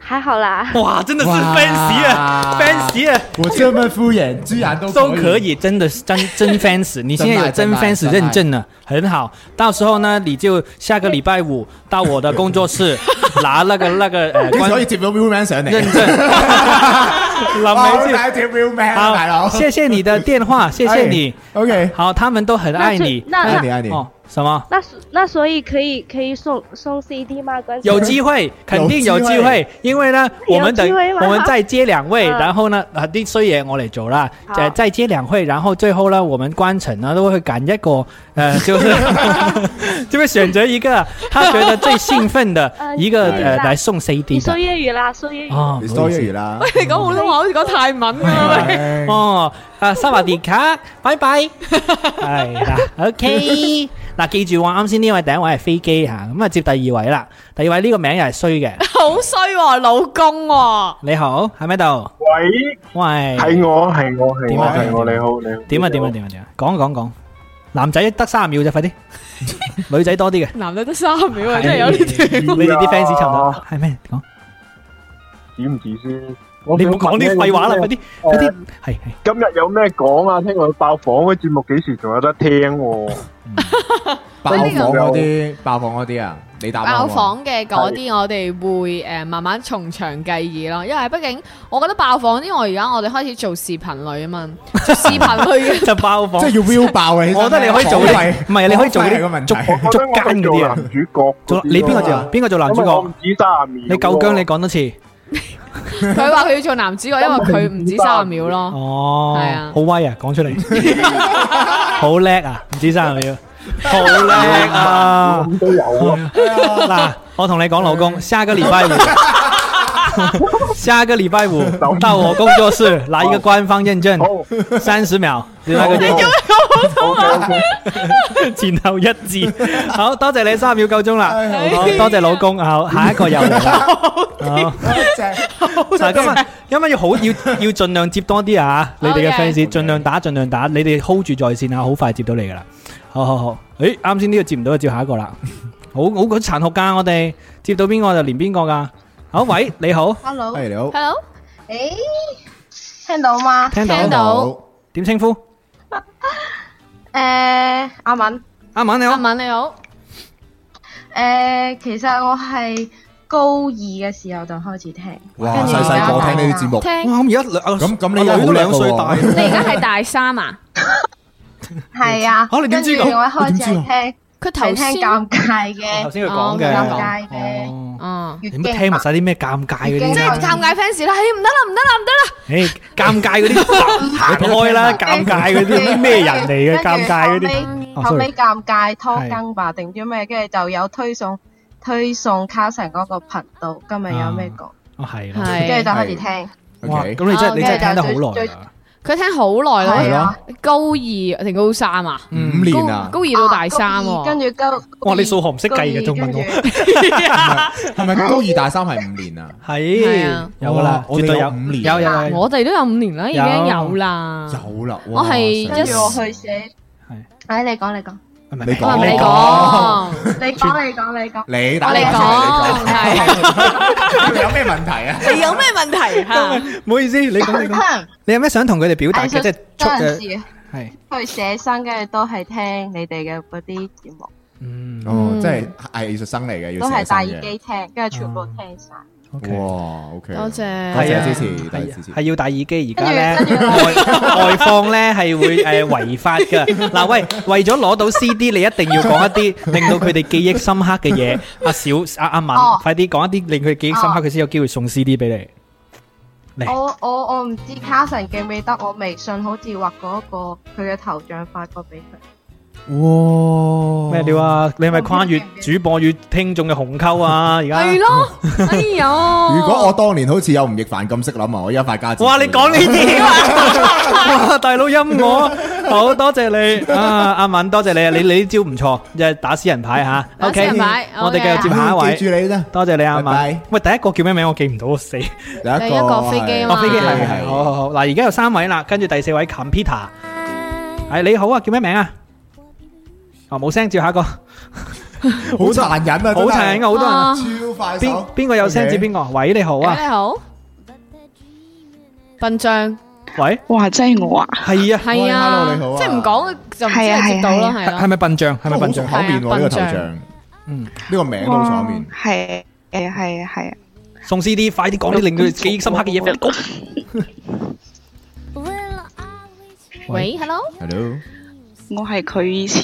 Speaker 5: 还好啦，
Speaker 2: 哇，真的是
Speaker 4: 哇
Speaker 2: fans 啊，fans 啊，
Speaker 4: 我這麼敷衍，居然都
Speaker 2: 都可。以，真的是真 真 fans，你现在有真
Speaker 4: 真愛
Speaker 2: fans
Speaker 4: 真愛
Speaker 2: 認證了，很好。到時候呢，你就下個禮拜五到我的工作 室拿那個那個呃
Speaker 4: 幾時可
Speaker 2: 關
Speaker 4: 以接到 Real Man 上嚟？
Speaker 2: 認證，林美
Speaker 4: 哇
Speaker 2: 俊，
Speaker 4: 好接 Real Man
Speaker 2: 好
Speaker 4: 啊，大，佬。
Speaker 2: 謝謝你的電話，謝謝你。
Speaker 4: 哎 OK，
Speaker 2: 好，他們都很愛你。
Speaker 5: 那
Speaker 4: 愛
Speaker 5: 那
Speaker 4: 你愛你。
Speaker 2: 哦，什么？
Speaker 5: 那所那所以可以可以送送 CD 吗？ 关
Speaker 2: 有机会，肯定有机
Speaker 4: 有機
Speaker 2: 会
Speaker 4: 會，
Speaker 2: 因为呢，
Speaker 5: 有
Speaker 2: 我们等
Speaker 5: 機會嗎
Speaker 2: 我们再接两位，
Speaker 5: 嗯
Speaker 2: 然后呢，啊啲衰嘢我嚟做啦，
Speaker 5: 好
Speaker 2: 再再接两位，然后最后呢，我们关城呢都会揀一个，呃， 就是就会选择一个他觉得最兴奋的
Speaker 5: 呃
Speaker 2: 一个
Speaker 5: 可以
Speaker 2: 呃
Speaker 5: 啦
Speaker 2: 来送 CD
Speaker 5: 你说
Speaker 2: 的。
Speaker 5: 粤语啦，说粤语。
Speaker 2: 哦，
Speaker 4: 你
Speaker 2: 唔好
Speaker 4: 多
Speaker 2: 意思
Speaker 4: 餘啦。
Speaker 3: 你講普通話好似講泰文啊！
Speaker 6: Ờ.
Speaker 2: 哦，啊，沙華迪 卡，拜拜，係啦，OK，嗱，記住喎，啱先呢位第一位係飛機吓，咁啊接第二位啦，第二位呢個名又係衰嘅。
Speaker 3: 好衰喎，老公喎，
Speaker 2: 你好，喺咪度？
Speaker 7: 喂，
Speaker 2: 喂，
Speaker 7: 系我系我系
Speaker 2: 點
Speaker 7: 我
Speaker 2: 啊
Speaker 7: 系我，你好你好。
Speaker 2: 点啊点啊？点啊点啊！讲讲讲，男仔得三十秒啫， 快啲，女仔多啲嘅。
Speaker 3: 男仔得三秒啊，
Speaker 2: 係
Speaker 3: 真係有啲短。
Speaker 2: 你哋啲 fans 差唔多，系咩？讲，
Speaker 7: 点唔止先？
Speaker 2: 你唔好讲啲废话啦，快啲，快啲，系系，
Speaker 7: 今日有咩讲啊？听我爆房嘅节目几时仲有得听喎？
Speaker 4: 爆
Speaker 3: 呢
Speaker 4: 房
Speaker 3: 個
Speaker 4: 嗰啲，爆房嗰啲啊，你答
Speaker 3: 爆
Speaker 4: 啱喎。
Speaker 3: 房嘅嗰啲，我哋會诶、呃慢慢從長計議咯。因為畢竟我覺得爆房，因為我而家我哋開始做視頻類啊嘛，做視頻類嘅
Speaker 2: 就爆房
Speaker 4: 即。係要 view 爆啊！起身
Speaker 2: 我覺得你可以做啲
Speaker 4: 房費
Speaker 2: 唔係你可以做啲
Speaker 4: 房費係個問題
Speaker 2: 捉
Speaker 7: 我覺得我係做男主角嗰啲
Speaker 2: 做
Speaker 7: 啊，
Speaker 2: 你邊個做啊？邊個做男主
Speaker 7: 因為我唔
Speaker 2: 角？
Speaker 7: 止卅秒喎，
Speaker 2: 你夠姜，你講多次。
Speaker 3: 佢話佢要做男主角，因為佢唔止三十秒咯。
Speaker 2: 哦，
Speaker 3: 係啊
Speaker 2: 好威啊，講出嚟， 好叻啊，唔知生係咪？好叻啊！
Speaker 7: 咁都有啊，
Speaker 2: 嗱，我同你講，老公，下個禮拜五，下個禮拜五到我工作室來一個官方認
Speaker 7: 好
Speaker 2: 證，三十秒，你那個認證。
Speaker 7: ，OK OK，
Speaker 2: 前後一致。好多謝你三秒夠鐘啦，
Speaker 4: 唉
Speaker 2: 哎好多謝老公。 好，下一個又嚟啦。好嗱，今日今日要好要要盡量接多啲啊！你哋嘅
Speaker 3: Okay
Speaker 2: fans 盡量打，盡量打，你哋 hold 住在線啊，好快接到你噶啦。好好好，誒啱先呢個接唔到，就接下一個啦。好好好殘酷噶，我哋接到邊個就連邊個噶。好，喂，你好，
Speaker 8: Hello，
Speaker 4: 係你好，
Speaker 3: Hello，
Speaker 8: 诶、听到吗？
Speaker 2: 聽到
Speaker 3: 聽到
Speaker 2: 點稱呼？
Speaker 8: 诶、阿敏，
Speaker 2: 阿敏你
Speaker 3: 阿
Speaker 2: 好，
Speaker 3: 敏你好，
Speaker 8: 诶、其实我系高二嘅时候就开始听，
Speaker 4: 哇！
Speaker 8: 跟住
Speaker 4: 細細個
Speaker 8: 而家
Speaker 4: 聽呢啲節目，
Speaker 3: 聽
Speaker 2: 哇，我而家兩
Speaker 4: 咁咁你
Speaker 2: 我女都
Speaker 4: 好叻
Speaker 2: 兩歲
Speaker 4: 喎
Speaker 2: 大，
Speaker 3: 你而家係大三啊？
Speaker 8: 系啊，
Speaker 2: 嚇你點知㗎
Speaker 8: 跟住我一开始
Speaker 4: 你點知㗎
Speaker 8: 系听
Speaker 3: 佢頭
Speaker 8: 系
Speaker 3: 先
Speaker 8: 听尷尬
Speaker 2: 頭
Speaker 8: 嘅
Speaker 2: 先佢講嘅，
Speaker 8: 尷尬嘅
Speaker 2: 哦
Speaker 3: 哦，
Speaker 8: 月
Speaker 2: 你乜聽埋
Speaker 8: 經嘛，
Speaker 2: 晒啲咩尷尬嗰
Speaker 8: 已經
Speaker 2: 啲
Speaker 3: 即
Speaker 8: 即
Speaker 2: 啊
Speaker 3: 係？
Speaker 8: 係
Speaker 3: 尷尬 fans 啦，唉唔得啦，唔得啦，唔得啦。
Speaker 2: 诶，尷尬嗰啲行開啦，尷尬嗰啲啲咩人嚟嘅？尷尬嗰
Speaker 8: 跟
Speaker 2: 啲，
Speaker 8: 住
Speaker 2: 哦
Speaker 8: 後尾後
Speaker 2: sorry
Speaker 8: 尾尷尬拖更吧定唔知咩，跟住就有推送推送卡神嗰個頻道，今日有咩講，
Speaker 2: 哦係啦，
Speaker 8: 跟住
Speaker 3: 係
Speaker 8: 就開始聽，
Speaker 2: 哇！
Speaker 4: OK，
Speaker 2: 咁你真係你真係聽得好耐
Speaker 8: 最
Speaker 2: 啦，
Speaker 3: 佢聽好耐
Speaker 8: 係
Speaker 3: 咯，
Speaker 8: 啊，
Speaker 3: 高二定高三啊？
Speaker 2: 嗯
Speaker 4: 五年
Speaker 3: 高
Speaker 4: 啊，
Speaker 3: 高二到大三
Speaker 8: 啊
Speaker 3: 喎，
Speaker 8: 高 二跟住高
Speaker 2: 哇！你數學唔識計嘅，仲問我
Speaker 8: 我，
Speaker 4: 係咪高二大三係五年啊？
Speaker 3: 係啊
Speaker 4: à.
Speaker 2: 係有噶啦，
Speaker 4: 哇
Speaker 2: 絕對
Speaker 4: 我哋有
Speaker 2: 有
Speaker 4: 五年
Speaker 2: 有有有，
Speaker 3: 我哋都有五年啦，已經
Speaker 2: 有
Speaker 3: 有啦。
Speaker 4: 有啦，
Speaker 3: 我係一
Speaker 8: 跟住
Speaker 4: 跟
Speaker 8: 我去寫
Speaker 2: 係，
Speaker 8: 唉，你講你講，
Speaker 2: 唔係
Speaker 4: 你
Speaker 3: 我
Speaker 4: 講
Speaker 3: 唔
Speaker 2: 你
Speaker 3: 你
Speaker 4: 講
Speaker 3: 講，
Speaker 8: 你講你講你講，
Speaker 4: 你
Speaker 3: 我
Speaker 4: 打
Speaker 3: 哋
Speaker 4: 電
Speaker 3: 講
Speaker 4: 話出嚟
Speaker 3: 係
Speaker 4: 你講有咩問題 啊？
Speaker 3: 你有咩問 題嚇？
Speaker 2: 唔好意思，你講你講，你有咩想同佢哋表達嘅？即係出
Speaker 8: 嗰陣
Speaker 2: 嘅
Speaker 8: 時
Speaker 2: 係，
Speaker 8: 去寫生，跟住都係聽你哋嘅嗰啲節目，
Speaker 2: 嗯，
Speaker 4: 哦，即係藝術生嚟嘅，要
Speaker 8: 都
Speaker 4: 寫生
Speaker 8: 係戴耳
Speaker 4: 嘅。
Speaker 8: 機聽，跟住全部聽晒。
Speaker 2: OK
Speaker 4: 哇，OK，
Speaker 3: 多謝
Speaker 4: 多
Speaker 2: 係
Speaker 4: 謝
Speaker 2: 啊
Speaker 4: 支持，多謝支持。
Speaker 2: 係要戴耳機，而家咧
Speaker 8: 跟住跟住
Speaker 2: 外外放咧係會誒違法嘅。 嗱喂，為咗攞到 CD，你一定要講一啲令到佢哋記憶深刻嘅嘢。阿小阿阿敏
Speaker 8: 哦，
Speaker 2: 快啲講一啲令佢記憶深刻，佢先有機會送 CD 俾你。嚟，
Speaker 8: 我我我唔知卡神記唔記得我微信好似畫嗰個佢嘅頭像發過俾佢，
Speaker 4: 哇
Speaker 2: 咩料？啊？你係咪跨越
Speaker 8: 我唔知
Speaker 2: 主播與聽眾嘅鴻溝啊？而家
Speaker 3: 係咯，哎呀！
Speaker 4: 如果我當年好似有吳亦凡咁識諗啊，我依家發家姐。
Speaker 2: 哇！你講呢啲 啊，哇！大佬陰我，好多謝你啊，阿敏，多謝你啊，你你呢招唔錯，即係打私人牌嚇。
Speaker 3: 打私
Speaker 2: OK，
Speaker 3: 人牌
Speaker 2: 我哋繼續接下一位
Speaker 4: 記。住你啦。
Speaker 2: 多謝你啊，阿
Speaker 4: 拜
Speaker 2: 敏
Speaker 4: 拜。
Speaker 2: 喂，第一個叫咩名？我記唔到，我死。
Speaker 9: 啊
Speaker 2: 哦，
Speaker 4: 第一
Speaker 3: 第一個飛機啊嘛
Speaker 2: 飛機
Speaker 3: 係
Speaker 2: 係係，好好好。嗱，而家有三位啦，跟住第四位 computer。係你好啊，叫咩名啊？哦，冇聲，照下一個。好
Speaker 4: 好殘忍啊！
Speaker 2: 殘忍
Speaker 4: 啊！
Speaker 2: 啊，好多人。
Speaker 3: 啊
Speaker 4: 超快手
Speaker 2: 邊邊個有聲接邊個？喂，你好
Speaker 3: 喂
Speaker 2: 啊。
Speaker 3: 你好，笨象
Speaker 2: 喂，
Speaker 9: 哇！真系我啊，
Speaker 2: 係啊。
Speaker 3: 係
Speaker 4: 喂，hello，
Speaker 3: 啊
Speaker 4: 你好，啊
Speaker 3: 即係唔講就唔知
Speaker 9: 係啊
Speaker 3: 係接到咯，
Speaker 9: 係
Speaker 3: 係
Speaker 2: 係係
Speaker 3: 咯。
Speaker 2: 咪笨象？係咪
Speaker 4: 好
Speaker 2: 笨
Speaker 4: 重
Speaker 2: 象？
Speaker 4: 口面喎呢個頭
Speaker 3: 係
Speaker 4: 像，
Speaker 2: 嗯，
Speaker 4: 呢個名都好重口面。
Speaker 9: 系诶系啊系啊，
Speaker 2: 送 CD，快啲講啲
Speaker 9: 哦
Speaker 2: 令到你記憶深刻嘅嘢。快啲講
Speaker 3: 喂，hello，
Speaker 4: Hello，
Speaker 9: 我係佢以前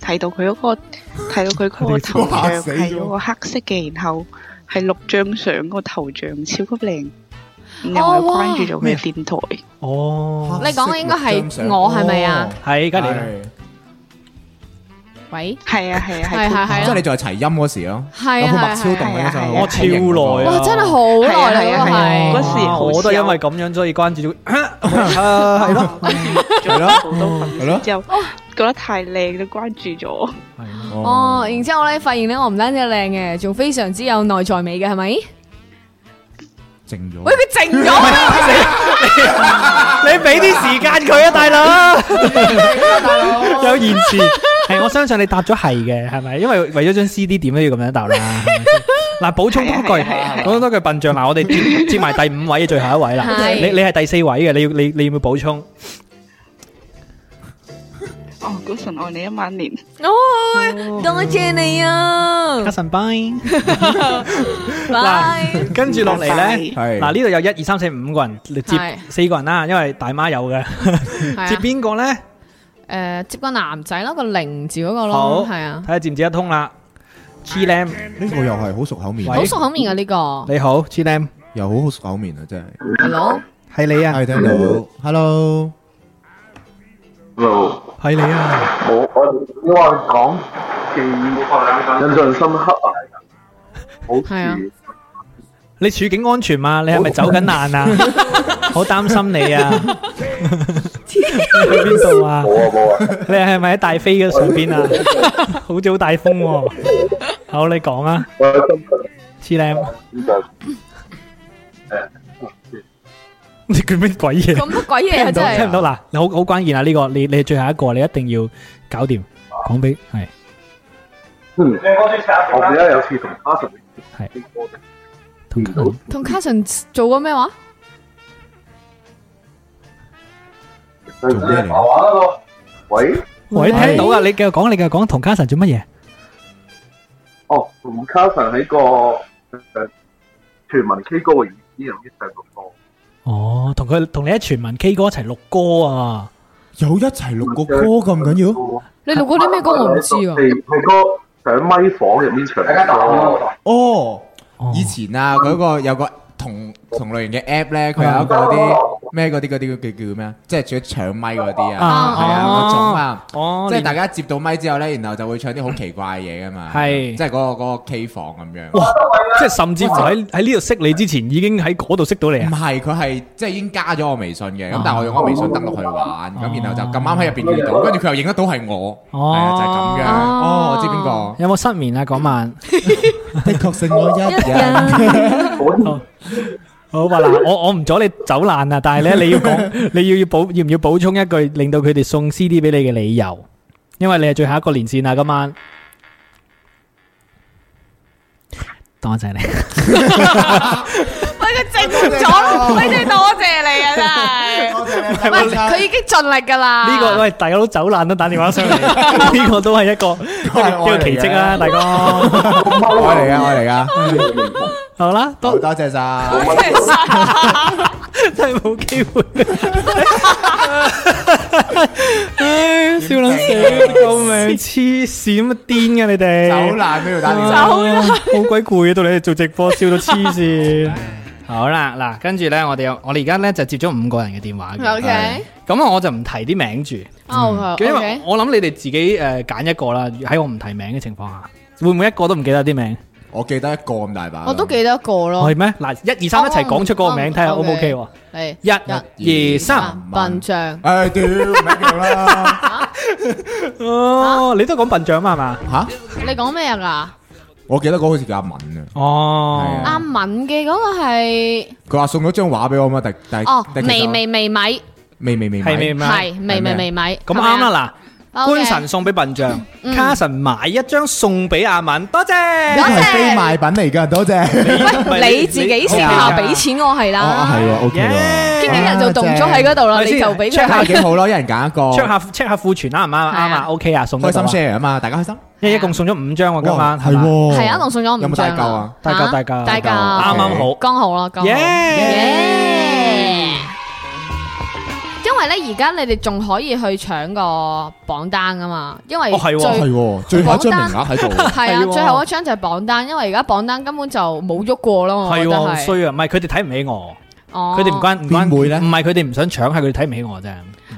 Speaker 9: 睇到佢嗰、個睇到佢嗰個頭像係嗰個黑色嘅，然後係六張相個頭像超級靚，然後我關注咗佢嘅電台，
Speaker 2: 哦，
Speaker 3: 你講嘅應該係我係咪啊？
Speaker 2: 係，梗係你啦。
Speaker 4: 係
Speaker 3: 喂，
Speaker 9: 係啊係啊
Speaker 3: 係係
Speaker 9: 係
Speaker 3: 係
Speaker 4: 即係
Speaker 3: 啊
Speaker 4: 你仲係齊音嗰時咯，
Speaker 3: 係
Speaker 4: 有
Speaker 3: 啊
Speaker 4: 部麥
Speaker 3: 係
Speaker 4: 超
Speaker 3: 啊，
Speaker 4: 動嘅
Speaker 9: 係啊係
Speaker 4: 就
Speaker 9: 啊
Speaker 2: 我超耐啊
Speaker 3: 哇，真係好耐
Speaker 9: 係
Speaker 3: 啦
Speaker 9: 啊係
Speaker 3: 嗰個
Speaker 9: 啊係啊
Speaker 3: 係。
Speaker 9: 時好
Speaker 2: 我都係
Speaker 9: 笑
Speaker 2: 因為咁樣所以關 注咗。啊係咯，
Speaker 9: 係咗好多粉
Speaker 4: 係咯
Speaker 9: 絲之後，覺得太靚都關注咗，
Speaker 2: 係
Speaker 3: 哦，然之後咧，發現咧，我唔單止靚嘅，仲非常之有內在美嘅，係咪？
Speaker 4: 靜咗
Speaker 3: 喂，佢靜咗啊！
Speaker 2: 你俾啲時間佢啊，大佬， 有延遲。係，我相信你答咗係嘅，係咪？因為為咗張 CD 點都要咁樣答啦。係咪先嗱，補充多句
Speaker 9: 係啊係啊係，啊
Speaker 2: 補充多句笨象。嗱，我哋接接埋第五位嘅最後一位啦。
Speaker 3: 係
Speaker 2: 你你係第四位嘅，你要你你要唔要補充？
Speaker 9: 哦，高神愛你一萬年，
Speaker 3: 哦，多謝 你啊，
Speaker 2: Cousin bye
Speaker 3: 拜。
Speaker 2: 跟住落嚟呢，
Speaker 4: 拜拜
Speaker 2: 嗱呢度有一二三四五個人，你接
Speaker 3: 係
Speaker 2: 四個人啦，因為大媽有嘅，
Speaker 3: 係啊
Speaker 2: 接邊個呢？
Speaker 3: 诶，接個男仔咯，個零字嗰個
Speaker 2: 好，
Speaker 3: 咯，係啊
Speaker 2: 睇，下接唔接得通啦。G Lam
Speaker 4: 呢個又係好熟口面，
Speaker 2: 喂
Speaker 3: 好熟口面啊呢個
Speaker 2: 你好，G Lam
Speaker 4: 又好熟口面啊，真係。
Speaker 3: ，hello，
Speaker 2: 係你啊，
Speaker 4: 係聽到，Hello，
Speaker 7: Hello，
Speaker 2: 係你啊，
Speaker 7: 我我你話講記憶印象深刻啊，好
Speaker 3: 係啊
Speaker 7: 似
Speaker 2: 你處境安全嘛？你係咪走緊難 啊？好擔心你啊！你邊度啊？
Speaker 7: 冇啊冇啊，
Speaker 2: 你係咪喺大飛嘅上邊 啊？好似好大風喎！好，你講啊
Speaker 7: 我喺深圳
Speaker 2: ，G Lam，
Speaker 7: 呢度誒。
Speaker 2: 你叫咩鬼嘢？
Speaker 3: 咁乜鬼嘢
Speaker 2: 聽
Speaker 3: 啊
Speaker 2: 唔到，
Speaker 3: 真
Speaker 2: 聽唔
Speaker 3: 係，
Speaker 2: 到嗱，你好好關鍵啊！呢個你你最後一個，你一定要搞掂，講俾係
Speaker 7: 嗯，我記得有次同阿 Sir
Speaker 2: 係
Speaker 7: 傾過嘅，
Speaker 2: 同
Speaker 7: 見到
Speaker 3: 同 Carson 做過咩話？
Speaker 7: 做
Speaker 4: 咩嚟
Speaker 7: 喂，
Speaker 2: 喂，聽到啊！你繼續講，你繼續講，同卡神做乜嘢？
Speaker 7: 哦，同 Carson 喺個誒全民 K 歌嘅意思有啲上個課，
Speaker 2: 哦，同佢同你喺全民 K 歌一齊錄歌啊！
Speaker 4: 有一齊錄個歌咁緊要？
Speaker 3: 你錄過啲咩歌我唔知啊，
Speaker 7: 係係個上咪房入面唱歌，
Speaker 4: 哦，
Speaker 2: 哦
Speaker 4: 以前啊，嗰個有個同同類型嘅 app 咧，佢有一個嗰啲咩嗰啲嗰啲叫叫咩啊？即係除咗搶咪嗰啲
Speaker 2: 啊
Speaker 4: 啊，係啊
Speaker 2: 哦
Speaker 4: 嗰種啊。
Speaker 2: 哦
Speaker 4: 即係大家接到咪之後咧，然後就會唱啲好奇怪嘅嘢噶嘛，
Speaker 2: 係
Speaker 4: 即係嗰個嗰個 K 房咁樣。
Speaker 2: 哇！即係甚至乎喺喺呢度識你之前，已經喺嗰度識到你
Speaker 4: 唔
Speaker 2: 啊！
Speaker 4: 係，佢係即係已經加咗我微信嘅，
Speaker 2: 哦
Speaker 4: 咁但係我用我微信登錄去玩，咁然後就咁啱喺入邊遇到，跟住佢又認得到係我，
Speaker 2: 哦
Speaker 4: 係啊，就係咁樣。
Speaker 3: 哦
Speaker 4: 哦，我知邊 個？
Speaker 2: 有冇失眠啊？嗰晚
Speaker 4: 的確勝我一人。
Speaker 2: 好吧嗱，我我唔阻你走難啊，但係 咧你要講，你要要補要唔要補充一句，令到佢哋送 CD 俾你嘅理由？因為你係最後一個連線啊，今晚。多謝你。
Speaker 3: 喂佢證明 咗咯，喂真係多謝你啊真係，喂佢已經盡力㗎啦，
Speaker 2: 呢個喂，大家都走難啊都打電話上 嚟，呢個都係一個一個奇蹟啊！大 哥，
Speaker 4: 我嚟噶，我嚟噶，
Speaker 2: 好啦，
Speaker 4: 多
Speaker 2: 多
Speaker 4: 多謝晒。
Speaker 2: 真係冇機 會，唉，笑撚死，救命！黐線乜癲嘅你
Speaker 4: 走
Speaker 2: 哋，
Speaker 4: 難都要打電話。
Speaker 2: 走啦，好鬼攰啊！到你哋做直播笑到黐線。 好啦，嗱，跟住咧，我哋有我哋而家咧就接咗五個人嘅電話嘅，
Speaker 3: ，OK，
Speaker 2: 咁我就唔提啲名住。
Speaker 3: 哦
Speaker 2: 因為
Speaker 3: ，OK，
Speaker 2: 我諗你哋自己诶拣一個啦，喺我唔提名嘅情況下，會唔會一個都唔記得啲名？
Speaker 4: 我記得一個咁大把。
Speaker 3: 我都記得一個咯
Speaker 2: 係，咩？嗱，一二三一齊講出嗰個名，
Speaker 3: 哦
Speaker 2: 睇下 O 唔 O K
Speaker 3: ，OK
Speaker 2: 喎。
Speaker 3: 嚟
Speaker 2: 一、二、三，
Speaker 3: 啊笨象，
Speaker 4: 唉，屌，唔緊要啦。
Speaker 2: 哦，你都講笨象嘛係嘛？
Speaker 4: 吓，
Speaker 3: 你講咩啊？
Speaker 4: 我記得嗰個好似叫阿敏啊。
Speaker 2: 哦
Speaker 4: 係
Speaker 3: 阿敏嘅嗰個係
Speaker 4: 佢話送咗張畫俾我嘛，但但
Speaker 3: 哦
Speaker 4: 但其實
Speaker 3: 微微微米。
Speaker 4: 微微微
Speaker 2: 係咪咪？
Speaker 3: 系微微微米，
Speaker 2: 咁
Speaker 3: 係咪啊
Speaker 2: 啱。啦嗱，官
Speaker 3: OK
Speaker 2: 神送俾笨象，
Speaker 3: 嗯
Speaker 2: 卡神買一張送俾阿敏，多
Speaker 4: 呢
Speaker 2: 謝。
Speaker 4: 個係非賣品嚟㗎，多謝。
Speaker 2: 唔係
Speaker 3: 你自己私下俾錢我係
Speaker 4: 哦，
Speaker 3: 啦，
Speaker 4: 係喎，OK Ờ, 喎。
Speaker 3: 經紀人就動咗喺嗰度啦，
Speaker 2: 係先
Speaker 3: 你就俾
Speaker 2: check 下
Speaker 4: 啊，
Speaker 3: 佢。
Speaker 4: 幾好咯，一人揀一個。
Speaker 2: check 下 check 下庫存啱唔啱啊？
Speaker 3: 係啊
Speaker 2: 啱啊，OK à 啊，送得
Speaker 4: 開
Speaker 2: 到
Speaker 4: 心
Speaker 2: 啊
Speaker 4: share 啊嘛，大家開心。
Speaker 2: 一一共送咗五張喎，今晚
Speaker 4: 係
Speaker 2: 嘛
Speaker 4: 喎，
Speaker 3: 係啊，我送咗
Speaker 4: 有
Speaker 3: 五
Speaker 4: 冇大
Speaker 3: 張
Speaker 4: 嚿啊
Speaker 3: 啦，
Speaker 2: 大嚿
Speaker 3: 啊
Speaker 2: 大嚿
Speaker 3: 大嚿，
Speaker 2: 啱啱好
Speaker 3: 剛好啦，剛好。
Speaker 2: 耶
Speaker 3: Yeah 因為咧，而家你哋仲可以去搶個榜單噶嘛，因為
Speaker 2: 哦係喎
Speaker 3: 最
Speaker 4: 係喎，最後一張名額喺度。
Speaker 3: 係
Speaker 2: 係
Speaker 3: 啊，
Speaker 2: 喎
Speaker 3: 最後一張就係榜單，因為而家榜單根本就冇喐過咯，我
Speaker 2: 係
Speaker 3: 覺得
Speaker 2: 喎，
Speaker 3: 係。
Speaker 2: 衰啊！唔係佢哋睇唔起我，
Speaker 3: 哦
Speaker 2: 佢哋唔關唔關
Speaker 4: 邊會呢
Speaker 2: 唔係佢哋唔想搶，係佢哋睇唔起我啫。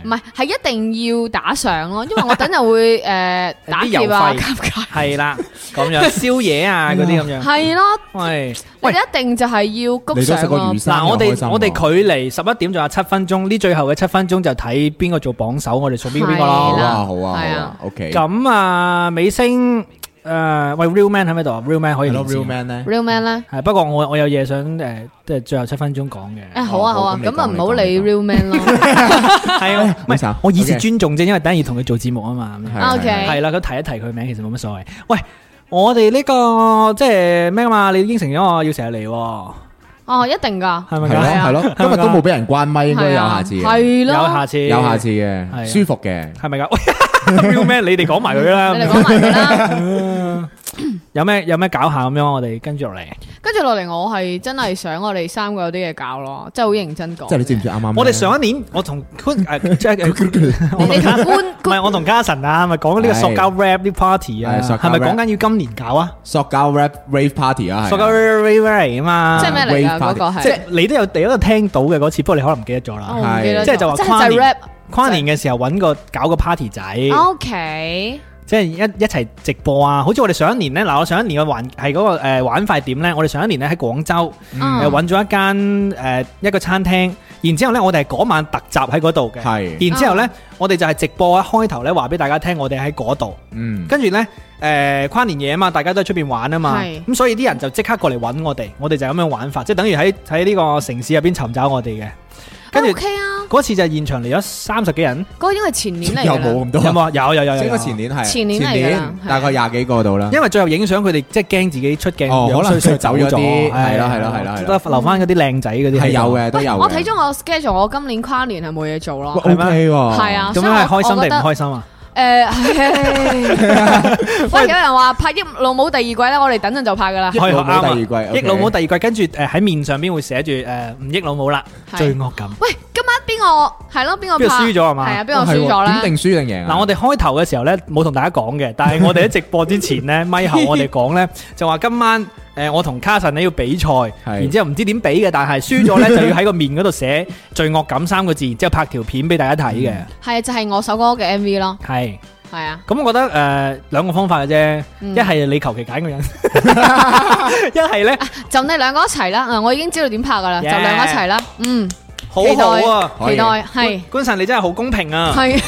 Speaker 3: 唔係，係一定要打賞咯，因為我等陣會誒
Speaker 2: 有啲
Speaker 3: 打劫啊、
Speaker 2: 郵費
Speaker 3: 夾價，
Speaker 2: 係啦，咁樣宵夜啊嗰啲咁樣。
Speaker 3: 係咯，
Speaker 2: 喂，
Speaker 3: 你
Speaker 2: 喂
Speaker 3: 一定就係要谷
Speaker 4: 你都食
Speaker 3: 賞
Speaker 4: 過
Speaker 3: 咯
Speaker 4: 魚。生
Speaker 2: 嗱，我
Speaker 4: 又開心
Speaker 2: 哋
Speaker 4: 喎
Speaker 2: 我哋距離十一點仲有七分鐘，呢最後嘅七分鐘就睇邊個做榜首，我哋送邊個邊個
Speaker 4: 好
Speaker 3: 係
Speaker 2: 咯
Speaker 3: 啦。
Speaker 4: 啊，好啊，好
Speaker 3: 係
Speaker 4: 啊
Speaker 3: 啊
Speaker 4: ，OK。
Speaker 2: 咁啊，美星誒，喂，Real Man 喺咪度啊？Real Man 可以
Speaker 4: 係
Speaker 2: 連
Speaker 4: 咯，real
Speaker 2: 線。
Speaker 4: man 咧，
Speaker 3: Real Man 咧，
Speaker 2: 係不過我我有嘢想誒，即係最後七分鐘講嘅。
Speaker 3: 誒好啊
Speaker 4: 好
Speaker 3: 好啊，
Speaker 4: 咁你
Speaker 3: 咁啊
Speaker 4: 講
Speaker 3: 唔好理
Speaker 4: 你講
Speaker 3: Real Man 咯。
Speaker 2: 係啊，唔
Speaker 4: 冇
Speaker 2: 係
Speaker 4: 錯
Speaker 2: 我以示
Speaker 4: OK
Speaker 2: 尊重啫，因為等陣要同佢做節目啊嘛。咁樣
Speaker 4: 係
Speaker 3: OK
Speaker 4: 係
Speaker 2: 係啦，咁提一提佢名其實冇乜所謂。喂，我哋呢個即係咩啊嘛？你應承咗我要成日嚟喎，
Speaker 3: 哦，一定噶，
Speaker 2: 係咪
Speaker 4: 係
Speaker 2: 㗎？
Speaker 4: 咯，係咯，今日都冇俾人關咪，應該有
Speaker 3: 係
Speaker 4: 下
Speaker 3: 啊，
Speaker 4: 次嘅，
Speaker 3: 係
Speaker 2: 有
Speaker 3: 咯，
Speaker 2: 下次，
Speaker 4: 有下次
Speaker 2: 係啊
Speaker 4: 嘅，舒服嘅。
Speaker 2: 係咪㗎？喂， 要咩？你哋講埋佢啦。
Speaker 3: 你哋講埋佢啦。
Speaker 2: 有咩有咩搞下咁樣，我哋跟住落嚟。
Speaker 3: 跟住落嚟，我係真係想我哋三個有啲嘢搞咯，即係好認真講。
Speaker 4: 即係你知唔知啱啱？
Speaker 2: 我哋上一年我同诶即係我
Speaker 3: 你
Speaker 2: 同
Speaker 3: 同
Speaker 2: 嘉
Speaker 3: 官
Speaker 2: 唔係我同嘉臣啊，咪講呢個塑膠 rap 啲 party 啊，
Speaker 4: 係塑膠
Speaker 2: 係咪
Speaker 4: rap
Speaker 2: 講緊要今年搞啊？
Speaker 4: 塑膠 rap rave party 啊，係啊
Speaker 2: 塑膠 rap rap 啊嘛，
Speaker 3: 即係咩嚟
Speaker 4: wave
Speaker 3: 噶？嗰
Speaker 4: party，
Speaker 3: 個係
Speaker 2: 即係你都有你都有聽到嘅嗰次，不過你可能唔記得咗
Speaker 3: 哦
Speaker 2: 啦。
Speaker 3: 我唔記得咗，
Speaker 2: 即係就話
Speaker 3: 即
Speaker 2: 跨
Speaker 3: 係就係
Speaker 2: 年
Speaker 3: rap。
Speaker 2: 跨年嘅時候揾個搞個 party 仔，
Speaker 3: O K，
Speaker 2: 即係一一齊直播啊！好似我哋上一年呢，嗱我上一年嘅環係嗰個誒玩法點呢？我哋上一年呢喺廣州誒
Speaker 3: 嗯
Speaker 2: 揾咗一間誒一個餐廳，然之後呢，我哋係嗰晚特集喺嗰度嘅，
Speaker 4: 係
Speaker 2: 然之
Speaker 3: 嗯
Speaker 2: 後呢，我哋就係直播一開頭呢話俾大家聽，我哋喺嗰度。
Speaker 4: 嗯
Speaker 2: 跟住呢，誒、跨年夜啊嘛，大家都喺出邊玩啊嘛，
Speaker 3: 係
Speaker 2: 咁所以啲人就即刻過嚟揾我哋，我哋就咁樣玩法，即係等於喺喺呢個城市入邊尋找我哋嘅。跟住
Speaker 3: O K 啊，
Speaker 2: 嗰次就現場嚟咗三十幾人，
Speaker 3: 嗰個應該係前年嚟㗎
Speaker 4: 又
Speaker 3: 啦
Speaker 4: 冇咁
Speaker 2: 有
Speaker 4: 多，
Speaker 2: 冇啊？有有有有
Speaker 4: 應
Speaker 2: 有
Speaker 4: 該前年係
Speaker 3: 前年嚟㗎啦係啊
Speaker 4: 大概廿幾個度啦。
Speaker 2: 因為最後影相佢哋即係驚自己出鏡，
Speaker 4: 哦
Speaker 2: 樣
Speaker 4: 可能
Speaker 2: 衰衰
Speaker 4: 佢走咗啲
Speaker 2: 唉
Speaker 4: 係啦係啦係啦係啦
Speaker 2: 得留翻嗰啲靚仔嗰啲
Speaker 4: 係有，嘅，都
Speaker 3: 喂
Speaker 4: 有嘅。
Speaker 3: 我睇咗我 schedule，我今年跨年係冇嘢做咯。
Speaker 4: 喂，OK 喎，
Speaker 3: 係啊
Speaker 2: 咁
Speaker 3: 所以
Speaker 2: 樣係
Speaker 3: 我
Speaker 2: 開心定唔
Speaker 3: 我
Speaker 2: 開心啊？
Speaker 3: 诶，喂，有人話拍《英老母》第二季咧，我哋等陣就拍噶啦
Speaker 4: 益。
Speaker 2: 開學
Speaker 4: 老母
Speaker 2: 啱啊
Speaker 4: 第二季
Speaker 2: 益
Speaker 4: OK
Speaker 2: 老母第二季，跟住呃誒喺面上邊會寫住誒唔益老母啦，
Speaker 3: 係
Speaker 2: 罪惡感。
Speaker 3: 喂，今晚邊個係咯？邊個
Speaker 2: 邊個
Speaker 3: 拍？
Speaker 2: 輸咗係嘛
Speaker 3: 係啊，邊個輸咗
Speaker 4: 點
Speaker 3: 咧？
Speaker 4: 定輸定贏啊？
Speaker 2: 嗱，我哋開頭嘅時候咧冇同大家講嘅，但係我哋喺直播之前咧，咪後我哋講咧就話今晚誒我同卡神咧要比賽，然之後唔知點比嘅，但係輸咗咧就要喺個面嗰度寫罪惡感三個字，然之後拍條片俾大家睇嘅，
Speaker 3: 係啊，就係我首歌嘅 MV 咯。
Speaker 2: 係。
Speaker 3: 係啊，
Speaker 2: 咁我覺得誒呃兩個方法嘅啫，
Speaker 3: 嗯
Speaker 2: 一係你求其揀個 人，一係咧
Speaker 3: 就你兩個一齊啦。啊我已經知道點拍噶啦，就
Speaker 2: Yeah
Speaker 3: 兩個一齊啦。嗯，
Speaker 2: 好
Speaker 3: 期待
Speaker 2: 好啊！
Speaker 4: 可
Speaker 3: 期
Speaker 4: 以
Speaker 3: 待係
Speaker 2: 官神你真係好公平啊！
Speaker 3: 係。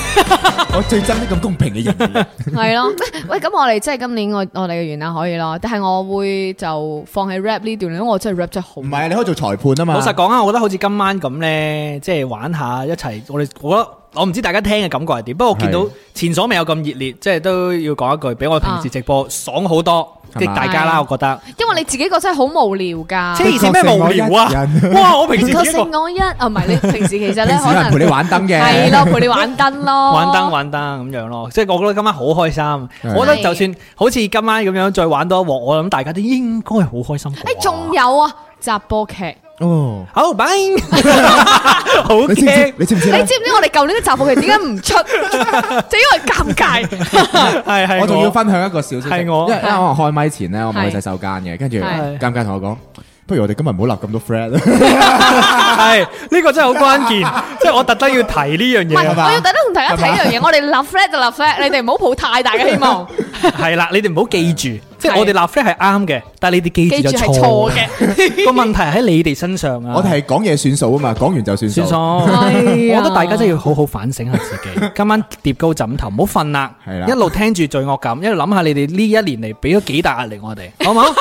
Speaker 4: 我最憎啲咁公平 嘅人。
Speaker 3: 系咯，喂，咁我哋即系今年我我哋嘅元旦可以咯，但系我會就放喺 rap 呢段，因為我真係 rap 真係好。
Speaker 4: 唔係，你可以做裁判啊嘛。
Speaker 2: 老實講啊，我覺得好似今晚咁呢，即係玩下一齊，我哋我覺得我唔知大家聽嘅感覺係點，不過我見到
Speaker 4: 係
Speaker 2: 前所未有咁熱烈，即係都要講一句，比我平時直播爽好多，
Speaker 4: 係嘛
Speaker 2: 激大家啦，我覺得。
Speaker 3: 因為你自己個真係好無聊㗎。
Speaker 2: 黐線咩無聊啊
Speaker 4: 的確勝我一！人
Speaker 2: 哇，我平
Speaker 3: 唔
Speaker 2: 時
Speaker 3: 夠
Speaker 2: 自己一個
Speaker 3: 性我一啊，唔係 你平時其實咧
Speaker 4: 平時
Speaker 3: 可
Speaker 4: 有人陪你
Speaker 3: 能
Speaker 4: 玩燈嘅，
Speaker 3: 係咯，陪你玩燈咯，
Speaker 2: 玩燈玩燈咁樣咯，即係我覺得今晚好開心。
Speaker 4: 係
Speaker 2: 我覺得就算好似今晚咁樣再玩多一鑊，我諗大家都應該好開心。
Speaker 3: 誒，仲有啊，集播劇，
Speaker 4: 哦，
Speaker 2: 好，拜， 好
Speaker 4: 你知唔
Speaker 2: 驚
Speaker 4: 知？。你知唔知
Speaker 3: 你
Speaker 4: 呢？
Speaker 3: 知唔知我哋舊年嘅集播劇點解唔 出？就因為尷尬。
Speaker 2: 係係，
Speaker 4: 我仲要分享一個小消息，
Speaker 2: 係我
Speaker 4: 因為因為我開麥前咧，我咪
Speaker 3: 係
Speaker 4: 去洗手間嘅，跟住
Speaker 3: 係
Speaker 4: 尷尬同我講，不如我哋今日唔好立咁多 friend 啦。
Speaker 2: 係呢個真係好關鍵，即係我特登要提呢樣
Speaker 3: 唔
Speaker 2: 嘢
Speaker 3: 係，
Speaker 2: 啊嘛
Speaker 3: 我要特登同大家睇一樣嘢，我哋立 flag 就立 flag，你哋唔好抱太大嘅希 望，
Speaker 2: 係啦，你哋唔好記住，即係
Speaker 3: 係啊
Speaker 2: 我哋立 flag 係啱嘅，但係你哋記
Speaker 3: 記
Speaker 2: 住
Speaker 3: 住
Speaker 2: 就
Speaker 3: 係
Speaker 2: 錯
Speaker 3: 錯
Speaker 2: 嘅。
Speaker 3: 嘅。
Speaker 2: 個問題喺你哋身上啊！
Speaker 4: 我哋係講嘢算數啊嘛，講完就算數
Speaker 2: 算。數，
Speaker 3: 係
Speaker 2: 我
Speaker 3: 啊
Speaker 2: 覺得大家真係要好好反省下自 己。今晚疊高枕頭，唔好瞓啦
Speaker 4: 係，啦
Speaker 2: 一路聽住罪惡感，一路諗下你哋呢一年嚟俾咗幾大壓力我哋，好唔 好？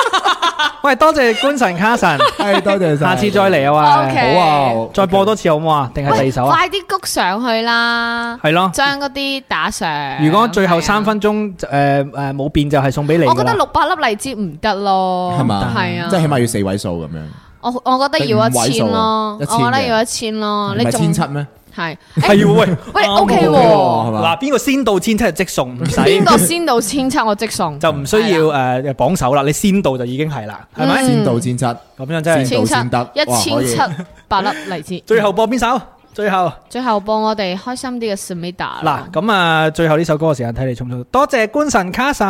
Speaker 2: 喂，多謝官神卡神，
Speaker 4: 係多謝晒
Speaker 2: 下次再嚟啊
Speaker 3: OK
Speaker 2: 喂，
Speaker 4: 好啊，
Speaker 2: 再播多次好唔好啊？定係第二
Speaker 3: 喂，
Speaker 2: 首啊？
Speaker 3: 快啲谷上去啦！
Speaker 2: 係咯，
Speaker 3: 將嗰啲打上。
Speaker 2: 如果最後
Speaker 3: 係啊
Speaker 2: 三，分鐘誒誒冇變，就係送俾你㗎啦。
Speaker 3: 我覺得六百粒荔枝唔得咯，
Speaker 4: 係嘛
Speaker 3: 係啊，
Speaker 4: 即係起碼要四位數咁樣，
Speaker 3: 我我覺得要一千咯，我
Speaker 4: 定五位數
Speaker 3: 覺
Speaker 4: 啊一千
Speaker 3: 得
Speaker 4: 嘅
Speaker 3: 要一千咯，
Speaker 4: 唔
Speaker 3: 你
Speaker 4: 係
Speaker 3: 仲
Speaker 4: 千七咩？
Speaker 3: 係 哎
Speaker 2: 係
Speaker 3: 誒
Speaker 2: 喎喂，
Speaker 3: 喂
Speaker 2: 啱
Speaker 3: OK
Speaker 4: 喎
Speaker 3: 喎，
Speaker 4: 係嘛
Speaker 2: 嗱，邊個先到千七就即送，唔使
Speaker 3: 邊個先到千七我即送，啊
Speaker 2: 就唔需要诶榜首啦，你先到就已經係啦，係咪？
Speaker 3: 嗯
Speaker 4: 先到千七，
Speaker 2: 咁樣真係。
Speaker 3: 千
Speaker 4: 先到
Speaker 3: 七
Speaker 4: 先得
Speaker 3: 一
Speaker 4: 哇可
Speaker 3: 千
Speaker 4: 以
Speaker 3: 七百粒荔枝。
Speaker 2: 最後播邊首？最後
Speaker 3: 最後幫我哋開心啲嘅 Smita
Speaker 2: 嗱，，咁啊，最後呢首歌嘅時間睇你充唔充？多謝官神卡神，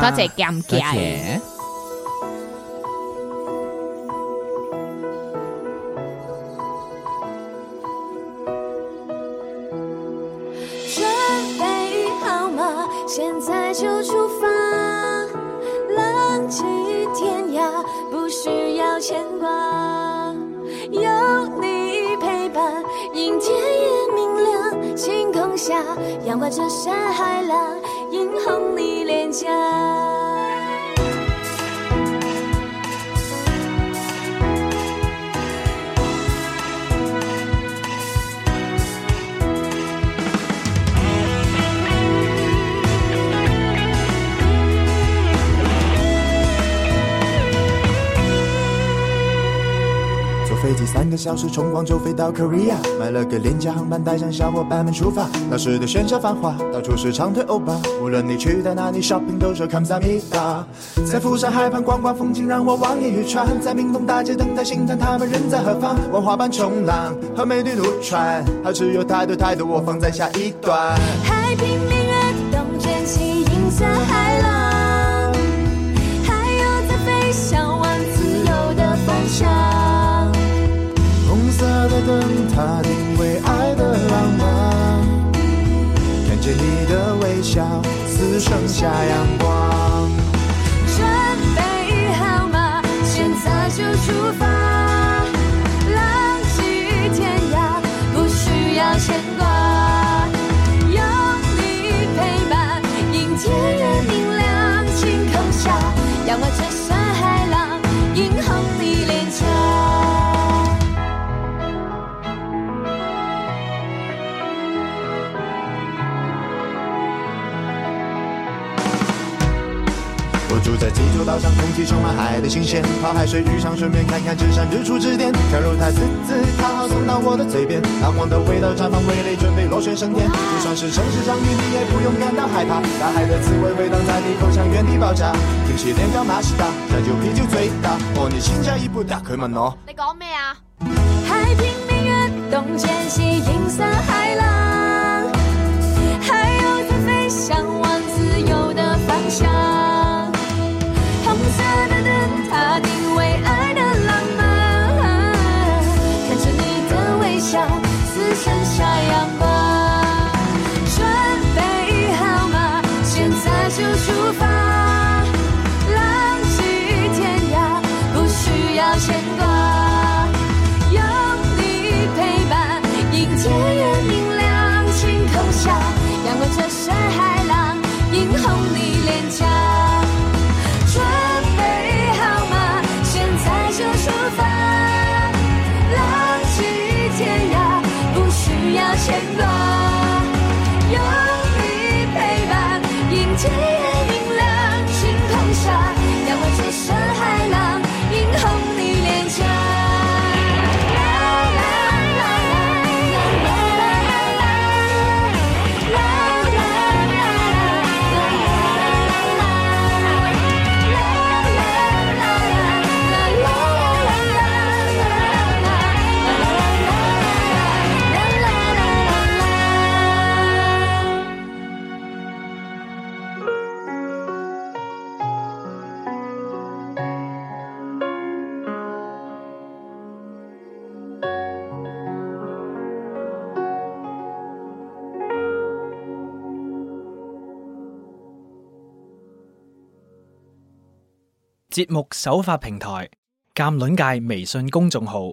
Speaker 3: 多謝尷
Speaker 4: 多
Speaker 3: 尬。
Speaker 4: 謝。
Speaker 5: 准备好吗？现在就出发，浪迹天涯，不需要牵挂。有你陪伴，阴天也明亮。星空下，阳光折射海浪，映红你脸颊。
Speaker 6: 坐飞机三个小时从广州飞到 Korea，买了个廉价航班，带上小伙伴们出发。那时的喧嚣繁华，到处是长腿欧巴，无论你去到哪里 shopping 都说 Come s a m i d a 在釜山海畔观光风景让我望眼欲穿，在明洞大街等待星探他们人在何方？玩滑板冲浪和美女撸串，好吃有太多太多，我放在下一段。
Speaker 5: 海边明日当卷起银色海浪，还有在飞向往自由的方向。
Speaker 6: 红色的灯塔定位爱的浪漫，看着你的微笑，似盛夏阳光。
Speaker 5: 准备好吗？现在就出发，浪迹天涯，不需要牵挂，有你陪伴，迎天月明亮，晴空下，仰望这山海浪，映红你脸颊。
Speaker 6: 我住在济州岛上，空气充满海的新鲜，泡海水浴场，顺便看看至上日出之巅。跳入它滋滋刚好送到我的嘴边，难忘的味道绽放味蕾，准备螺旋升天。就算是城市相遇，你也不用感到害怕，大海的滋味回荡在你口腔，原地爆炸。冰淇淋刚拿西达，下酒啤酒最大，哦，你心下一步打开门哦。
Speaker 3: 你講咩啊？
Speaker 5: 海平明月洞见起银色海浪，还有在飞向往自由的方向。红色的灯塔定位爱的浪漫，看着你的微笑，似盛夏阳光。准备好吗？现在就出发，浪迹天涯，不需要牵挂。有你陪伴，迎天月明亮，晴空下，仰望这山海浪，映红你脸颊。准备好吗？现在就出发，浪迹天涯，不需要牵挂。有你陪伴，迎天月明亮，晴空下，仰望这山海浪，映红你脸颊。
Speaker 2: 节目首发平台：鉴卵界微信公众号。